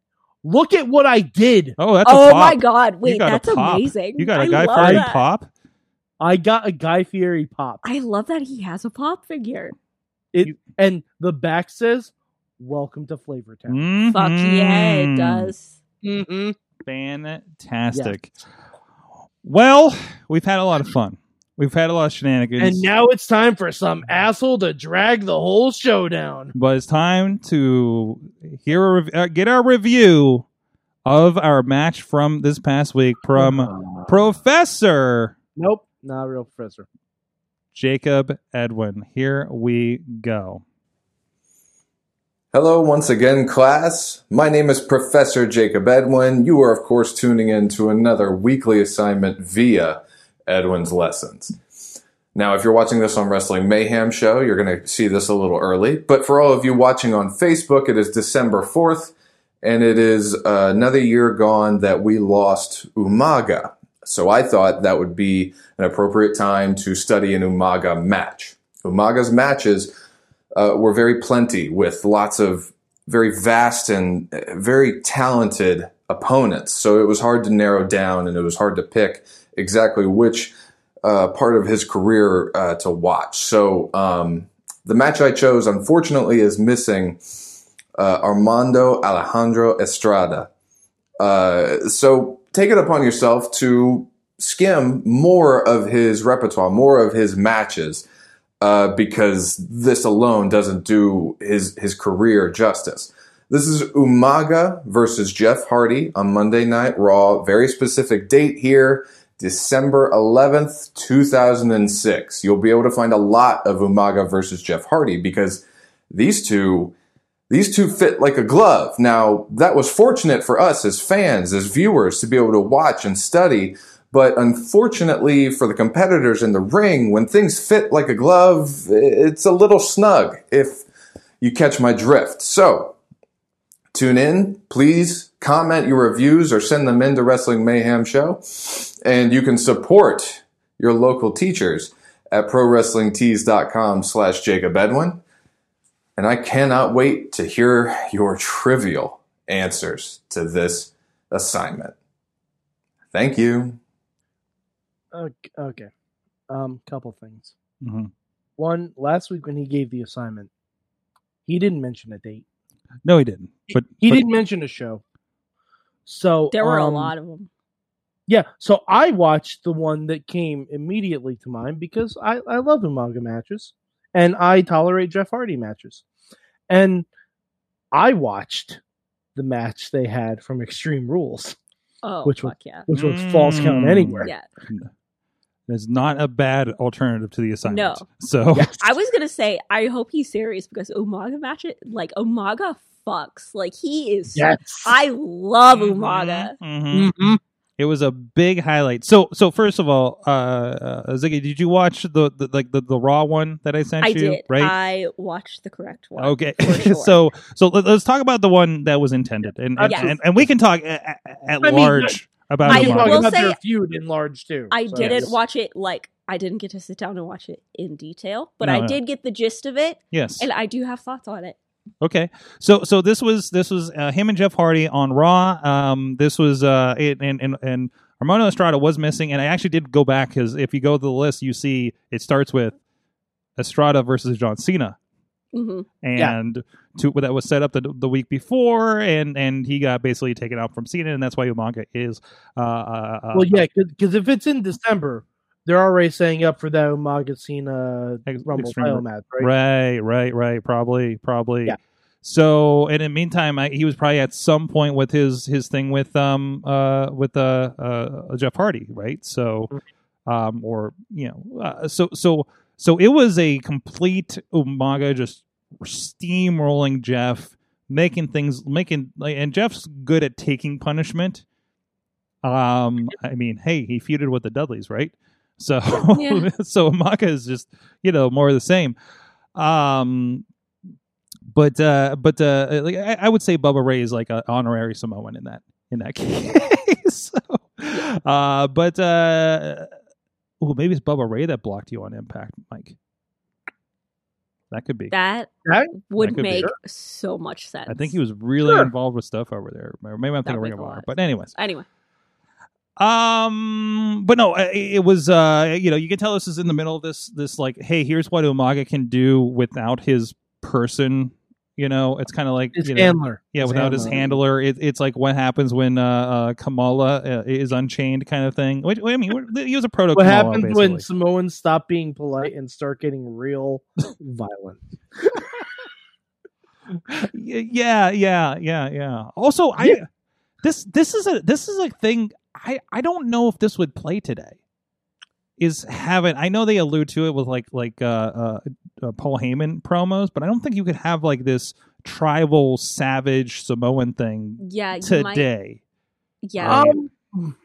Speaker 3: look at what I did.
Speaker 2: Oh, that's
Speaker 4: oh
Speaker 2: a pop.
Speaker 4: my god, wait,
Speaker 2: got a
Speaker 4: that's
Speaker 2: pop.
Speaker 4: amazing.
Speaker 2: You got a
Speaker 4: I
Speaker 2: Guy
Speaker 4: love
Speaker 2: Fieri
Speaker 4: that.
Speaker 2: pop.
Speaker 3: I got a Guy Fieri pop,
Speaker 4: I love that he has a pop figure.
Speaker 3: and the back says, "Welcome to Flavor Town."
Speaker 4: Fuck yeah, it
Speaker 2: Mhm.
Speaker 4: does.
Speaker 3: Mm-hmm.
Speaker 2: Fantastic. Well, we've had a lot of fun. We've had a lot of shenanigans.
Speaker 3: And now it's time for some asshole to drag the whole show down.
Speaker 2: but it's time to hear a rev- uh, get our review of our match from this past week from
Speaker 3: Uh-huh.
Speaker 2: Professor
Speaker 3: Nope, not a real professor.
Speaker 2: Jacob Edwin. Here we go.
Speaker 7: Hello, once again, class. My name is Professor Jacob Edwin. You are, of course, tuning in to another weekly assignment via Edwin's Lessons. Now, if you're watching this on Wrestling Mayhem Show, you're going to see this a little early. But for all of you watching on Facebook, it is December 4th, and it is uh, another year gone that we lost Umaga. So I thought that would be an appropriate time to study an Umaga match. Umaga's matches uh, were very plenty with lots of very vast and uh, very talented opponents. So it was hard to narrow down and it was hard to pick exactly which uh, part of his career uh, to watch. So um, the match I chose, unfortunately, is missing uh, Armando Alejandro Estrada. Uh, so take it upon yourself to skim more of his repertoire, more of his matches uh, because this alone doesn't do his his career justice. This is Umaga versus Jeff Hardy on Monday Night Raw. Very specific date here, December 11th, 2006. You'll be able to find a lot of Umaga versus Jeff Hardy because these two these two fit like a glove. Now, that was fortunate for us as fans, as viewers to be able to watch and study but unfortunately for the competitors in the ring, when things fit like a glove, it's a little snug if you catch my drift. So tune in, please comment your reviews or send them in to Wrestling Mayhem Show, and you can support your local teachers at prowrestlingtees.com slash Jacob Edwin. And I cannot wait to hear your trivial answers to this assignment. Thank you.
Speaker 3: Okay. okay. Um, couple things.
Speaker 2: Mhm.
Speaker 3: One, last week when he gave the assignment, he didn't mention a date.
Speaker 2: No, he didn't. But
Speaker 3: He
Speaker 2: but-
Speaker 3: didn't mention a show. So
Speaker 4: There were a
Speaker 3: um,
Speaker 4: lot of them.
Speaker 3: Yeah, so I watched the one that came immediately to mind because I, I love Umaga matches and I tolerate Jeff Hardy matches. And I watched the match they had from Extreme Rules,
Speaker 4: Oh,
Speaker 3: Which
Speaker 4: which
Speaker 3: one?
Speaker 4: fuck yeah.
Speaker 3: which was false count
Speaker 2: Mm.
Speaker 3: anywhere.
Speaker 4: Yeah.
Speaker 2: It's not a bad alternative to the assignment.
Speaker 4: No.
Speaker 2: So
Speaker 3: Yes.
Speaker 4: I was gonna say, I hope he's serious because Umaga match it like Umaga fucks. Like he is
Speaker 3: Yes.
Speaker 4: I love
Speaker 2: Mm-hmm.
Speaker 4: Umaga.
Speaker 2: Mhm.
Speaker 3: Mhm.
Speaker 2: It was a big highlight. So so first of all, uh, uh Ziggy, did you watch the, the like the, the raw one that I sent
Speaker 4: I
Speaker 2: you?
Speaker 4: did.
Speaker 2: Right?
Speaker 4: I watched the correct one.
Speaker 2: Okay,
Speaker 4: for sure.
Speaker 2: so so let, us talk about the one that was intended, and and,
Speaker 4: Yes.
Speaker 2: and, and we can talk at, at
Speaker 3: mean,
Speaker 2: large about
Speaker 4: I
Speaker 3: We can
Speaker 2: Umaga.
Speaker 3: talk
Speaker 4: will
Speaker 3: about their
Speaker 4: say-
Speaker 3: feud in large too.
Speaker 4: I
Speaker 3: so-
Speaker 4: didn't
Speaker 2: Yes.
Speaker 4: watch it like I didn't get to sit down and watch it in detail, but
Speaker 2: No,
Speaker 4: I
Speaker 2: no.
Speaker 4: did get the gist of it,
Speaker 2: Yes.
Speaker 4: and I do have thoughts on it.
Speaker 2: Okay. So so this was this was uh, him and Jeff Hardy on Raw. Um, this was uh, it, and and and Armando Estrada was missing, and I actually did go back because if you go to the list, you see it starts with Estrada versus John Cena.
Speaker 4: hmm
Speaker 3: Yeah.
Speaker 2: And to that was set up the, the week before, and and he got basically taken out from Cena, and that's why Umaga is. Uh, uh, uh,
Speaker 3: Well, yeah, because if it's in December, they're already setting up for that Umaga Cena
Speaker 2: Ex-
Speaker 3: Rumble
Speaker 2: Extreme
Speaker 3: title
Speaker 2: Ru-
Speaker 3: match, right?
Speaker 2: Right, right, right. Probably, probably.
Speaker 3: Yeah.
Speaker 2: So, and in the meantime, I, he was probably at some point with his his thing with um uh with uh, uh Jeff Hardy, right? So, um, or you know, uh, so so so it was a complete Umaga just steamrolling Jeff, making things making like, and Jeff's good at taking punishment. Um, I mean, hey, he feuded with the Dudleys, right? So,
Speaker 5: Yeah.
Speaker 2: so Umaga is just you know more of the same. Um, but uh, but uh, like, I, I would say Bubba Ray is like an honorary Samoan in that in that case. so, uh, but uh, oh, maybe it's Bubba Ray that blocked you on Impact, Mike. That could be.
Speaker 4: That
Speaker 3: That-
Speaker 4: would
Speaker 2: could be.
Speaker 4: make so much sense.
Speaker 2: I think he was really
Speaker 3: Sure.
Speaker 2: involved with stuff over there. Or Maybe I'm
Speaker 4: That
Speaker 2: thinking
Speaker 4: would
Speaker 2: Ring
Speaker 4: make
Speaker 2: of
Speaker 4: a lot
Speaker 2: Honor,
Speaker 4: of
Speaker 2: but anyways.
Speaker 4: Anyway,
Speaker 2: Um, but no, uh, it it was uh, you know, you can tell this is in the middle of this this like, hey, here's what Umaga can do without his person. You know, it's kind of like
Speaker 3: It's
Speaker 2: you know,
Speaker 3: Handler.
Speaker 2: yeah,
Speaker 3: It's
Speaker 2: without his handler, it, it's like what happens when uh, uh Kamala uh, is unchained, kind of thing. Which I mean, what- he was a proto.
Speaker 3: What
Speaker 2: Kamala,
Speaker 3: happens
Speaker 2: basically.
Speaker 3: when Samoans stop being polite and start getting real violent?
Speaker 2: Y- yeah yeah yeah yeah also i
Speaker 3: Yeah.
Speaker 2: this this is a this is a thing i i don't know if this would play today is having i know they allude to it with like like uh, uh uh paul heyman promos but i don't think you could have like this tribal savage samoan thing
Speaker 4: yeah, you might.
Speaker 2: today
Speaker 4: Yeah,
Speaker 2: Right.
Speaker 3: Um,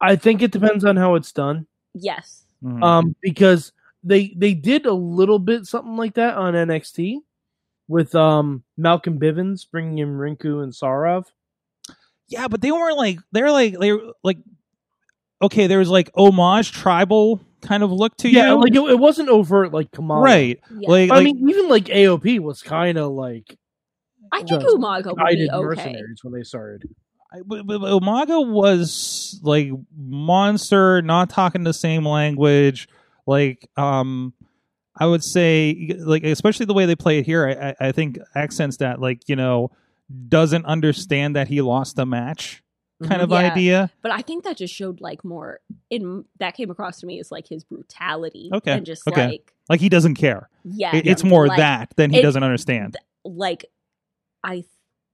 Speaker 3: I think it depends on how it's done.
Speaker 4: yes,
Speaker 2: Mhm.
Speaker 3: Um, because they they did a little bit something like that on NXT with um Malcolm Bivens bringing in Rinku and Sarov.
Speaker 2: yeah but they weren't like they're like they were like okay there was like homage tribal kind of look to
Speaker 3: Yeah,
Speaker 2: you
Speaker 3: like it, it wasn't overt like Kamala.
Speaker 2: right
Speaker 4: yeah.
Speaker 2: like,
Speaker 3: I
Speaker 2: like-
Speaker 3: mean, even like AOP was kind of like
Speaker 4: I think
Speaker 3: just
Speaker 4: Umaga would
Speaker 3: guided
Speaker 4: be okay.
Speaker 3: mercenaries when they started.
Speaker 2: I- but- but- but Umaga was like monster, not talking the same language. Like, um, I would say, like, especially the way they play it here, I, I, I think accents that, like, you know, doesn't understand that he lost the match
Speaker 3: Mm-hmm.
Speaker 2: kind of
Speaker 4: Mhm. Yeah.
Speaker 2: idea.
Speaker 4: But I think that just showed like more in that came across to me is like his brutality
Speaker 2: Okay,
Speaker 4: and just
Speaker 2: okay.
Speaker 4: like
Speaker 2: Like, he doesn't care.
Speaker 4: yeah,
Speaker 2: It- it's more
Speaker 4: like,
Speaker 2: that than he
Speaker 4: it-
Speaker 2: doesn't understand.
Speaker 4: like I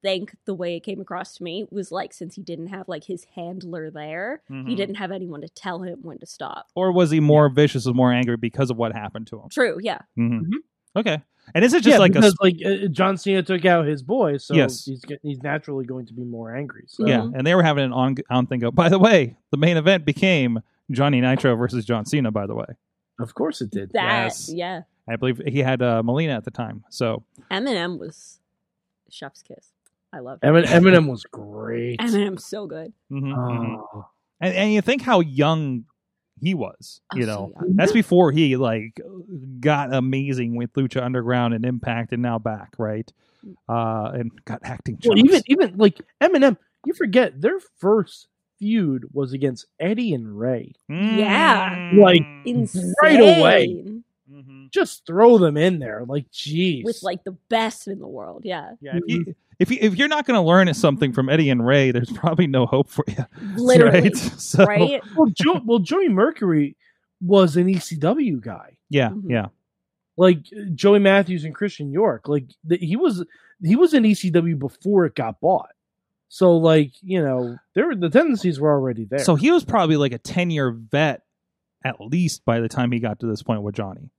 Speaker 4: think the way it came across to me was like since he didn't have like his handler there, he
Speaker 2: Mhm.
Speaker 4: didn't have anyone to tell him when to stop.
Speaker 2: Or was he more vicious or more angry because of what happened to him?
Speaker 4: True, yeah.
Speaker 2: Mhm.
Speaker 3: Mhm.
Speaker 2: Okay. And is it just
Speaker 3: yeah,
Speaker 2: like a
Speaker 3: because like uh, John Cena took out his boy, so
Speaker 2: Yes.
Speaker 3: he's get- he's naturally going to be more angry. So
Speaker 2: Yeah,
Speaker 4: Mhm.
Speaker 2: and they were having an on on thing. Go. By the way, the main event became Johnny Nitro versus John Cena. By the way,
Speaker 3: of course it did.
Speaker 4: That
Speaker 2: Yes.
Speaker 4: yeah.
Speaker 2: I believe he had uh, Melina at the time. So
Speaker 4: Eminem was chef's kiss. I love
Speaker 3: Emin- Eminem was great. Mm-hmm,
Speaker 4: Eminem's so good.
Speaker 2: mhm, mhm.
Speaker 3: Oh.
Speaker 2: and and you think how young he was.
Speaker 4: Oh,
Speaker 2: You
Speaker 4: so
Speaker 2: know,
Speaker 4: young.
Speaker 2: that's before he like got amazing with Lucha Underground and Impact, and now back right, uh, and got acting.
Speaker 3: Well,
Speaker 2: chops.
Speaker 3: even even like Eminem, you forget their first feud was against Eddie and Ray.
Speaker 4: Yeah.
Speaker 2: Mm-hmm.
Speaker 3: Like,
Speaker 4: insane.
Speaker 3: Right away.
Speaker 2: Mhm.
Speaker 3: Just throw them in there, like jeez.
Speaker 4: With like the best in the world. Yeah.
Speaker 2: Yeah, if,
Speaker 4: Mm-hmm.
Speaker 2: you, if you if you're not going to learn something from Eddie and Ray, there's probably no hope for you.
Speaker 4: Literally.
Speaker 2: right? So,
Speaker 4: Right?
Speaker 3: well, jo- well, Joey Mercury was an ECW guy,
Speaker 2: yeah,
Speaker 4: Mhm.
Speaker 2: yeah,
Speaker 3: like Joey Matthews and Christian York. Like th- he was he was in ECW before it got bought. So like you know, there were- the tendencies were already there.
Speaker 2: So he was probably like a 10 year vet at least by the time he got to this point with Johnny.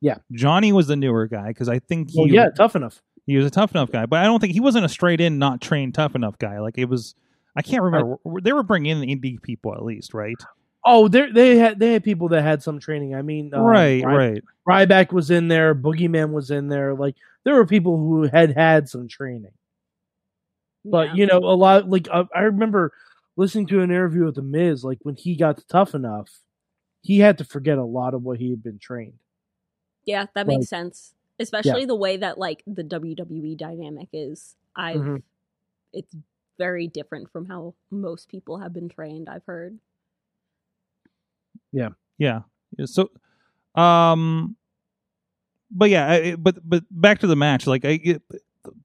Speaker 3: Yeah.
Speaker 2: Johnny was the newer guy because I think he,
Speaker 3: well, yeah, tough enough.
Speaker 2: he was a tough enough guy, but I don't think he wasn't a straight in, not trained tough enough guy. Like it was, I can't remember. they were bringing in indie people at least, right?
Speaker 3: Oh, there they had they had people that had some training. I mean, um,
Speaker 2: right,
Speaker 3: Brian
Speaker 2: right.
Speaker 3: Ryback was in there, Boogeyman was in there. Like there were people who had had some training, but
Speaker 4: Yeah.
Speaker 3: you know, a lot. Like uh, I remember listening to an interview with the Miz. Like when he got to tough enough, he had to forget a lot of what he had been trained.
Speaker 4: Yeah, that
Speaker 3: Like-
Speaker 4: makes sense. Especially the way that like the WWE dynamic is. I have
Speaker 3: Mhm.
Speaker 4: it's very different from how most people have been trained, I've heard.
Speaker 2: Yeah. Yeah, So, um, but yeah, I, I- but but back to the match. Like, I it,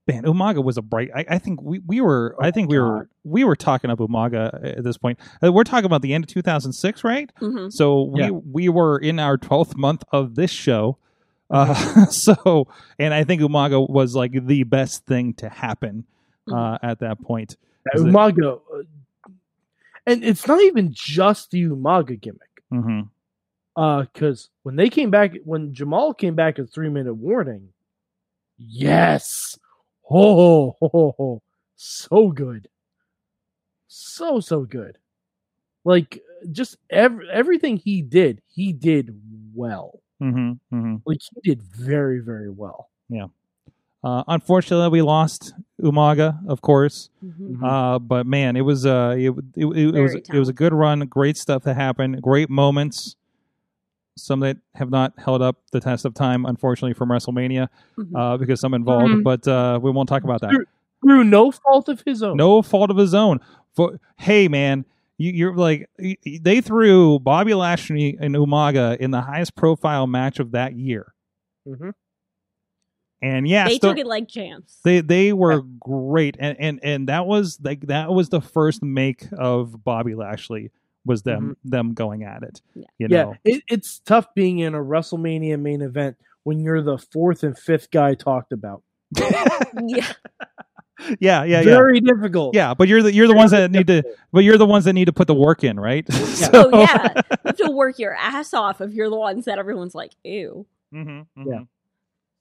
Speaker 2: man, Umaga was a bright. I, I think we we were. I think we were we were talking up Umaga at this point. Uh, We're talking about the end of 2006, right?
Speaker 4: hmm
Speaker 2: So we
Speaker 3: Yeah.
Speaker 2: we were in our 12th month of this show. Uh, so and I think Umaga was like the best thing to happen uh, at that point.
Speaker 3: That
Speaker 2: Was it-
Speaker 3: Umaga, uh, and it's not even just the Umaga gimmick.
Speaker 2: hmm
Speaker 3: because Uh, when they came back, when Jamal came back at three minute warning, yes, oh, ho, ho, ho. so good, so so good. Like just every, everything he did, he did well.
Speaker 2: hmm hmm
Speaker 3: Like he did very very well.
Speaker 2: Uh, unfortunately, we lost Umaga, of course. Uh, but man, it was uh, it, it, it, it was
Speaker 4: Mm-hmm. Very
Speaker 2: it was a
Speaker 4: talented.
Speaker 2: good run. Great stuff that happened. Great moments. Some that have not held up the test of time, unfortunately, from WrestleMania,
Speaker 3: Mm-hmm.
Speaker 4: Mhm.
Speaker 2: uh, because some involved.
Speaker 5: Mhm.
Speaker 2: But uh, we won't talk about that.
Speaker 3: Through no fault of his own.
Speaker 2: No fault of his own. For hey, man, you, you're like y- y- they threw Bobby Lashley and Umaga in the highest profile match of that year,
Speaker 3: hmm
Speaker 2: and yeah,
Speaker 4: they
Speaker 2: still-
Speaker 4: took it like champs.
Speaker 2: They they were great, and and and that was like that was the first make of Bobby Lashley was them them going at it.
Speaker 4: Yeah.
Speaker 2: You
Speaker 3: yeah,
Speaker 2: know,
Speaker 3: it, it's tough being in a WrestleMania main event when you're the fourth and fifth guy talked about.
Speaker 4: yeah.
Speaker 2: yeah, yeah, yeah,
Speaker 3: Very difficult.
Speaker 2: yeah. But you're the you're the ones that need to, but you're the ones that need to put the work in, right?
Speaker 4: Oh yeah. You have to work your ass off if you're the ones that everyone's like, ew.
Speaker 2: mm-hmm,
Speaker 3: Yeah.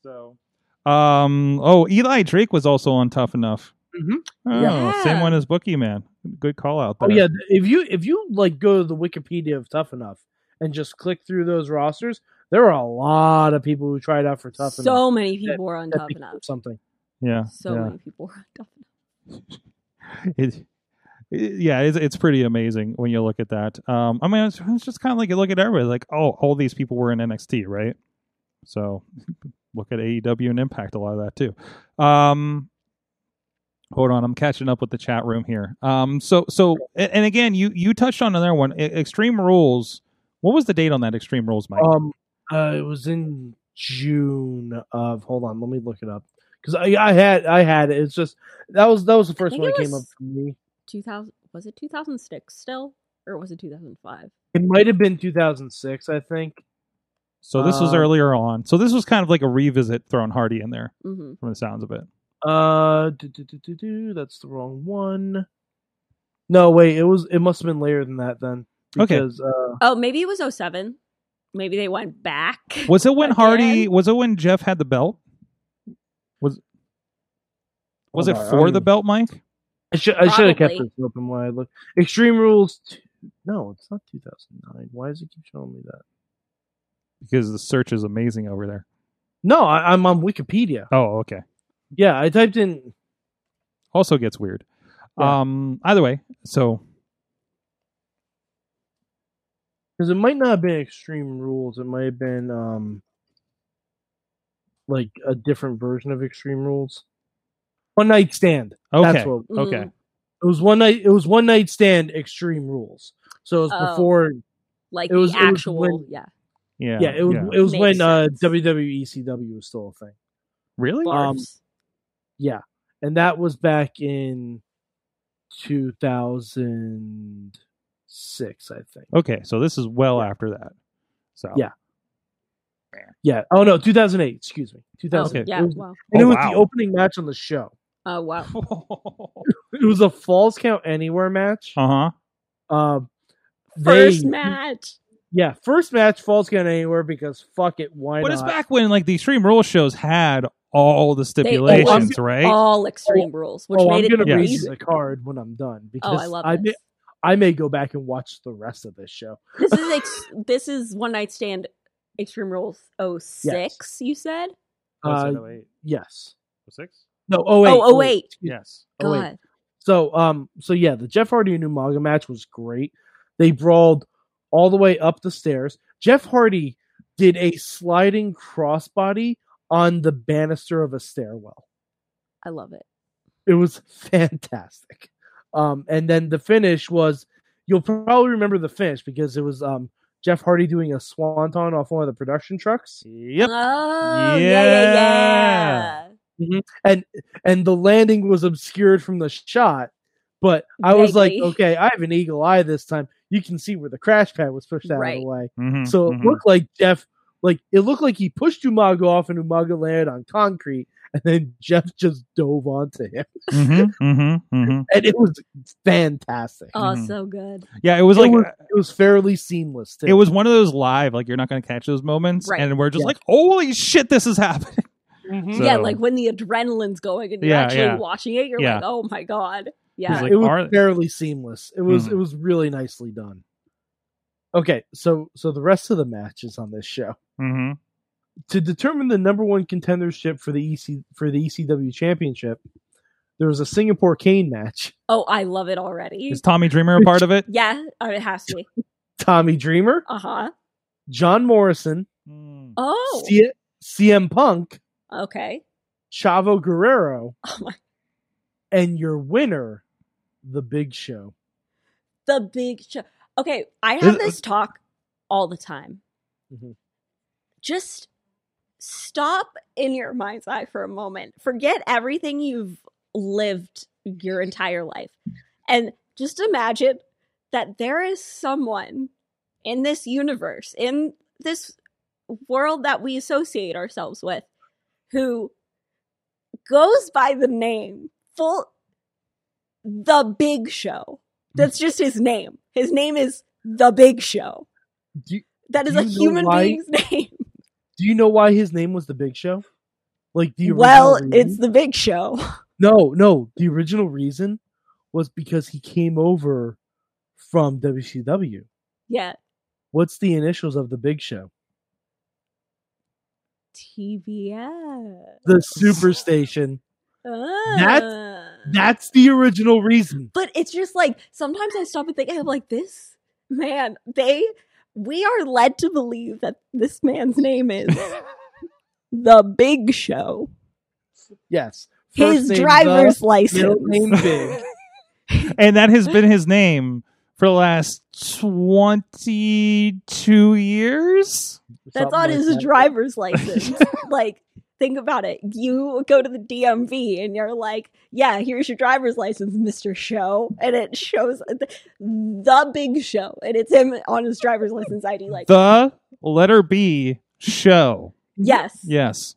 Speaker 2: So, um, oh, Eli Drake was also on Tough Enough.
Speaker 3: Mhm.
Speaker 2: Oh,
Speaker 4: Yeah.
Speaker 2: same one as Bookie Man. Good call out
Speaker 3: Oh
Speaker 2: there.
Speaker 3: yeah, if you if you like go to the Wikipedia of Tough Enough and just click through those rosters, there are a lot of people who tried out for Tough
Speaker 4: so
Speaker 3: Enough.
Speaker 4: many people were on
Speaker 3: that
Speaker 4: Tough
Speaker 3: became
Speaker 4: Enough.
Speaker 3: Something.
Speaker 2: yeah,
Speaker 4: So
Speaker 2: yeah.
Speaker 4: many people were on Tough Enough.
Speaker 2: it, it- yeah, it's, it's pretty amazing when you look at that. Um, I mean, it's, it's just kind of like you look at everybody, like, oh, all these people were in NXT, right? So look at AEW and Impact, a lot of that too. Um, hold on, I'm catching up with the chat room here. Um, so so, and, and again, you you touched on another one, E- Extreme Rules. What was the date on that Extreme Rules, Mike?
Speaker 3: Um, uh, it was in June of. Hold on, let me look it up because I, I had I had it. It's just that was that was the first
Speaker 4: think
Speaker 3: one
Speaker 4: it
Speaker 3: that came up
Speaker 4: was-
Speaker 3: for me.
Speaker 4: 2000 was it 2006 still or was it 2005
Speaker 3: It might have been 2006, I think.
Speaker 2: so this was
Speaker 3: um,
Speaker 2: earlier on. So this was kind of like a revisit, throwing Hardy in there
Speaker 4: mm-hmm.
Speaker 2: from the sounds of it.
Speaker 3: Uh, do, do, do, do, do, that's the wrong one. No, wait, it was it must have been later than that then.
Speaker 2: Okay.
Speaker 3: Because, uh,
Speaker 4: oh maybe it was 07 maybe they went back
Speaker 2: Was it when
Speaker 4: Again?
Speaker 2: Hardy? Was it when Jeff had the belt? Was was
Speaker 3: Hold
Speaker 2: it
Speaker 3: on, I
Speaker 2: for
Speaker 3: don't
Speaker 2: the
Speaker 3: even-
Speaker 2: belt, Mike?
Speaker 3: I should I should have kept
Speaker 4: Probably.
Speaker 3: this open when I look. Extreme Rules. T- no, it's not 2009. Why does it keep showing me that?
Speaker 2: Because the search is amazing over there.
Speaker 3: No, I, I'm on Wikipedia.
Speaker 2: Oh, okay.
Speaker 3: Yeah, I typed in.
Speaker 2: Also gets weird.
Speaker 3: Yeah.
Speaker 2: Um. Either way, so
Speaker 3: because it might not have been Extreme Rules. It might have been um, like a different version of Extreme Rules. One night stand.
Speaker 2: Okay.
Speaker 3: That's what
Speaker 2: Okay.
Speaker 4: Mm,
Speaker 3: it was. One night. It was one night stand. Extreme Rules. So it was
Speaker 4: Oh.
Speaker 3: before.
Speaker 4: like
Speaker 3: It was-
Speaker 4: the
Speaker 3: it was
Speaker 4: actual,
Speaker 3: when-
Speaker 4: yeah.
Speaker 2: Yeah.
Speaker 3: Yeah. It was. It was
Speaker 4: Makes
Speaker 3: when uh,
Speaker 4: sense.
Speaker 3: WWE CW was still a thing.
Speaker 2: really.
Speaker 3: Um,
Speaker 4: barfs.
Speaker 3: Yeah, and that was back in 2006, I think.
Speaker 2: Okay, so this is well after that. So
Speaker 3: Yeah. Yeah. Oh no, 2008. Excuse me.
Speaker 4: Oh,
Speaker 3: 2000.
Speaker 2: okay.
Speaker 4: Yeah,
Speaker 3: It was-
Speaker 4: wow.
Speaker 3: And
Speaker 2: Oh,
Speaker 3: it was the
Speaker 2: wow.
Speaker 3: opening match on the show.
Speaker 4: Oh, wow.
Speaker 2: Uh-huh.
Speaker 3: It was a falls count anywhere match.
Speaker 2: uh huh.
Speaker 3: Um,
Speaker 4: First
Speaker 3: they-
Speaker 4: match.
Speaker 3: Yeah, first match falls count anywhere because fuck it, why
Speaker 2: But
Speaker 3: not?
Speaker 2: it's back when like the Extreme Rules shows had all the
Speaker 4: Oh, I'm-
Speaker 2: stipulations, right?
Speaker 4: All extreme rules, which
Speaker 3: oh, I'm
Speaker 4: made it
Speaker 3: gonna read you
Speaker 4: amazing.
Speaker 3: the card when I'm done because
Speaker 4: Oh, I love
Speaker 3: I may,
Speaker 4: this.
Speaker 3: I may go back and watch the rest of this show.
Speaker 4: This is ex- this is one night stand extreme rules 06, you said?
Speaker 3: Uh,
Speaker 2: Was it 08?
Speaker 3: yes.
Speaker 2: Six?
Speaker 3: No. Oh wait.
Speaker 4: oh, 08.
Speaker 2: Yes.
Speaker 3: Oh, wait.
Speaker 4: God.
Speaker 3: So um so yeah, the Jeff Hardy and Umaga match was great. They brawled all the way up the stairs. Jeff Hardy did a sliding crossbody on the banister of a stairwell.
Speaker 4: I love it.
Speaker 3: It was fantastic. Um and then the finish was you'll probably remember the finish because it was um Jeff Hardy doing a swanton off one of the production trucks.
Speaker 2: Yep.
Speaker 4: Oh, yeah, yeah, yeah.
Speaker 3: and and the landing was obscured from the shot. But I was like,
Speaker 4: Vaguely.
Speaker 3: okay, I have an eagle eye this time. You can see where the crash pad was pushed out of
Speaker 4: Right.
Speaker 3: the way.
Speaker 2: Mhm,
Speaker 3: So it
Speaker 2: mhm.
Speaker 3: looked like Jeff, like it looked like he pushed Umaga off, and Umaga landed on concrete, and then Jeff just dove onto him,
Speaker 2: Mhm, mhm, mhm.
Speaker 3: and it was fantastic.
Speaker 4: Oh,
Speaker 2: Mhm.
Speaker 4: so good.
Speaker 2: Yeah, it was
Speaker 3: it,
Speaker 2: like
Speaker 3: was, it was fairly seamless. Too.
Speaker 2: it was one of those live like you're not going to catch those moments,
Speaker 4: Right.
Speaker 2: and we're just
Speaker 3: Yeah.
Speaker 2: like, holy shit, this is happening.
Speaker 3: Hmm.
Speaker 2: So-
Speaker 4: yeah, like when the adrenaline's going and you're
Speaker 2: Yeah,
Speaker 4: actually
Speaker 2: yeah.
Speaker 4: watching it, you're
Speaker 2: Yeah.
Speaker 4: like, oh my god.
Speaker 3: Yeah,
Speaker 4: Yeah.
Speaker 2: like,
Speaker 3: it was
Speaker 2: are-
Speaker 3: fairly seamless. It was
Speaker 2: Mhm.
Speaker 3: it was really nicely done. Okay, so so the rest of the matches on this show.
Speaker 4: Mm-hmm.
Speaker 2: Mhm.
Speaker 3: to determine the number one contendership for the EC for the ECW championship, there was a Singapore Kane match.
Speaker 4: oh, I love it already.
Speaker 2: Is Tommy Dreamer a part of it?
Speaker 4: Yeah, oh, it has to be.
Speaker 3: Tommy Dreamer,
Speaker 4: Uh huh.
Speaker 3: John Morrison,
Speaker 2: Mm.
Speaker 4: Oh,
Speaker 3: C- CM Punk,
Speaker 4: okay.
Speaker 3: Chavo Guerrero,
Speaker 4: Oh my,
Speaker 3: and your winner, The Big Show.
Speaker 4: the big show. Okay, I
Speaker 2: Is-
Speaker 4: have this talk all the time.
Speaker 3: Mhm.
Speaker 4: Just stop in your mind's eye for a moment. Forget everything you've lived your entire life, and just imagine that there is someone in this universe, in this world that we associate ourselves with, who goes by the name full the big show that's just his name his name is the big show
Speaker 3: Do you,
Speaker 4: that is
Speaker 3: Do
Speaker 4: a
Speaker 3: you know
Speaker 4: human
Speaker 3: why-
Speaker 4: being's name
Speaker 3: do you know why his name was The Big Show? Like the original
Speaker 4: well
Speaker 3: reason?
Speaker 4: it's the big show
Speaker 3: no, no. The original reason was because he came over from WCW.
Speaker 4: yeah
Speaker 3: What's the initials of The Big Show?
Speaker 4: tbs
Speaker 3: The Superstation. That's-
Speaker 4: Ah.
Speaker 3: That's the original reason.
Speaker 4: but it's just like sometimes i stop and think i'm like this man they we are led to believe that this man's name is the big show
Speaker 3: Yes.
Speaker 4: his
Speaker 3: First name,
Speaker 4: driver's
Speaker 3: the, middle
Speaker 4: license
Speaker 3: name big.
Speaker 2: and that has been his name for the last twenty-two years.
Speaker 4: That's
Speaker 3: Something
Speaker 4: on
Speaker 3: like
Speaker 4: his
Speaker 3: that.
Speaker 4: driver's license. like, think about it. You go to the DMV and you're like, yeah, here's your driver's license, Mr. Show. And it shows the, the big show. And it's him on his driver's license ID. Like,
Speaker 2: The letter B show.
Speaker 4: yes.
Speaker 2: Yes.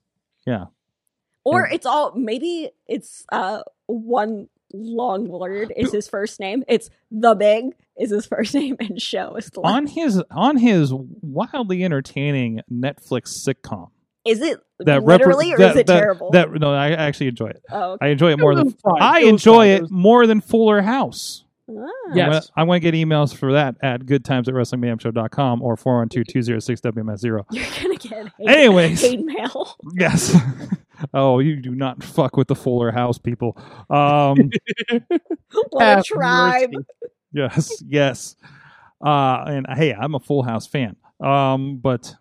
Speaker 4: Or it's all, maybe it's uh one long word is his first name. It's the big is his first name and show is the last.
Speaker 2: on his on his wildly entertaining Netflix sitcom
Speaker 4: Is it
Speaker 2: that repre-
Speaker 4: literally or
Speaker 2: that,
Speaker 4: is it
Speaker 2: that-
Speaker 4: terrible?
Speaker 2: That no, I actually enjoy it.
Speaker 4: oh, okay.
Speaker 2: I enjoy it more
Speaker 3: It
Speaker 2: than
Speaker 3: was fine.
Speaker 2: I
Speaker 3: was
Speaker 2: enjoy
Speaker 3: fine.
Speaker 2: it
Speaker 3: was-
Speaker 2: more than Fuller House.
Speaker 4: Ah.
Speaker 3: Yes.
Speaker 2: I want to get emails for that at goodtimes at wrestlingmayhemshow.com or 412 206 WMS0.
Speaker 4: You're going to get hate,
Speaker 2: Anyways.
Speaker 4: hate mail.
Speaker 2: Yes. oh, you do not fuck with the Fuller House people. Um,
Speaker 4: What a
Speaker 3: Have
Speaker 4: tribe.
Speaker 3: mercy.
Speaker 2: yes, yes. Uh, and hey, I'm a Full House fan. Um, but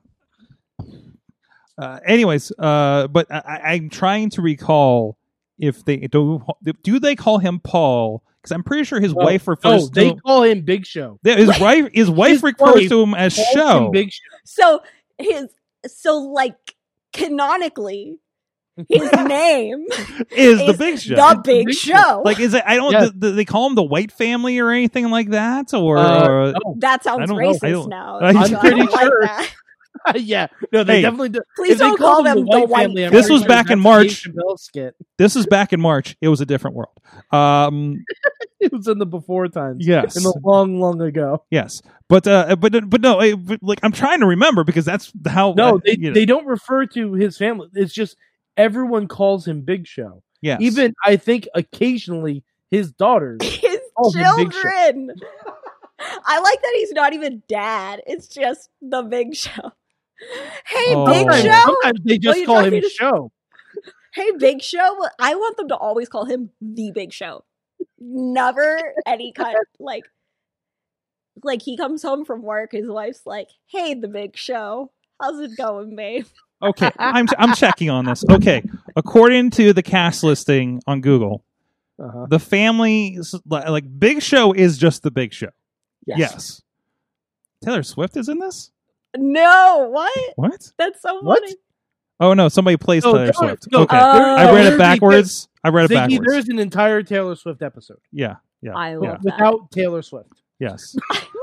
Speaker 2: uh, anyways, uh, but I, I- I'm trying to recall if they do. Do they call him Paul? Because I'm pretty sure his
Speaker 3: Oh,
Speaker 2: wife refers
Speaker 3: Oh, they
Speaker 2: to
Speaker 3: call him Big Show.
Speaker 2: Yeah, his wife. His wife
Speaker 3: His
Speaker 2: refers
Speaker 3: wife
Speaker 2: to him as
Speaker 3: Call him
Speaker 2: Show.
Speaker 3: Big Show.
Speaker 4: So his so like canonically his name
Speaker 2: Is the
Speaker 4: is
Speaker 2: Big Show?
Speaker 4: The Big Show.
Speaker 2: like is it? I don't.
Speaker 3: Yes.
Speaker 2: th- th- they call him the White Family or anything like that, or,
Speaker 3: Uh,
Speaker 2: or
Speaker 3: no.
Speaker 4: that sounds
Speaker 2: don't know. I
Speaker 4: racist
Speaker 2: don't-
Speaker 4: now.
Speaker 2: I'm
Speaker 4: so I don't
Speaker 3: pretty sure.
Speaker 4: that.
Speaker 3: yeah, no, they
Speaker 2: Hey.
Speaker 3: definitely do.
Speaker 4: Please
Speaker 3: If they
Speaker 4: don't
Speaker 3: call
Speaker 4: call them the white.
Speaker 3: Family, I'm
Speaker 2: This
Speaker 3: pretty
Speaker 2: was
Speaker 3: sure
Speaker 2: back in
Speaker 3: that's
Speaker 2: March.
Speaker 3: the Dave Chappelle skit.
Speaker 2: this is back in March. It was a different world. Um,
Speaker 3: It was in the before times.
Speaker 2: Yes.
Speaker 3: in the long, long ago.
Speaker 2: yes, but uh, but but no, eh, but, like I'm trying to remember because that's how. uh,
Speaker 3: No, they
Speaker 2: you know,
Speaker 3: they don't refer to his family. It's just everyone calls him Big Show.
Speaker 2: yes.
Speaker 3: Even I think occasionally his daughters.
Speaker 4: his
Speaker 3: Oh, the Big Show.
Speaker 4: children. I like that he's not even dad. It's just the Big Show. Hey,
Speaker 2: Oh.
Speaker 4: Big
Speaker 2: Sometimes-
Speaker 4: Show.
Speaker 3: Sometimes they
Speaker 4: Oh,
Speaker 3: just
Speaker 4: you
Speaker 3: call
Speaker 4: tried
Speaker 3: him
Speaker 4: me to-
Speaker 3: Show.
Speaker 4: Hey, Big Show. I want them to always call him the Big Show. Never any kind like like he comes home from work. His wife's like, "Hey, the Big Show. How's it going, babe?"
Speaker 2: Okay, I'm I'm checking on this. Okay, according to the cast listing on Google,
Speaker 3: Uh-huh.
Speaker 2: the family s- li- like Big Show is just the Big Show. Yes. Taylor Swift is in this.
Speaker 4: No, what?
Speaker 2: What?
Speaker 4: That's so
Speaker 3: What?
Speaker 4: funny.
Speaker 2: Oh no, somebody plays
Speaker 3: No,
Speaker 2: Taylor
Speaker 3: there-
Speaker 2: Swift.
Speaker 3: no, uh,
Speaker 2: okay,
Speaker 3: there-
Speaker 2: I
Speaker 4: Oh,
Speaker 2: read
Speaker 3: Ziggy,
Speaker 2: it backwards. I read it
Speaker 3: Ziggy,
Speaker 2: backwards.
Speaker 3: there's an entire Taylor Swift episode
Speaker 2: Yeah, yeah,
Speaker 4: I
Speaker 2: yeah.
Speaker 4: love that.
Speaker 3: without Taylor Swift.
Speaker 2: Yes.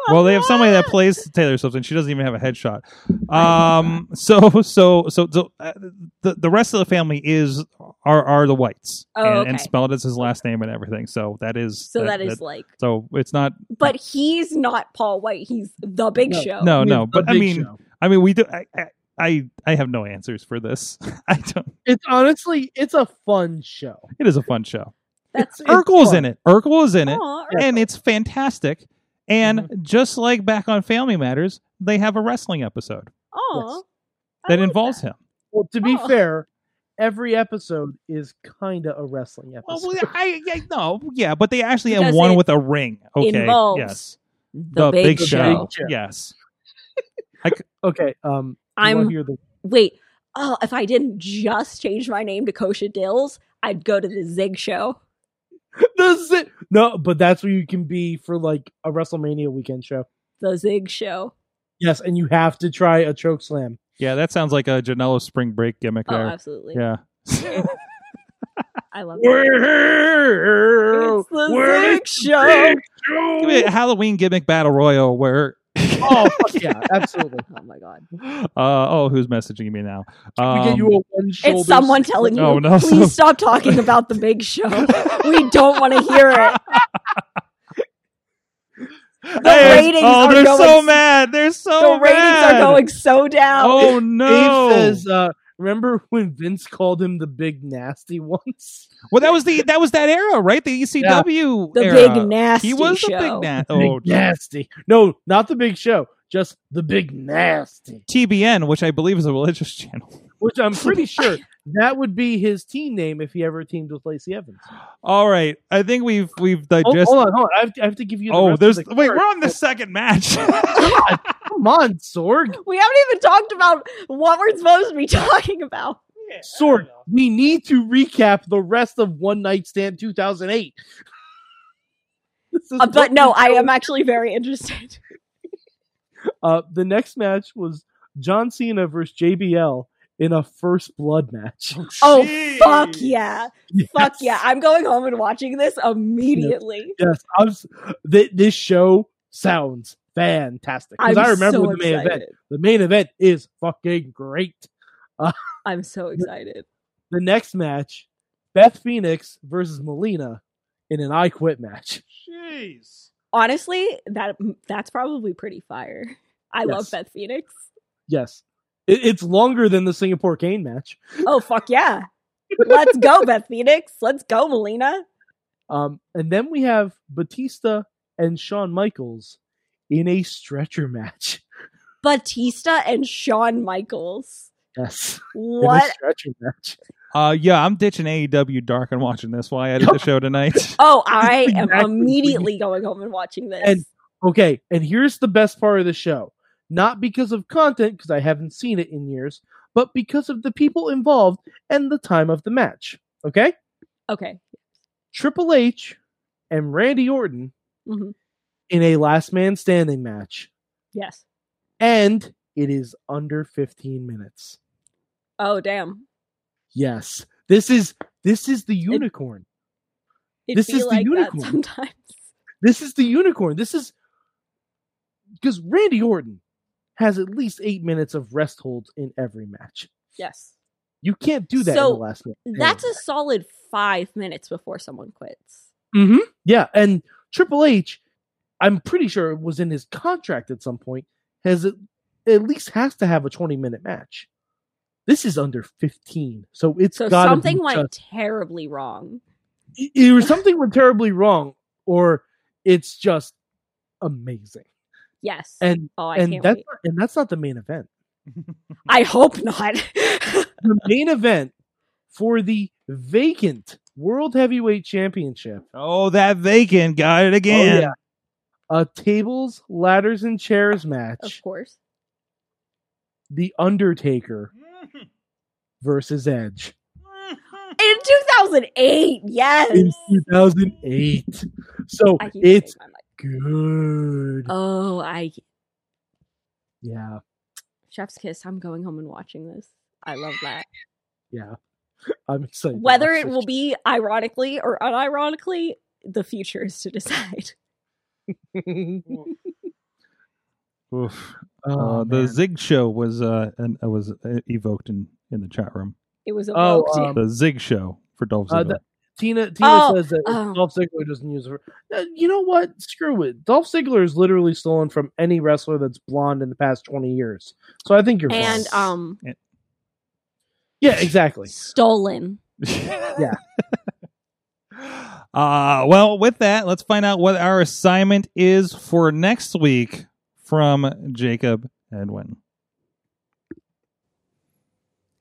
Speaker 2: Well, they have somebody that plays Taylor Swift, and she doesn't even have a headshot. Um. So so so so uh, the the rest of the family is are are the whites,
Speaker 4: Oh,
Speaker 2: and, and
Speaker 4: okay.
Speaker 2: spelled as his last name and everything. So that is
Speaker 4: So that is like,
Speaker 2: so it's not
Speaker 4: but he's not Paul White. He's the Big
Speaker 3: Oh, No.
Speaker 4: Show.
Speaker 2: no
Speaker 3: It's
Speaker 2: no
Speaker 3: the
Speaker 2: but I
Speaker 3: Big
Speaker 2: mean
Speaker 3: Show.
Speaker 2: I mean we do I I- I, I have no answers for this I don't
Speaker 3: it's honestly it's a fun show.
Speaker 2: it is a fun show
Speaker 4: That's
Speaker 3: It's
Speaker 2: Urkel's
Speaker 3: fun.
Speaker 2: in it Urkel is in it
Speaker 4: Aw,
Speaker 2: and it's fantastic and just like back on Family Matters they have a wrestling episode
Speaker 4: aw, I
Speaker 2: that
Speaker 4: like
Speaker 2: involves him
Speaker 3: Well, to be
Speaker 4: Oh.
Speaker 3: fair, every episode is kind of a wrestling
Speaker 2: Well,
Speaker 3: episode.
Speaker 2: well, I, I no, yeah, but they actually have
Speaker 4: Because
Speaker 2: one
Speaker 4: it
Speaker 2: with a ring. Okay,
Speaker 4: involves
Speaker 2: yes,
Speaker 4: The, big, show.
Speaker 3: Big Show.
Speaker 2: Yes,
Speaker 3: okay, um, you wanna
Speaker 4: I'm
Speaker 3: hear the
Speaker 4: wait. Oh, if I didn't just change my name to Kosha Dills, I'd go to the Zig Show.
Speaker 3: the zi- no, but that's where you can be for like a WrestleMania weekend show.
Speaker 4: The Zig Show.
Speaker 3: Yes, and you have to try a choke slam.
Speaker 2: yeah, that sounds like a Janela spring break gimmick.
Speaker 4: Oh,
Speaker 2: there.
Speaker 4: absolutely.
Speaker 2: Yeah,
Speaker 4: I love it. It's the Zig Show.
Speaker 2: Give me a Halloween gimmick battle royal where.
Speaker 3: Oh fuck yeah, absolutely.
Speaker 4: Oh my god.
Speaker 2: Uh, oh, who's messaging me now?
Speaker 3: we get
Speaker 2: Um,
Speaker 3: you a one shoulder.
Speaker 4: It's someone telling you,
Speaker 2: Oh, no.
Speaker 4: please stop talking about the big show. we don't want to hear it.
Speaker 2: Hey,
Speaker 4: ratings
Speaker 2: oh,
Speaker 4: are
Speaker 2: they're
Speaker 4: going-
Speaker 2: so mad. They're so
Speaker 4: The ratings are
Speaker 2: mad.
Speaker 4: going so down.
Speaker 2: Oh no!
Speaker 3: Dave says, uh, "Remember when Vince called him the big nasty once?
Speaker 2: well, that was the that was that era, right? The ECW
Speaker 4: the
Speaker 2: era.
Speaker 4: big nasty
Speaker 2: He was
Speaker 4: show.
Speaker 2: the big nasty.
Speaker 3: big
Speaker 2: Oh,
Speaker 3: nasty. No, not the big show. Just the big nasty.
Speaker 2: TBN, which I believe is a religious channel.
Speaker 3: Which I'm pretty sure that would be his team name if he ever teamed with Lacey Evans.
Speaker 2: All right, I think we've we've
Speaker 3: Oh, Hold,
Speaker 2: digested.
Speaker 3: hold on, hold on. I have to, I have to give you. The
Speaker 2: oh,
Speaker 3: rest of
Speaker 2: there's
Speaker 3: the
Speaker 2: wait,
Speaker 3: card.
Speaker 2: we're on the second match.
Speaker 3: Come on, Sorg.
Speaker 4: We haven't even talked about what we're supposed to be talking about.
Speaker 3: Sorg, we need to recap the rest of One Night Stand 2008. This is
Speaker 4: Uh, but
Speaker 3: what
Speaker 4: no,
Speaker 3: we
Speaker 4: I
Speaker 3: don't-
Speaker 4: am actually very interested.
Speaker 3: Uh, the next match was John Cena versus JBL in a first blood match.
Speaker 4: Oh,
Speaker 2: Jeez.
Speaker 4: Fuck yeah. Fuck
Speaker 3: Yes.
Speaker 4: yeah. I'm going home and watching this immediately.
Speaker 3: Yes, I'm, s- th- this show sounds fantastic.
Speaker 4: I'm
Speaker 3: Because I remember
Speaker 4: so
Speaker 3: the main
Speaker 4: excited.
Speaker 3: event. The main event is fucking great.
Speaker 4: I'm so excited.
Speaker 3: The next match, Beth Phoenix versus Melina in an I Quit match.
Speaker 2: Jeez.
Speaker 4: Honestly, that mm, that's probably pretty fire. I love
Speaker 3: Yes.
Speaker 4: Beth Phoenix.
Speaker 3: Yes, it, it's longer than the Singapore Cane match.
Speaker 4: Oh fuck yeah. Let's go, Beth Phoenix. Let's go, Melina.
Speaker 3: Um, and then we have Batista and Shawn Michaels in a stretcher match.
Speaker 4: Batista and Shawn Michaels.
Speaker 3: Yes, in a
Speaker 4: What?
Speaker 3: stretcher match.
Speaker 2: Uh, yeah, I'm ditching AEW Dark and watching this while I edit the show tonight.
Speaker 4: Oh, I am
Speaker 3: Exactly.
Speaker 4: immediately going home and watching this.
Speaker 3: And- Okay, and here's the best part of the show. Not because of content, because I haven't seen it in years, but because of the people involved and the time of the match. Okay?
Speaker 4: Okay.
Speaker 3: Triple H and Randy Orton
Speaker 4: hmm
Speaker 3: in a last man standing match.
Speaker 4: Yes.
Speaker 3: And it is under 15 minutes.
Speaker 4: Oh damn.
Speaker 3: Yes. This is this is the unicorn.
Speaker 4: It
Speaker 3: This
Speaker 4: be
Speaker 3: is the
Speaker 4: like
Speaker 3: unicorn.
Speaker 4: that sometimes.
Speaker 3: This is the unicorn. This is because Randy Orton has at least eight minutes of rest holds in every match.
Speaker 4: Yes.
Speaker 3: You can't do that
Speaker 4: So,
Speaker 3: in the last minute.
Speaker 4: That's a solid five minutes before someone quits.
Speaker 3: Mm-hmm. Yeah, and Triple H, I'm pretty sure it was in his contract at some point, has at, at least has to have a 20 minute match. This is under 15, so it's
Speaker 4: So
Speaker 3: gotta
Speaker 4: something
Speaker 3: be
Speaker 4: went
Speaker 3: just-
Speaker 4: terribly wrong.
Speaker 3: e- either something went terribly wrong, or it's just amazing.
Speaker 4: Yes.
Speaker 3: And
Speaker 4: oh, I
Speaker 3: and
Speaker 4: can't
Speaker 3: that's
Speaker 4: wait.
Speaker 3: not, and that's not the main event.
Speaker 4: I hope not.
Speaker 3: The main event for the vacant World Heavyweight Championship.
Speaker 2: Oh, that vacant got it again.
Speaker 3: Oh, yeah. A tables, ladders, and chairs match.
Speaker 4: of course.
Speaker 3: The Undertaker versus Edge
Speaker 4: In 2008. Yes.
Speaker 3: in 2008. So
Speaker 4: I keep
Speaker 3: it's
Speaker 4: saying that,
Speaker 3: good.
Speaker 4: like, oh, I
Speaker 3: Yeah,
Speaker 4: Chef's Kiss. I'm going home and watching this. I love that.
Speaker 3: yeah. I'm excited. to
Speaker 4: Whether
Speaker 3: watch
Speaker 4: it
Speaker 3: this.
Speaker 4: will be ironically or unironically, the future is to decide.
Speaker 2: Oof.
Speaker 3: oh,
Speaker 2: Uh, the
Speaker 3: man.
Speaker 2: Zig Show was uh, an, uh, was uh, evoked in, in the chat room.
Speaker 4: It was
Speaker 3: Oh,
Speaker 4: evoked.
Speaker 3: um,
Speaker 2: The Zig Show for Dolph Ziggler.
Speaker 3: Uh, the- Tina Tina
Speaker 4: Oh,
Speaker 3: says that
Speaker 4: oh.
Speaker 3: Dolph Ziggler doesn't use her. Uh, You know what? Screw it. Dolph Ziggler is literally stolen from any wrestler that's blonde in the past 20 years. So I think you're fine.
Speaker 4: and um
Speaker 3: yeah, exactly.
Speaker 4: stolen.
Speaker 2: yeah. Uh, well, with that, let's find out what our assignment is for next week from Jacob Edwin.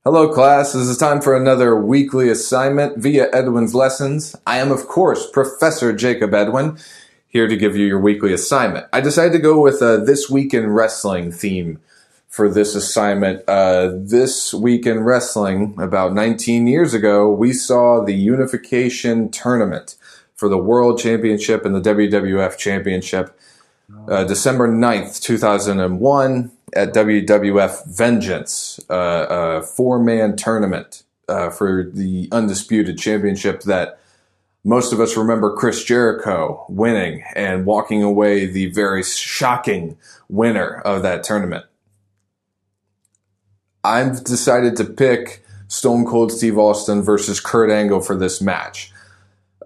Speaker 7: Hello, class. This is time for another weekly assignment via Edwin's Lessons. I am, of course, Professor Jacob Edwin, here to give you your weekly assignment. I decided to go with a This Week in Wrestling theme for this assignment. Uh, this Week in Wrestling, about 19 years ago, we saw the Unification Tournament for the World Championship and the WWF Championship uh, December 9th, 2001, at WWF Vengeance, uh, a four man tournament uh, for the Undisputed Championship that most of us remember Chris Jericho winning and walking away the very shocking winner of that tournament. I've decided to pick Stone Cold Steve Austin versus Kurt Angle for this match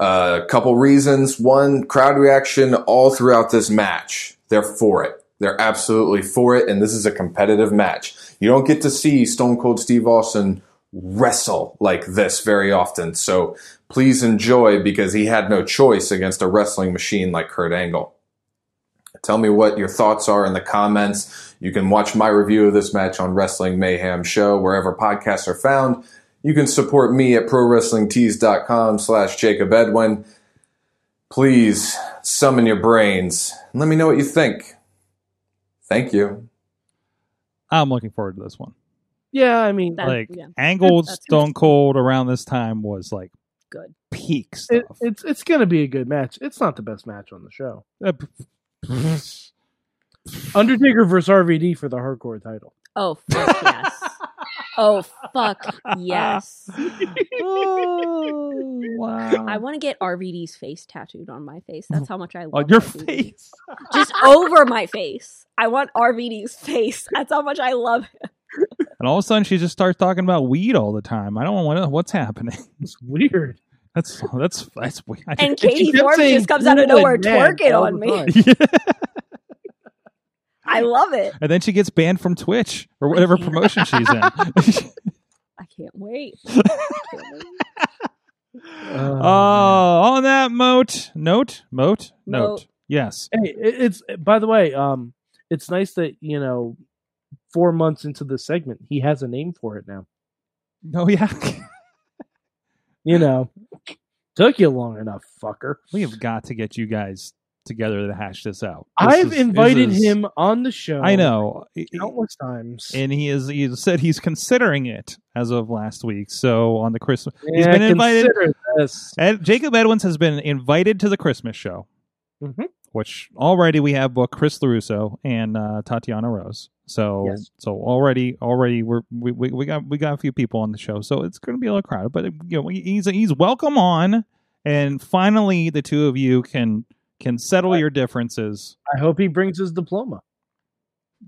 Speaker 7: a couple reasons. One, crowd reaction all throughout this match. They're for it. They're absolutely for it. And this is a competitive match. You don't get to see Stone Cold Steve Austin wrestle like this very often. So please enjoy because he had no choice against a wrestling machine like Kurt Angle. Tell me what your thoughts are in the comments. You can watch my review of this match on Wrestling Mayhem Show, wherever podcasts are found. You can support me at prowrestlingtees.com slash Jacob Edwin. Please summon your brains and let me know what you think. Thank you.
Speaker 2: I'm looking forward to this one.
Speaker 3: Yeah, I mean,
Speaker 4: That-
Speaker 2: like
Speaker 4: yeah.
Speaker 2: Angle
Speaker 4: That's- that's
Speaker 2: Stone Cold around this time was like
Speaker 4: Good.
Speaker 2: peak
Speaker 3: it,
Speaker 2: stuff.
Speaker 3: it's it's gonna be a good match. It's not the best match on the show.
Speaker 2: Uh, p-
Speaker 3: Undertaker versus RVD for the hardcore title.
Speaker 4: Oh fuck yes. Oh fuck yes.
Speaker 2: oh, wow.
Speaker 4: I want to get RVD's face tattooed on my face. That's how much I love
Speaker 2: on your
Speaker 4: RVD.
Speaker 2: face.
Speaker 4: Just over my face. I want RVD's face. That's how much I love him.
Speaker 2: And all of a sudden, she just starts talking about weed all the time. I don't want to. What's happening?
Speaker 3: It's weird.
Speaker 2: That's that's that's weird. I-
Speaker 4: And
Speaker 3: And she
Speaker 4: Katie
Speaker 3: kept
Speaker 4: Thorne
Speaker 3: saying
Speaker 4: just comes out of
Speaker 3: cool
Speaker 4: nowhere
Speaker 3: and man
Speaker 4: twerking
Speaker 3: all the
Speaker 4: on me.
Speaker 3: time.
Speaker 4: I love it.
Speaker 2: and then she gets banned from Twitch or whatever promotion she's in.
Speaker 4: I can't wait.
Speaker 2: oh,
Speaker 3: man.
Speaker 2: on that moat, note, moat, note.
Speaker 4: Moat.
Speaker 2: Yes.
Speaker 3: Hey, it, it's by the way, um, it's nice that you know, four months into the segment, he has a name for it now.
Speaker 2: Oh yeah.
Speaker 3: You know, took you long enough, fucker.
Speaker 2: we have got to get you guys together to hash this out. This
Speaker 3: I've
Speaker 2: is- this
Speaker 3: invited
Speaker 2: is-
Speaker 3: him on the show.
Speaker 2: I know,
Speaker 3: countless times.
Speaker 2: and he is. He has said he's considering it as of last week. So on the Christmas, he's
Speaker 3: Yeah,
Speaker 2: been invited.
Speaker 3: consider This.
Speaker 2: Ed, Jacob Edwins has been invited to the Christmas show,
Speaker 3: Mhm.
Speaker 2: which already we have booked Chris Larusso and uh, Tatiana Rose. So
Speaker 3: Yes.
Speaker 2: so already already we're, we we we got we got a few people on the show, so it's going to be a little crowded. But you know he's he's welcome on, and finally the two of you can can settle your differences.
Speaker 3: I hope he brings his diploma.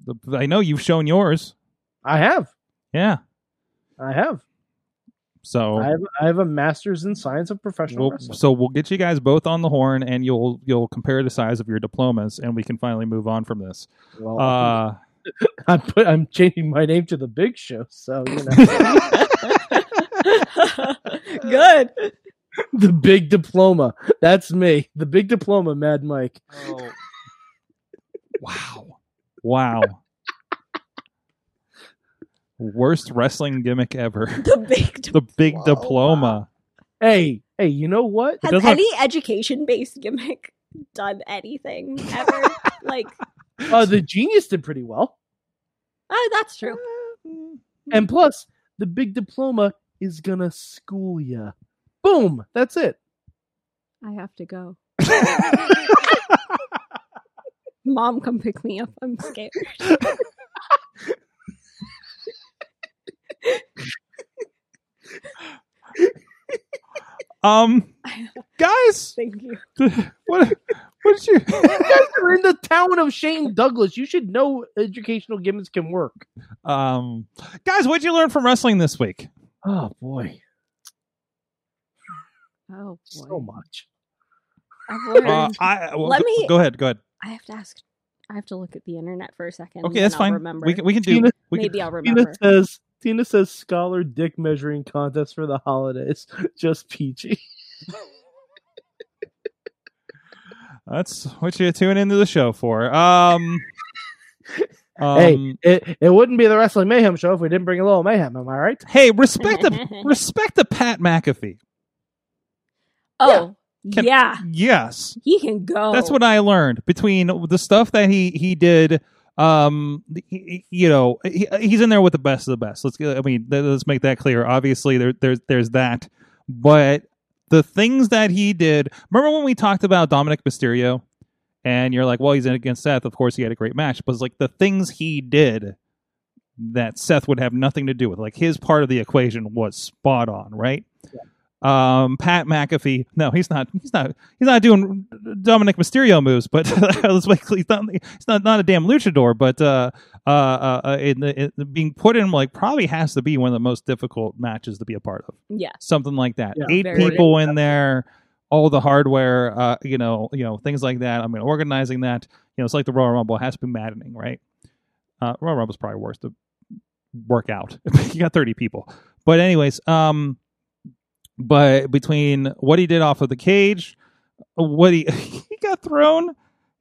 Speaker 2: The- I know you've shown yours,
Speaker 3: I have.
Speaker 2: yeah.
Speaker 3: I have.
Speaker 2: So
Speaker 3: I have. I have a master's in science of professional
Speaker 2: We'll,
Speaker 3: wrestling.
Speaker 2: so we'll get you guys both on the horn, and you'll you'll compare the size of your diplomas, and we can finally move on from this.
Speaker 3: Well,
Speaker 2: Uh,
Speaker 3: I put, I'm changing my name to the Big Show, so you know
Speaker 4: Good.
Speaker 3: the Big Diploma. That's me, the Big Diploma, Mad Mike.
Speaker 2: wow, wow, worst wrestling gimmick ever.
Speaker 4: The big. d-
Speaker 2: The big diploma.
Speaker 3: Hey, hey, you know what?
Speaker 4: Has
Speaker 2: doesn't-
Speaker 4: any education-based gimmick done anything ever? like,
Speaker 3: Uh, the Genius did pretty well,
Speaker 4: oh, that's true.
Speaker 3: and plus, the Big Diploma is gonna school ya. Boom, that's it.
Speaker 4: I have to go. Mom, come pick me up. I'm scared.
Speaker 2: Um, guys,
Speaker 4: Thank you.
Speaker 2: what what did you?
Speaker 3: You guys are in the town of Shane Douglas. You should know educational gimmicks can work.
Speaker 2: Um, guys, what'd you learn from wrestling this week?
Speaker 3: Oh boy,
Speaker 4: Oh
Speaker 3: so much.
Speaker 4: I've learned.
Speaker 2: Uh, I well,
Speaker 4: Let
Speaker 2: go-
Speaker 4: me-
Speaker 2: go ahead. Go ahead.
Speaker 4: I have to ask. I have to look at the internet for a second.
Speaker 2: Okay, that's
Speaker 4: and I'll
Speaker 2: fine.
Speaker 4: Remember.
Speaker 2: We can we can do.
Speaker 3: Tina-
Speaker 2: we can,
Speaker 4: Maybe I'll
Speaker 3: Tina
Speaker 4: remember.
Speaker 3: says. Tina says scholar dick measuring contest for the holidays. Just peachy.
Speaker 2: That's what you tune into the show for. Um, um,
Speaker 3: It, it wouldn't be the Wrestling Mayhem show if we didn't bring a little mayhem. Am I right?
Speaker 2: hey, respect the respect the Pat McAfee.
Speaker 4: oh,
Speaker 2: Can-
Speaker 4: yeah.
Speaker 2: Yes,
Speaker 4: He can go.
Speaker 2: that's what I learned between the stuff that he he did. Um, he- he- you know, he, he's in there with the best of the best. Let's I mean, th- let's make that clear. Obviously, there there's there's that, but the things that he did. Remember when we talked about Dominic Mysterio, and you're like, well, he's in against Seth. Of course, he had a great match, but it's like the things he did that Seth would have nothing to do with. Like his part of the equation was spot on, right? Um, Pat McAfee. No, he's not. He's not. He's not doing Dominic Mysterio moves. But let's make clear, he's not. He's not, not a damn luchador. But uh, uh, uh, uh, in the, in the- being put in like probably has to be one of the most difficult matches to be a part of
Speaker 4: Yeah.
Speaker 2: something like that.
Speaker 3: Yeah,
Speaker 2: Eight
Speaker 4: very
Speaker 2: people in there, all the hardware, uh, you know, you know, things like that. I mean, organizing that, you know, it's like the Royal Rumble it has to be maddening, right? Uh, Royal Rumble's probably worse to work out. you got thirty people, but anyways, um, but between what he did off of the cage, what he he got thrown,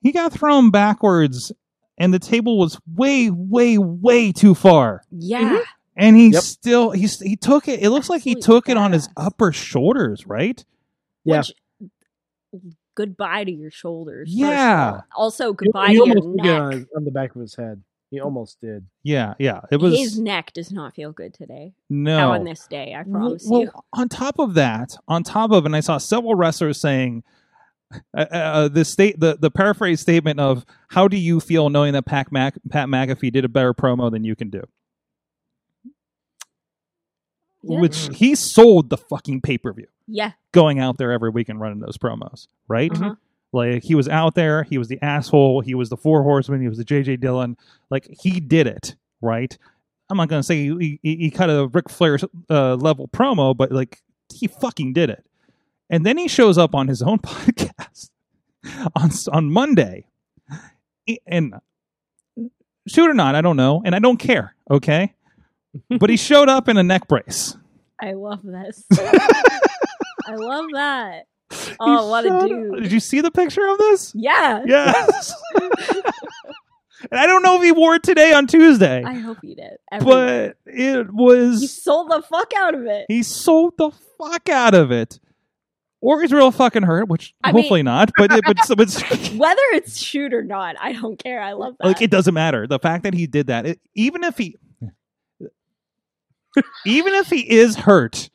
Speaker 2: he got thrown backwards, and the table was way, way, way too far
Speaker 4: Yeah.
Speaker 2: mm-hmm. and he
Speaker 3: Yep.
Speaker 2: still he s- he took it. It looks like he
Speaker 4: Absolute
Speaker 2: took it on his
Speaker 4: badass.
Speaker 2: upper shoulders, right?
Speaker 3: Yeah.
Speaker 4: Which, goodbye to your shoulders. first of
Speaker 2: Yeah.
Speaker 4: all. Also,
Speaker 3: You-
Speaker 4: goodbye
Speaker 3: you
Speaker 4: to your
Speaker 3: almost did get
Speaker 4: neck.
Speaker 3: on, on the back of his head. He almost did.
Speaker 2: Yeah, yeah. It was
Speaker 4: His neck does not feel good today.
Speaker 2: no.
Speaker 4: Now on this day, I
Speaker 2: Well-
Speaker 4: promise
Speaker 2: well,
Speaker 4: you.
Speaker 2: on top of that, on top of, and I saw several wrestlers saying uh, uh, the state, the the paraphrase statement of "How do you feel knowing that Pat, Mac, Pat McAfee did a better promo than you can do?"
Speaker 4: Yeah.
Speaker 2: Which he sold the fucking pay per view,
Speaker 4: Yeah.
Speaker 2: going out there every week and running those promos, right?
Speaker 4: Uh-huh.
Speaker 2: Like he was out there, he was the asshole, he was the four horsemen, he was the JJ Dillon. Like he did it, right? I'm not gonna say he, he, he cut a Ric Flair uh, level promo, but like he fucking did it. And then he shows up on his own podcast on s- on Monday, I- and shoot or not, I don't know, and I don't care. Okay, but he showed up in a neck brace.
Speaker 4: I love this. I love that. Oh,
Speaker 2: He
Speaker 4: what a
Speaker 2: showed-
Speaker 4: dude.
Speaker 2: Did you see the picture of this?
Speaker 4: Yeah.
Speaker 2: Yes. and I don't know if he wore it today on Tuesday,
Speaker 4: I hope you did. Everyone.
Speaker 2: but it
Speaker 4: He
Speaker 2: was
Speaker 4: sold the fuck out of it.
Speaker 2: he sold the fuck out of it. or he's real fucking hurt, which
Speaker 4: I mean-
Speaker 2: hopefully not. But it, but but
Speaker 4: Whether it's shoot or not, I don't care. I love that.
Speaker 2: like it doesn't matter. The fact that he did that, it, even if he, even if he is hurt,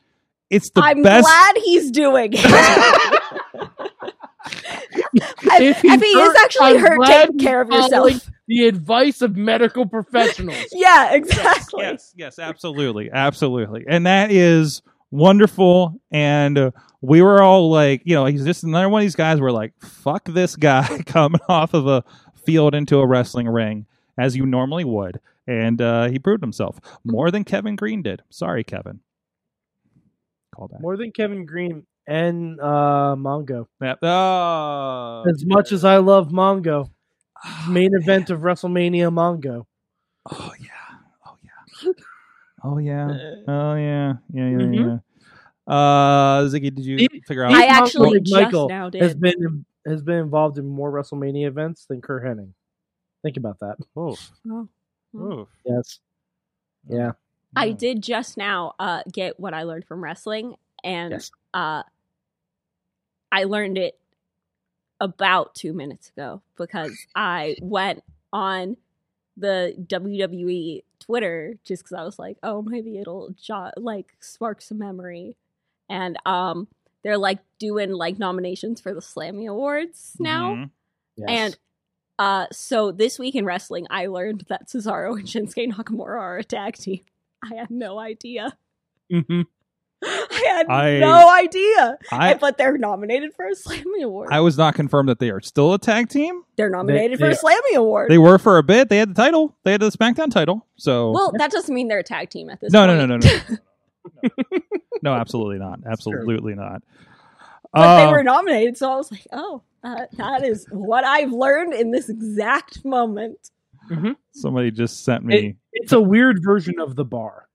Speaker 2: it's the
Speaker 4: I'm
Speaker 2: best.
Speaker 4: glad he's doing it. I,
Speaker 3: If
Speaker 4: I
Speaker 3: he's
Speaker 4: mean,
Speaker 3: hurt,
Speaker 4: he's actually
Speaker 3: I'm
Speaker 4: hurt.
Speaker 3: glad
Speaker 4: Take
Speaker 3: he's
Speaker 4: care of
Speaker 3: following
Speaker 4: yourself.
Speaker 3: the advice of medical professionals.
Speaker 4: Yeah, exactly.
Speaker 2: Yes, yes, absolutely, absolutely, and that is wonderful. And uh, we were all like, you know, he's just another one of these guys. We're like, fuck this guy coming off of a field into a wrestling ring as you normally would, and uh, he proved himself more than Kevin Green did. Sorry, Kevin. Call back.
Speaker 3: More than Kevin Green and uh, Mongo.
Speaker 2: Yep. Oh,
Speaker 3: As much as I love Mongo, main event of WrestMania Mongo.
Speaker 2: Oh yeah. Oh yeah. Oh yeah.
Speaker 4: Uh,
Speaker 2: Oh yeah. Yeah yeah
Speaker 4: Mm-hmm.
Speaker 2: yeah. Uh, Ziggy, did you
Speaker 3: Steve-
Speaker 2: figure out?
Speaker 4: I
Speaker 3: Steve
Speaker 4: actually
Speaker 3: Mongo
Speaker 4: just
Speaker 3: Michael
Speaker 4: now did.
Speaker 3: has been has been involved in more WrestleMania events than Kurt Hennig. Think about that.
Speaker 2: Oof.
Speaker 4: Oh.
Speaker 2: Oof.
Speaker 3: Yes. Yeah.
Speaker 4: I did just now uh, get what I learned from wrestling, and
Speaker 3: Yes.
Speaker 4: uh, I learned it about two minutes ago because I went on the WWE Twitter just because I was like, oh, maybe it'll jo- like spark some memory, and um, they're like doing like nominations for the Slammy Awards now,
Speaker 2: Mhm.
Speaker 3: Yes.
Speaker 4: and. Uh, so this week in wrestling, I learned that Cesaro and Shinsuke Nakamura are a tag team. I had no idea.
Speaker 2: Mm-hmm.
Speaker 4: Mm-hmm.
Speaker 3: Mhm.
Speaker 4: I had
Speaker 2: I-
Speaker 4: no idea.
Speaker 2: I
Speaker 4: but they're nominated for a Slammy Award.
Speaker 2: I was not confirmed that they are still a tag team.
Speaker 4: they're nominated for
Speaker 3: they-
Speaker 4: a Slammy Award.
Speaker 2: They were for a bit. They had the title. They had the SmackDown title. So
Speaker 4: well, that doesn't mean they're a tag team at this
Speaker 2: no,
Speaker 4: point.
Speaker 2: no, no, no, no, no, no, absolutely not. Absolutely not.
Speaker 4: But they
Speaker 2: Uh,
Speaker 4: were nominated, so I was like, oh, that, that is what I've learned in this exact moment.
Speaker 2: somebody just sent me.
Speaker 3: it's a weird version of the bar.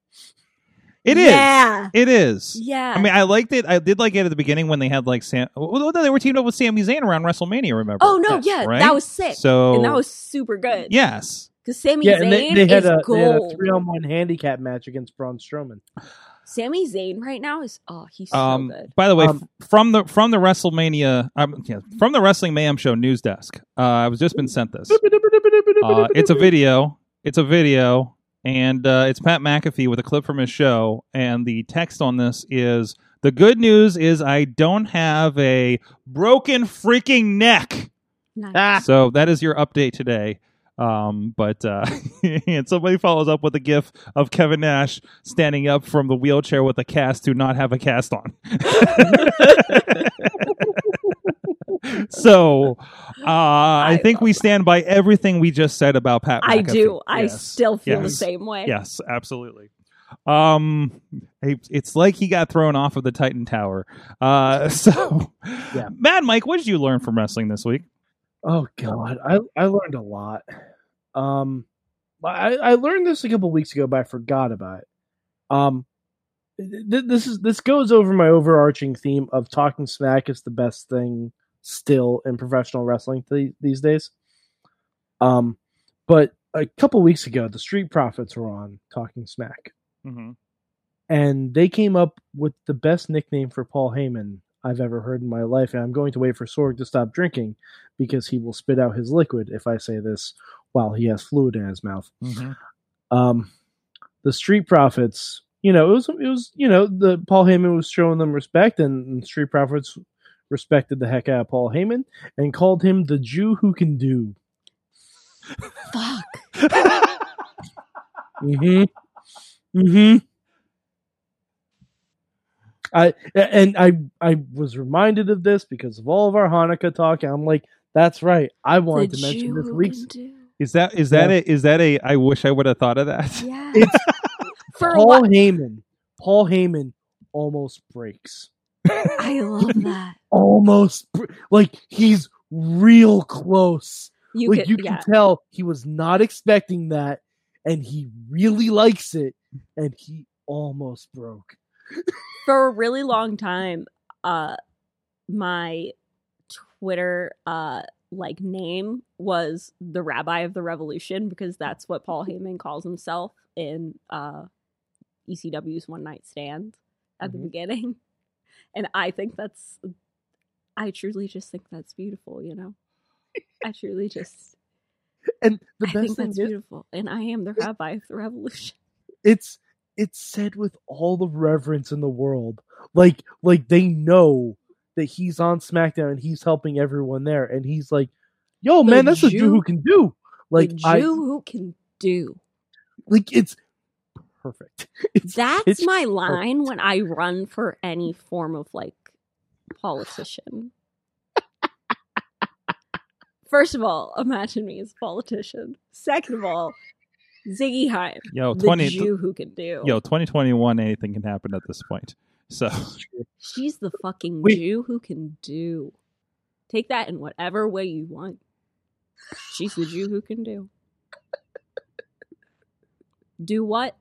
Speaker 2: it is.
Speaker 4: Yeah.
Speaker 2: It is.
Speaker 4: Yeah.
Speaker 2: I mean, I liked it. I did like it at the beginning when they had like Sam. Well, no, they were teamed up with Sami Zayn around WrestleMania. Remember?
Speaker 4: oh, no,
Speaker 2: Yes,
Speaker 4: yeah.
Speaker 2: right?
Speaker 4: That was sick.
Speaker 2: so.
Speaker 4: and that was super good.
Speaker 2: yes.
Speaker 4: Because Sami
Speaker 3: Yeah,
Speaker 4: Zayn
Speaker 3: and they, they had
Speaker 4: is
Speaker 3: a they had a
Speaker 4: gold.
Speaker 3: three on one handicap match against Braun Strowman.
Speaker 4: Sammy Zayn right now is oh he's so
Speaker 2: Um,
Speaker 4: good.
Speaker 2: by the way,
Speaker 3: Um,
Speaker 2: f- from the from the WrestleMania, um, yeah, from the Wrestling Mayhem Show news desk, uh, I was just been sent this. Uh, it's a video. It's a video, and uh, it's Pat McAfee with a clip from his show. And the text on this is: "The good news is I don't have a broken freaking neck."
Speaker 4: Nice.
Speaker 3: Ah.
Speaker 2: So that is your update today. Um, but uh, and somebody follows up with a gif of Kevin Nash standing up from the wheelchair with a cast to not have a cast on. so uh, I, think we stand by everything we just said about Pat.
Speaker 4: I
Speaker 2: McAfee.
Speaker 4: do. I
Speaker 2: Yes.
Speaker 4: still feel the
Speaker 2: Yes.
Speaker 4: same way.
Speaker 2: Yes, absolutely. Um, it- it's like he got thrown off of the Titan Tower. Uh, so,
Speaker 3: Yeah.
Speaker 2: Mad Mike, what did you learn from wrestling this week?
Speaker 3: Oh God, I I learned a lot. Um, I I learned this a couple weeks ago, but I forgot about it. Um, th- th- this is this goes over my overarching theme of talking smack is the best thing still in professional wrestling th- these days. Um, but a couple weeks ago, the Street Profits were on talking smack,
Speaker 2: Mm-hmm.
Speaker 3: and they came up with the best nickname for Paul Heyman I've ever heard in my life. And I'm going to wait for Sorg to stop drinking because he will spit out his liquid if I say this while he has fluid in his mouth.
Speaker 2: Mm-hmm.
Speaker 3: Um, the Street Profits, you know, it was it was you know the Paul Heyman was showing them respect, and, and Street Profits respected the heck out of Paul Heyman and called him the Jew who can do.
Speaker 4: Fuck.
Speaker 3: Mm-hmm. Mm-hmm. I and I I was reminded of this because of all of our Hanukkah talk, and I'm like, that's right. I wanted
Speaker 4: The
Speaker 3: to mention
Speaker 4: Jew
Speaker 3: this
Speaker 4: who
Speaker 3: week's
Speaker 4: can do-
Speaker 2: Is that is that a is that a I wish I would have thought of that.
Speaker 4: Yeah.
Speaker 3: It's-
Speaker 4: For a
Speaker 3: Paul
Speaker 4: while,
Speaker 3: Heyman. Paul Heyman almost breaks.
Speaker 4: I love that.
Speaker 3: Almost br- like he's real close.
Speaker 4: You
Speaker 3: like
Speaker 4: could,
Speaker 3: you can
Speaker 4: yeah.
Speaker 3: tell he was not expecting that, and he really likes it, and he almost broke.
Speaker 4: For a really long time, uh, my Twitter uh like name was the Rabbi of the Revolution because that's what Paul Heyman calls himself in uh
Speaker 3: Mm-hmm.
Speaker 4: ECW's One Night Stand at the beginning, and I think that's I truly just think that's beautiful, you know? I truly just
Speaker 3: And the best
Speaker 4: I think
Speaker 3: thing
Speaker 4: that's
Speaker 3: is,
Speaker 4: beautiful. And I am the rabbi of the revolution.
Speaker 3: it's it's said with all the reverence in the world. Like like they know that he's on SmackDown and he's helping everyone there, and he's like, "Yo,
Speaker 4: The
Speaker 3: man, that's a Jew
Speaker 4: Jew-
Speaker 3: who can do." Like
Speaker 4: the Jew
Speaker 3: I
Speaker 4: who can do.
Speaker 3: like it's perfect. It's
Speaker 4: That's
Speaker 3: it's-
Speaker 4: my line when I run for any form of like politician. First of all, imagine me as a politician. Second of all, Ziggy Heim,
Speaker 2: Yo,
Speaker 4: the
Speaker 2: 20,
Speaker 4: Jew who can do.
Speaker 2: yo, 2021, anything can happen at this point. So,
Speaker 4: She's the fucking
Speaker 3: Wait.
Speaker 4: Jew who can do. Take that in whatever way you want. She's the Jew who can do. Do what?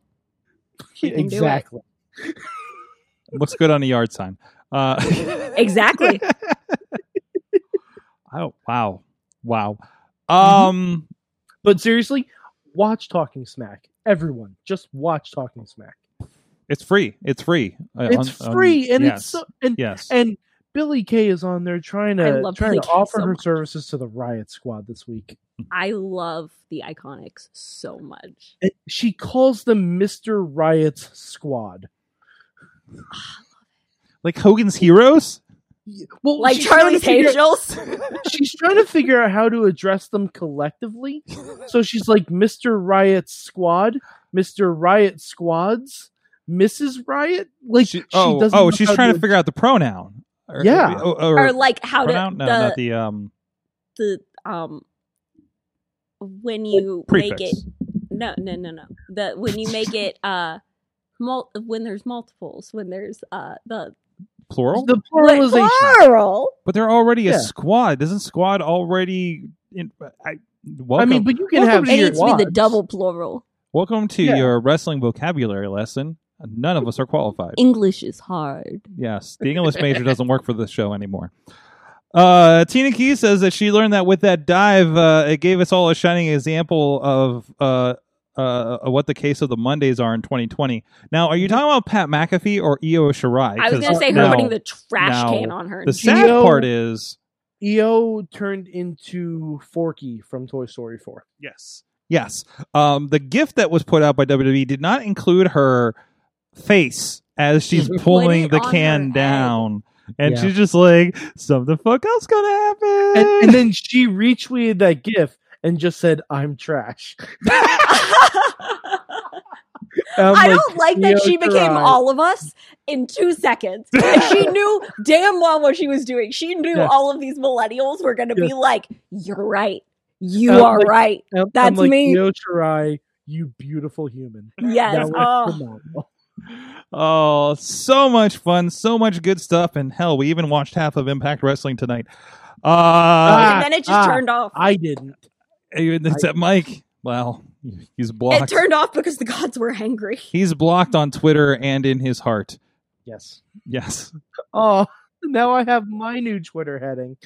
Speaker 4: She can do it.
Speaker 3: exactly.
Speaker 2: looks good on a yard sign. Uh,
Speaker 4: Exactly.
Speaker 2: oh, wow. Wow.
Speaker 3: Mm-hmm.
Speaker 2: Um,
Speaker 3: But seriously, watch Talking Smack. Everyone, just watch Talking Smack.
Speaker 2: It's free. It's free. Uh,
Speaker 3: It's
Speaker 2: on- on-
Speaker 3: free, and
Speaker 2: yes.
Speaker 3: it's so, and
Speaker 2: Yes.
Speaker 3: and Billy Kay is on there trying
Speaker 4: I
Speaker 3: to
Speaker 4: love
Speaker 3: trying
Speaker 4: Billy
Speaker 3: to
Speaker 4: Kay
Speaker 3: offer
Speaker 4: so
Speaker 3: her
Speaker 4: much.
Speaker 3: services to the Riot Squad this week.
Speaker 4: I love the iconics so much.
Speaker 3: And she calls them Mister Riot's Squad.
Speaker 2: like Hogan's Heroes?
Speaker 3: Yeah, Well,
Speaker 4: Like
Speaker 3: she's trying to
Speaker 4: Charlie's
Speaker 3: figure-
Speaker 4: Angels.
Speaker 3: she's trying to figure out how to address them collectively. So she's like Mister Riot Squad, Mister Riot Squads, Mrs. Riot. Like she,
Speaker 2: oh,
Speaker 3: doesn't
Speaker 2: oh,
Speaker 3: know
Speaker 2: she's
Speaker 3: how
Speaker 2: trying to
Speaker 3: ad-
Speaker 2: figure out the pronoun. Or-
Speaker 3: Yeah.
Speaker 2: Or, or
Speaker 4: or like how to
Speaker 2: pronoun? no,
Speaker 4: the,
Speaker 2: not the um
Speaker 4: the um when you
Speaker 2: prefix.
Speaker 4: make it no no no no the when you make it uh mul- when there's multiples when there's uh the
Speaker 2: plural.
Speaker 3: the pluralization.
Speaker 4: plural
Speaker 2: but they're already
Speaker 3: Yeah.
Speaker 2: a squad. Doesn't squad already? In, I, welcome,
Speaker 3: I mean, but you can
Speaker 2: Welcome
Speaker 3: have
Speaker 2: to
Speaker 4: it
Speaker 2: your
Speaker 4: needs to be the
Speaker 3: squads.
Speaker 4: double plural
Speaker 2: welcome to
Speaker 3: yeah.
Speaker 2: your wrestling vocabulary lesson. None of us are qualified.
Speaker 4: english is hard
Speaker 2: Yes, the English major doesn't work for this show anymore. Uh, Tina Key says that she learned that with that dive, uh, it gave us all a shining example of uh, uh, what the case of the Mondays are in 2020. Now, are you talking about Pat McAfee or Io Shirai?
Speaker 4: i was
Speaker 2: 'Cause
Speaker 4: gonna say her
Speaker 2: now
Speaker 4: putting the trash
Speaker 2: now
Speaker 4: can on her
Speaker 2: the
Speaker 4: and shit.
Speaker 2: sad
Speaker 3: Geo-
Speaker 2: part is
Speaker 3: EO turned into Forky from Toy Story 4.
Speaker 2: yes, yes. Um, the gift that was put out by WWE did not include her face as she's
Speaker 4: Put
Speaker 2: pulling
Speaker 4: it
Speaker 2: the
Speaker 4: on her
Speaker 2: can
Speaker 4: head.
Speaker 2: down, and
Speaker 3: Yeah.
Speaker 2: she's just like, "Something the fuck else gonna happen?"
Speaker 3: And, and then she retweeted that GIF and just said, I'm trash. And I'm
Speaker 4: I
Speaker 3: like,
Speaker 4: don't like that
Speaker 3: "Yo,
Speaker 4: she became
Speaker 3: Shirai."
Speaker 4: all of us in two seconds. And she knew damn well what she was doing. She knew
Speaker 3: Yes.
Speaker 4: all of these millennials were going to
Speaker 3: Yes.
Speaker 4: be like, "You're right. You
Speaker 3: Um,
Speaker 4: are
Speaker 3: like-
Speaker 4: right.
Speaker 3: And I'm
Speaker 4: That's
Speaker 3: like,
Speaker 4: me."
Speaker 3: Yo, Shirai, you beautiful human. That
Speaker 4: Yes.
Speaker 3: was
Speaker 4: Oh,
Speaker 3: phenomenal.
Speaker 2: Oh, so much fun, so much good stuff, and hell, we even watched half of Impact Wrestling tonight. Uh,
Speaker 3: Ah,
Speaker 4: and then it just
Speaker 3: ah,
Speaker 4: turned off.
Speaker 3: I didn't.
Speaker 2: except Mike. Well, he's
Speaker 4: It
Speaker 2: blocked.
Speaker 4: turned off because the gods were angry.
Speaker 2: he's blocked on Twitter and in his heart.
Speaker 3: Yes.
Speaker 2: Yes.
Speaker 3: Oh, now I have my new Twitter heading.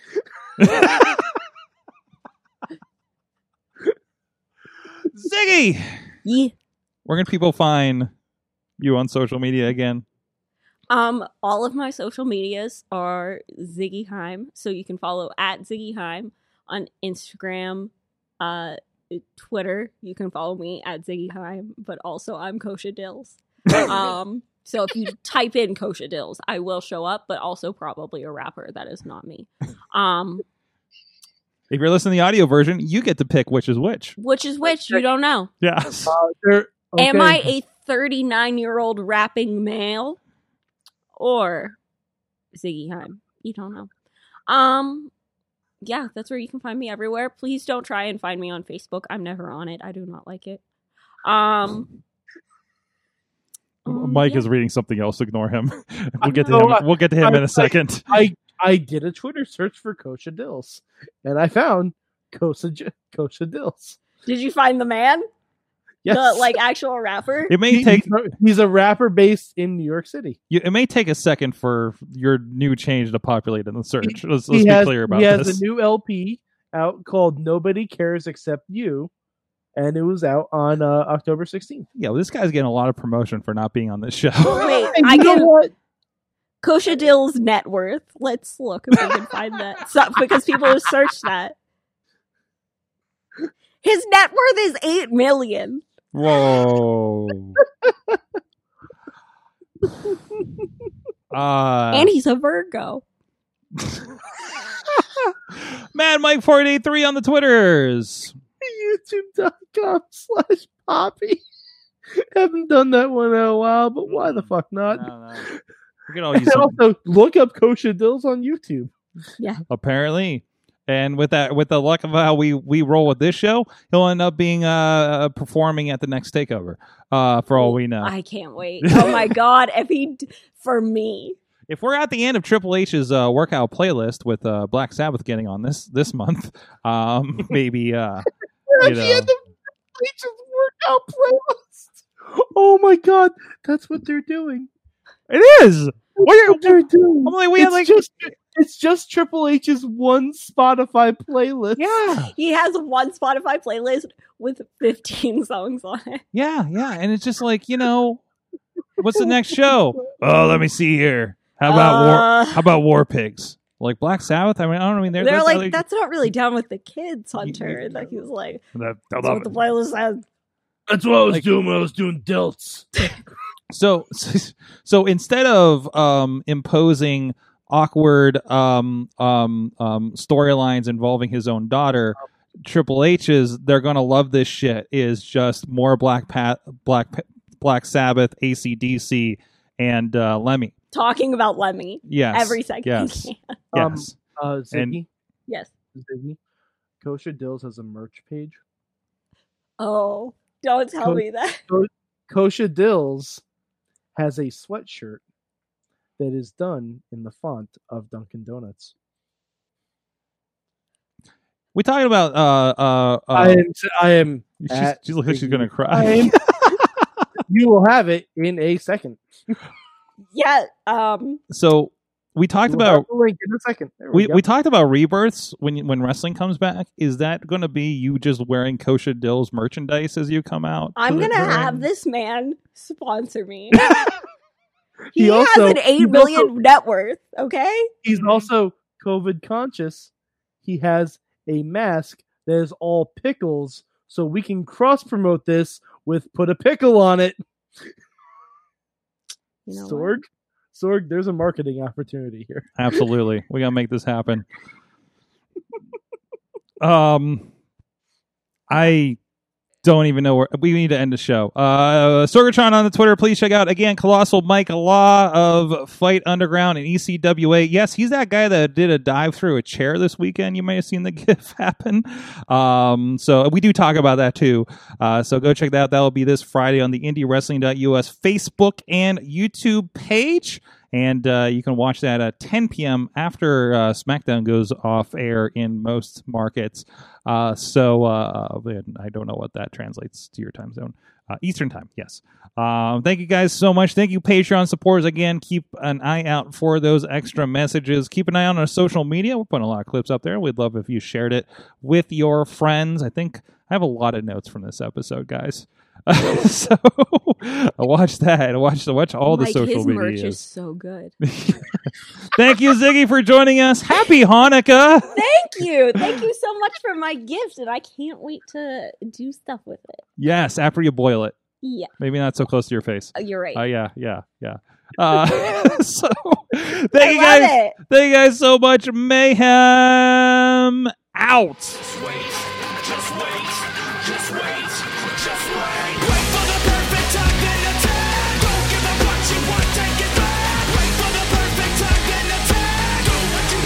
Speaker 2: Ziggy,
Speaker 4: Yeah.
Speaker 2: where can people find you on social media again?
Speaker 4: Um, all of my social medias are Ziggy Heim, so you can follow at Ziggy Heim on Instagram, uh, Twitter. You can follow me at Ziggy Heim, but also I'm Kosha Dills. um, so if you type in Kosha Dills, I will show up, but also probably a rapper that is not me. Um,
Speaker 2: If you're listening to the audio version, you get to pick which is which.
Speaker 4: which is which you don't know.
Speaker 2: Yes.
Speaker 3: Uh, there,
Speaker 4: Am
Speaker 2: Oh,
Speaker 3: okay.
Speaker 4: I a 39 year old rapping male or Ziggy Heim? You don't know. Um, yeah, that's where you can find me everywhere. Please don't try and find me on Facebook. I'm never on it. I do not like it. Um, um,
Speaker 2: Mike
Speaker 4: yeah.
Speaker 2: is reading something else. Ignore him. we'll get to
Speaker 3: No,
Speaker 2: him. We'll get to him in
Speaker 3: I-
Speaker 2: a second.
Speaker 3: I I did a Twitter search for Kosha Dills, and I found Kosha J- Kosha Dills.
Speaker 4: Did you find the man?
Speaker 3: Yes,
Speaker 4: The like actual rapper?
Speaker 2: It may
Speaker 3: He-
Speaker 2: take
Speaker 3: he's a rapper based in New York City.
Speaker 2: You, it may take a second for your new change to populate in the search. Let's, let's
Speaker 3: he
Speaker 2: be
Speaker 3: has,
Speaker 2: clear about
Speaker 3: he has
Speaker 2: this.
Speaker 3: a new LP out called Nobody Cares Except You, and it was out on uh, October sixteenth.
Speaker 2: yeah, well, this guy's getting a lot of promotion for not being on this show.
Speaker 4: Wait, I
Speaker 3: you know
Speaker 4: can
Speaker 3: what?
Speaker 4: Kosha Dill's net worth. Let's look if we can find that. So, because people have searched that. His net worth is eight million.
Speaker 2: Whoa. Uh,
Speaker 4: and he's a Virgo.
Speaker 2: Mad Mike four eight three on the Twitters.
Speaker 3: YouTube.com slash Poppy. Haven't done that one in a while, but why the fuck not?
Speaker 2: We can all
Speaker 3: And
Speaker 2: use some,
Speaker 3: also, look up Kosha Dills on YouTube.
Speaker 2: apparently. And with that, with the luck of how we we roll with this show, he'll end up being uh performing at the next takeover. Uh, for all we know,
Speaker 4: I can't wait. Oh my god, if he d- for me.
Speaker 2: if we're at the end of Triple H's uh, workout playlist with uh, Black Sabbath getting on this this month, um, maybe uh, You
Speaker 3: She
Speaker 2: know.
Speaker 3: had the Rachel's workout playlist. Oh my god, that's what they're doing.
Speaker 2: it is.
Speaker 3: That's
Speaker 2: What are-
Speaker 3: what they're doing.
Speaker 2: I'm like we had
Speaker 3: it's
Speaker 2: like
Speaker 3: just it's just Triple H's one Spotify playlist.
Speaker 2: yeah,
Speaker 4: He has one Spotify playlist with 15 songs on it.
Speaker 2: yeah, yeah, and it's just like you know, what's the next show? Oh, let me see here. How about War?
Speaker 4: Uh,
Speaker 2: How about War Pigs? Like Black Sabbath? I mean, I don't mean they're,
Speaker 4: They're, like, that's not really down with the kids, Hunter. And like, he was like,
Speaker 2: I
Speaker 4: that's what the playlist has.
Speaker 3: That's what I was
Speaker 2: Like-
Speaker 3: doing when I was doing delts.
Speaker 2: So, so instead of um, imposing awkward um, um, um, storylines involving his own daughter, Triple H's "They're Gonna Love This Shit" is just more Black Pat, Black Pa- Black Sabbath, ACDC, and uh, Lemmy.
Speaker 4: Talking about Lemmy
Speaker 2: Yes,
Speaker 4: every second. he
Speaker 2: Yes,
Speaker 4: can.
Speaker 3: Um,
Speaker 2: yes.
Speaker 3: Uh,
Speaker 2: And-
Speaker 3: Ziggy,
Speaker 4: Yes.
Speaker 3: Ziggy, Kosha Dills has a merch page.
Speaker 4: Oh, don't tell
Speaker 3: Cool.
Speaker 4: me that.
Speaker 3: Kosha Dills has a sweatshirt that is done in the font of Dunkin' Donuts.
Speaker 2: we talking about uh uh. uh
Speaker 3: I am. I am.
Speaker 2: she's, she's looking like she's gonna
Speaker 3: I
Speaker 2: cry.
Speaker 3: am you will have it in a second.
Speaker 4: Yeah. Um,
Speaker 2: So we talked
Speaker 3: You will have
Speaker 2: about
Speaker 3: the link in a second. There
Speaker 2: we,
Speaker 3: go.
Speaker 2: we talked about rebirths when you- when wrestling comes back. Is that going to be you just wearing Kosha Dill's merchandise as you come out?
Speaker 4: I'm
Speaker 2: to the
Speaker 4: going to have
Speaker 2: ring?
Speaker 4: this man sponsor me.
Speaker 3: He
Speaker 4: he
Speaker 3: also-
Speaker 4: has an
Speaker 3: he
Speaker 4: eight million
Speaker 3: also-
Speaker 4: net worth, okay?
Speaker 3: He's also COVID conscious. He has a mask that is all pickles, so we can cross promote this with put a pickle on it.
Speaker 4: You know what?
Speaker 3: Sorg, Sorg, there's a marketing opportunity here.
Speaker 2: Absolutely, we got to make this happen. um, I don't even know where we need to end the show. Uh, Sorgatron on the Twitter, please check out again Colossal Mike Law of Fight Underground and E ECWA. Yes, he's that guy that did a dive through a chair this weekend. You may have seen the GIF happen. Um, so we do talk about that too. Uh, so go check that out. That'll be this Friday on the IndieWrestling.us Facebook and YouTube page. And uh, you can watch that at 10 p.m. after uh, SmackDown goes off air in most markets. Uh, so uh, man, I don't know what that translates to your time zone. Uh, Eastern time, yes. Um, thank you guys so much. Thank you, Patreon supporters. Again, keep an eye out for those extra messages. Keep an eye on our social media. We're putting a lot of clips up there. We'd love if you shared it with your friends. I think I have a lot of notes from this episode, guys. so uh, watch that. Watch the watch all the
Speaker 4: Like,
Speaker 2: social
Speaker 4: his
Speaker 2: media.
Speaker 4: merch is so good.
Speaker 2: Thank you, Ziggy, for joining us. Happy Hanukkah.
Speaker 4: Thank you. Thank you so much for my gift, and I can't wait to do stuff with it.
Speaker 2: Yes, after you boil it.
Speaker 4: Yeah,
Speaker 2: Maybe not so close to your face.
Speaker 4: you're right.
Speaker 2: Oh, yeah, yeah, yeah. Uh, so, thank
Speaker 4: I
Speaker 2: you
Speaker 4: love
Speaker 2: guys.
Speaker 4: it.
Speaker 2: Thank you guys so much. Mayhem out.
Speaker 1: Just wait, just wait, just wait, just wait. Wait for the perfect time, then attack. Don't give up what you want, take it back. Wait for the perfect time, then attack. Do what you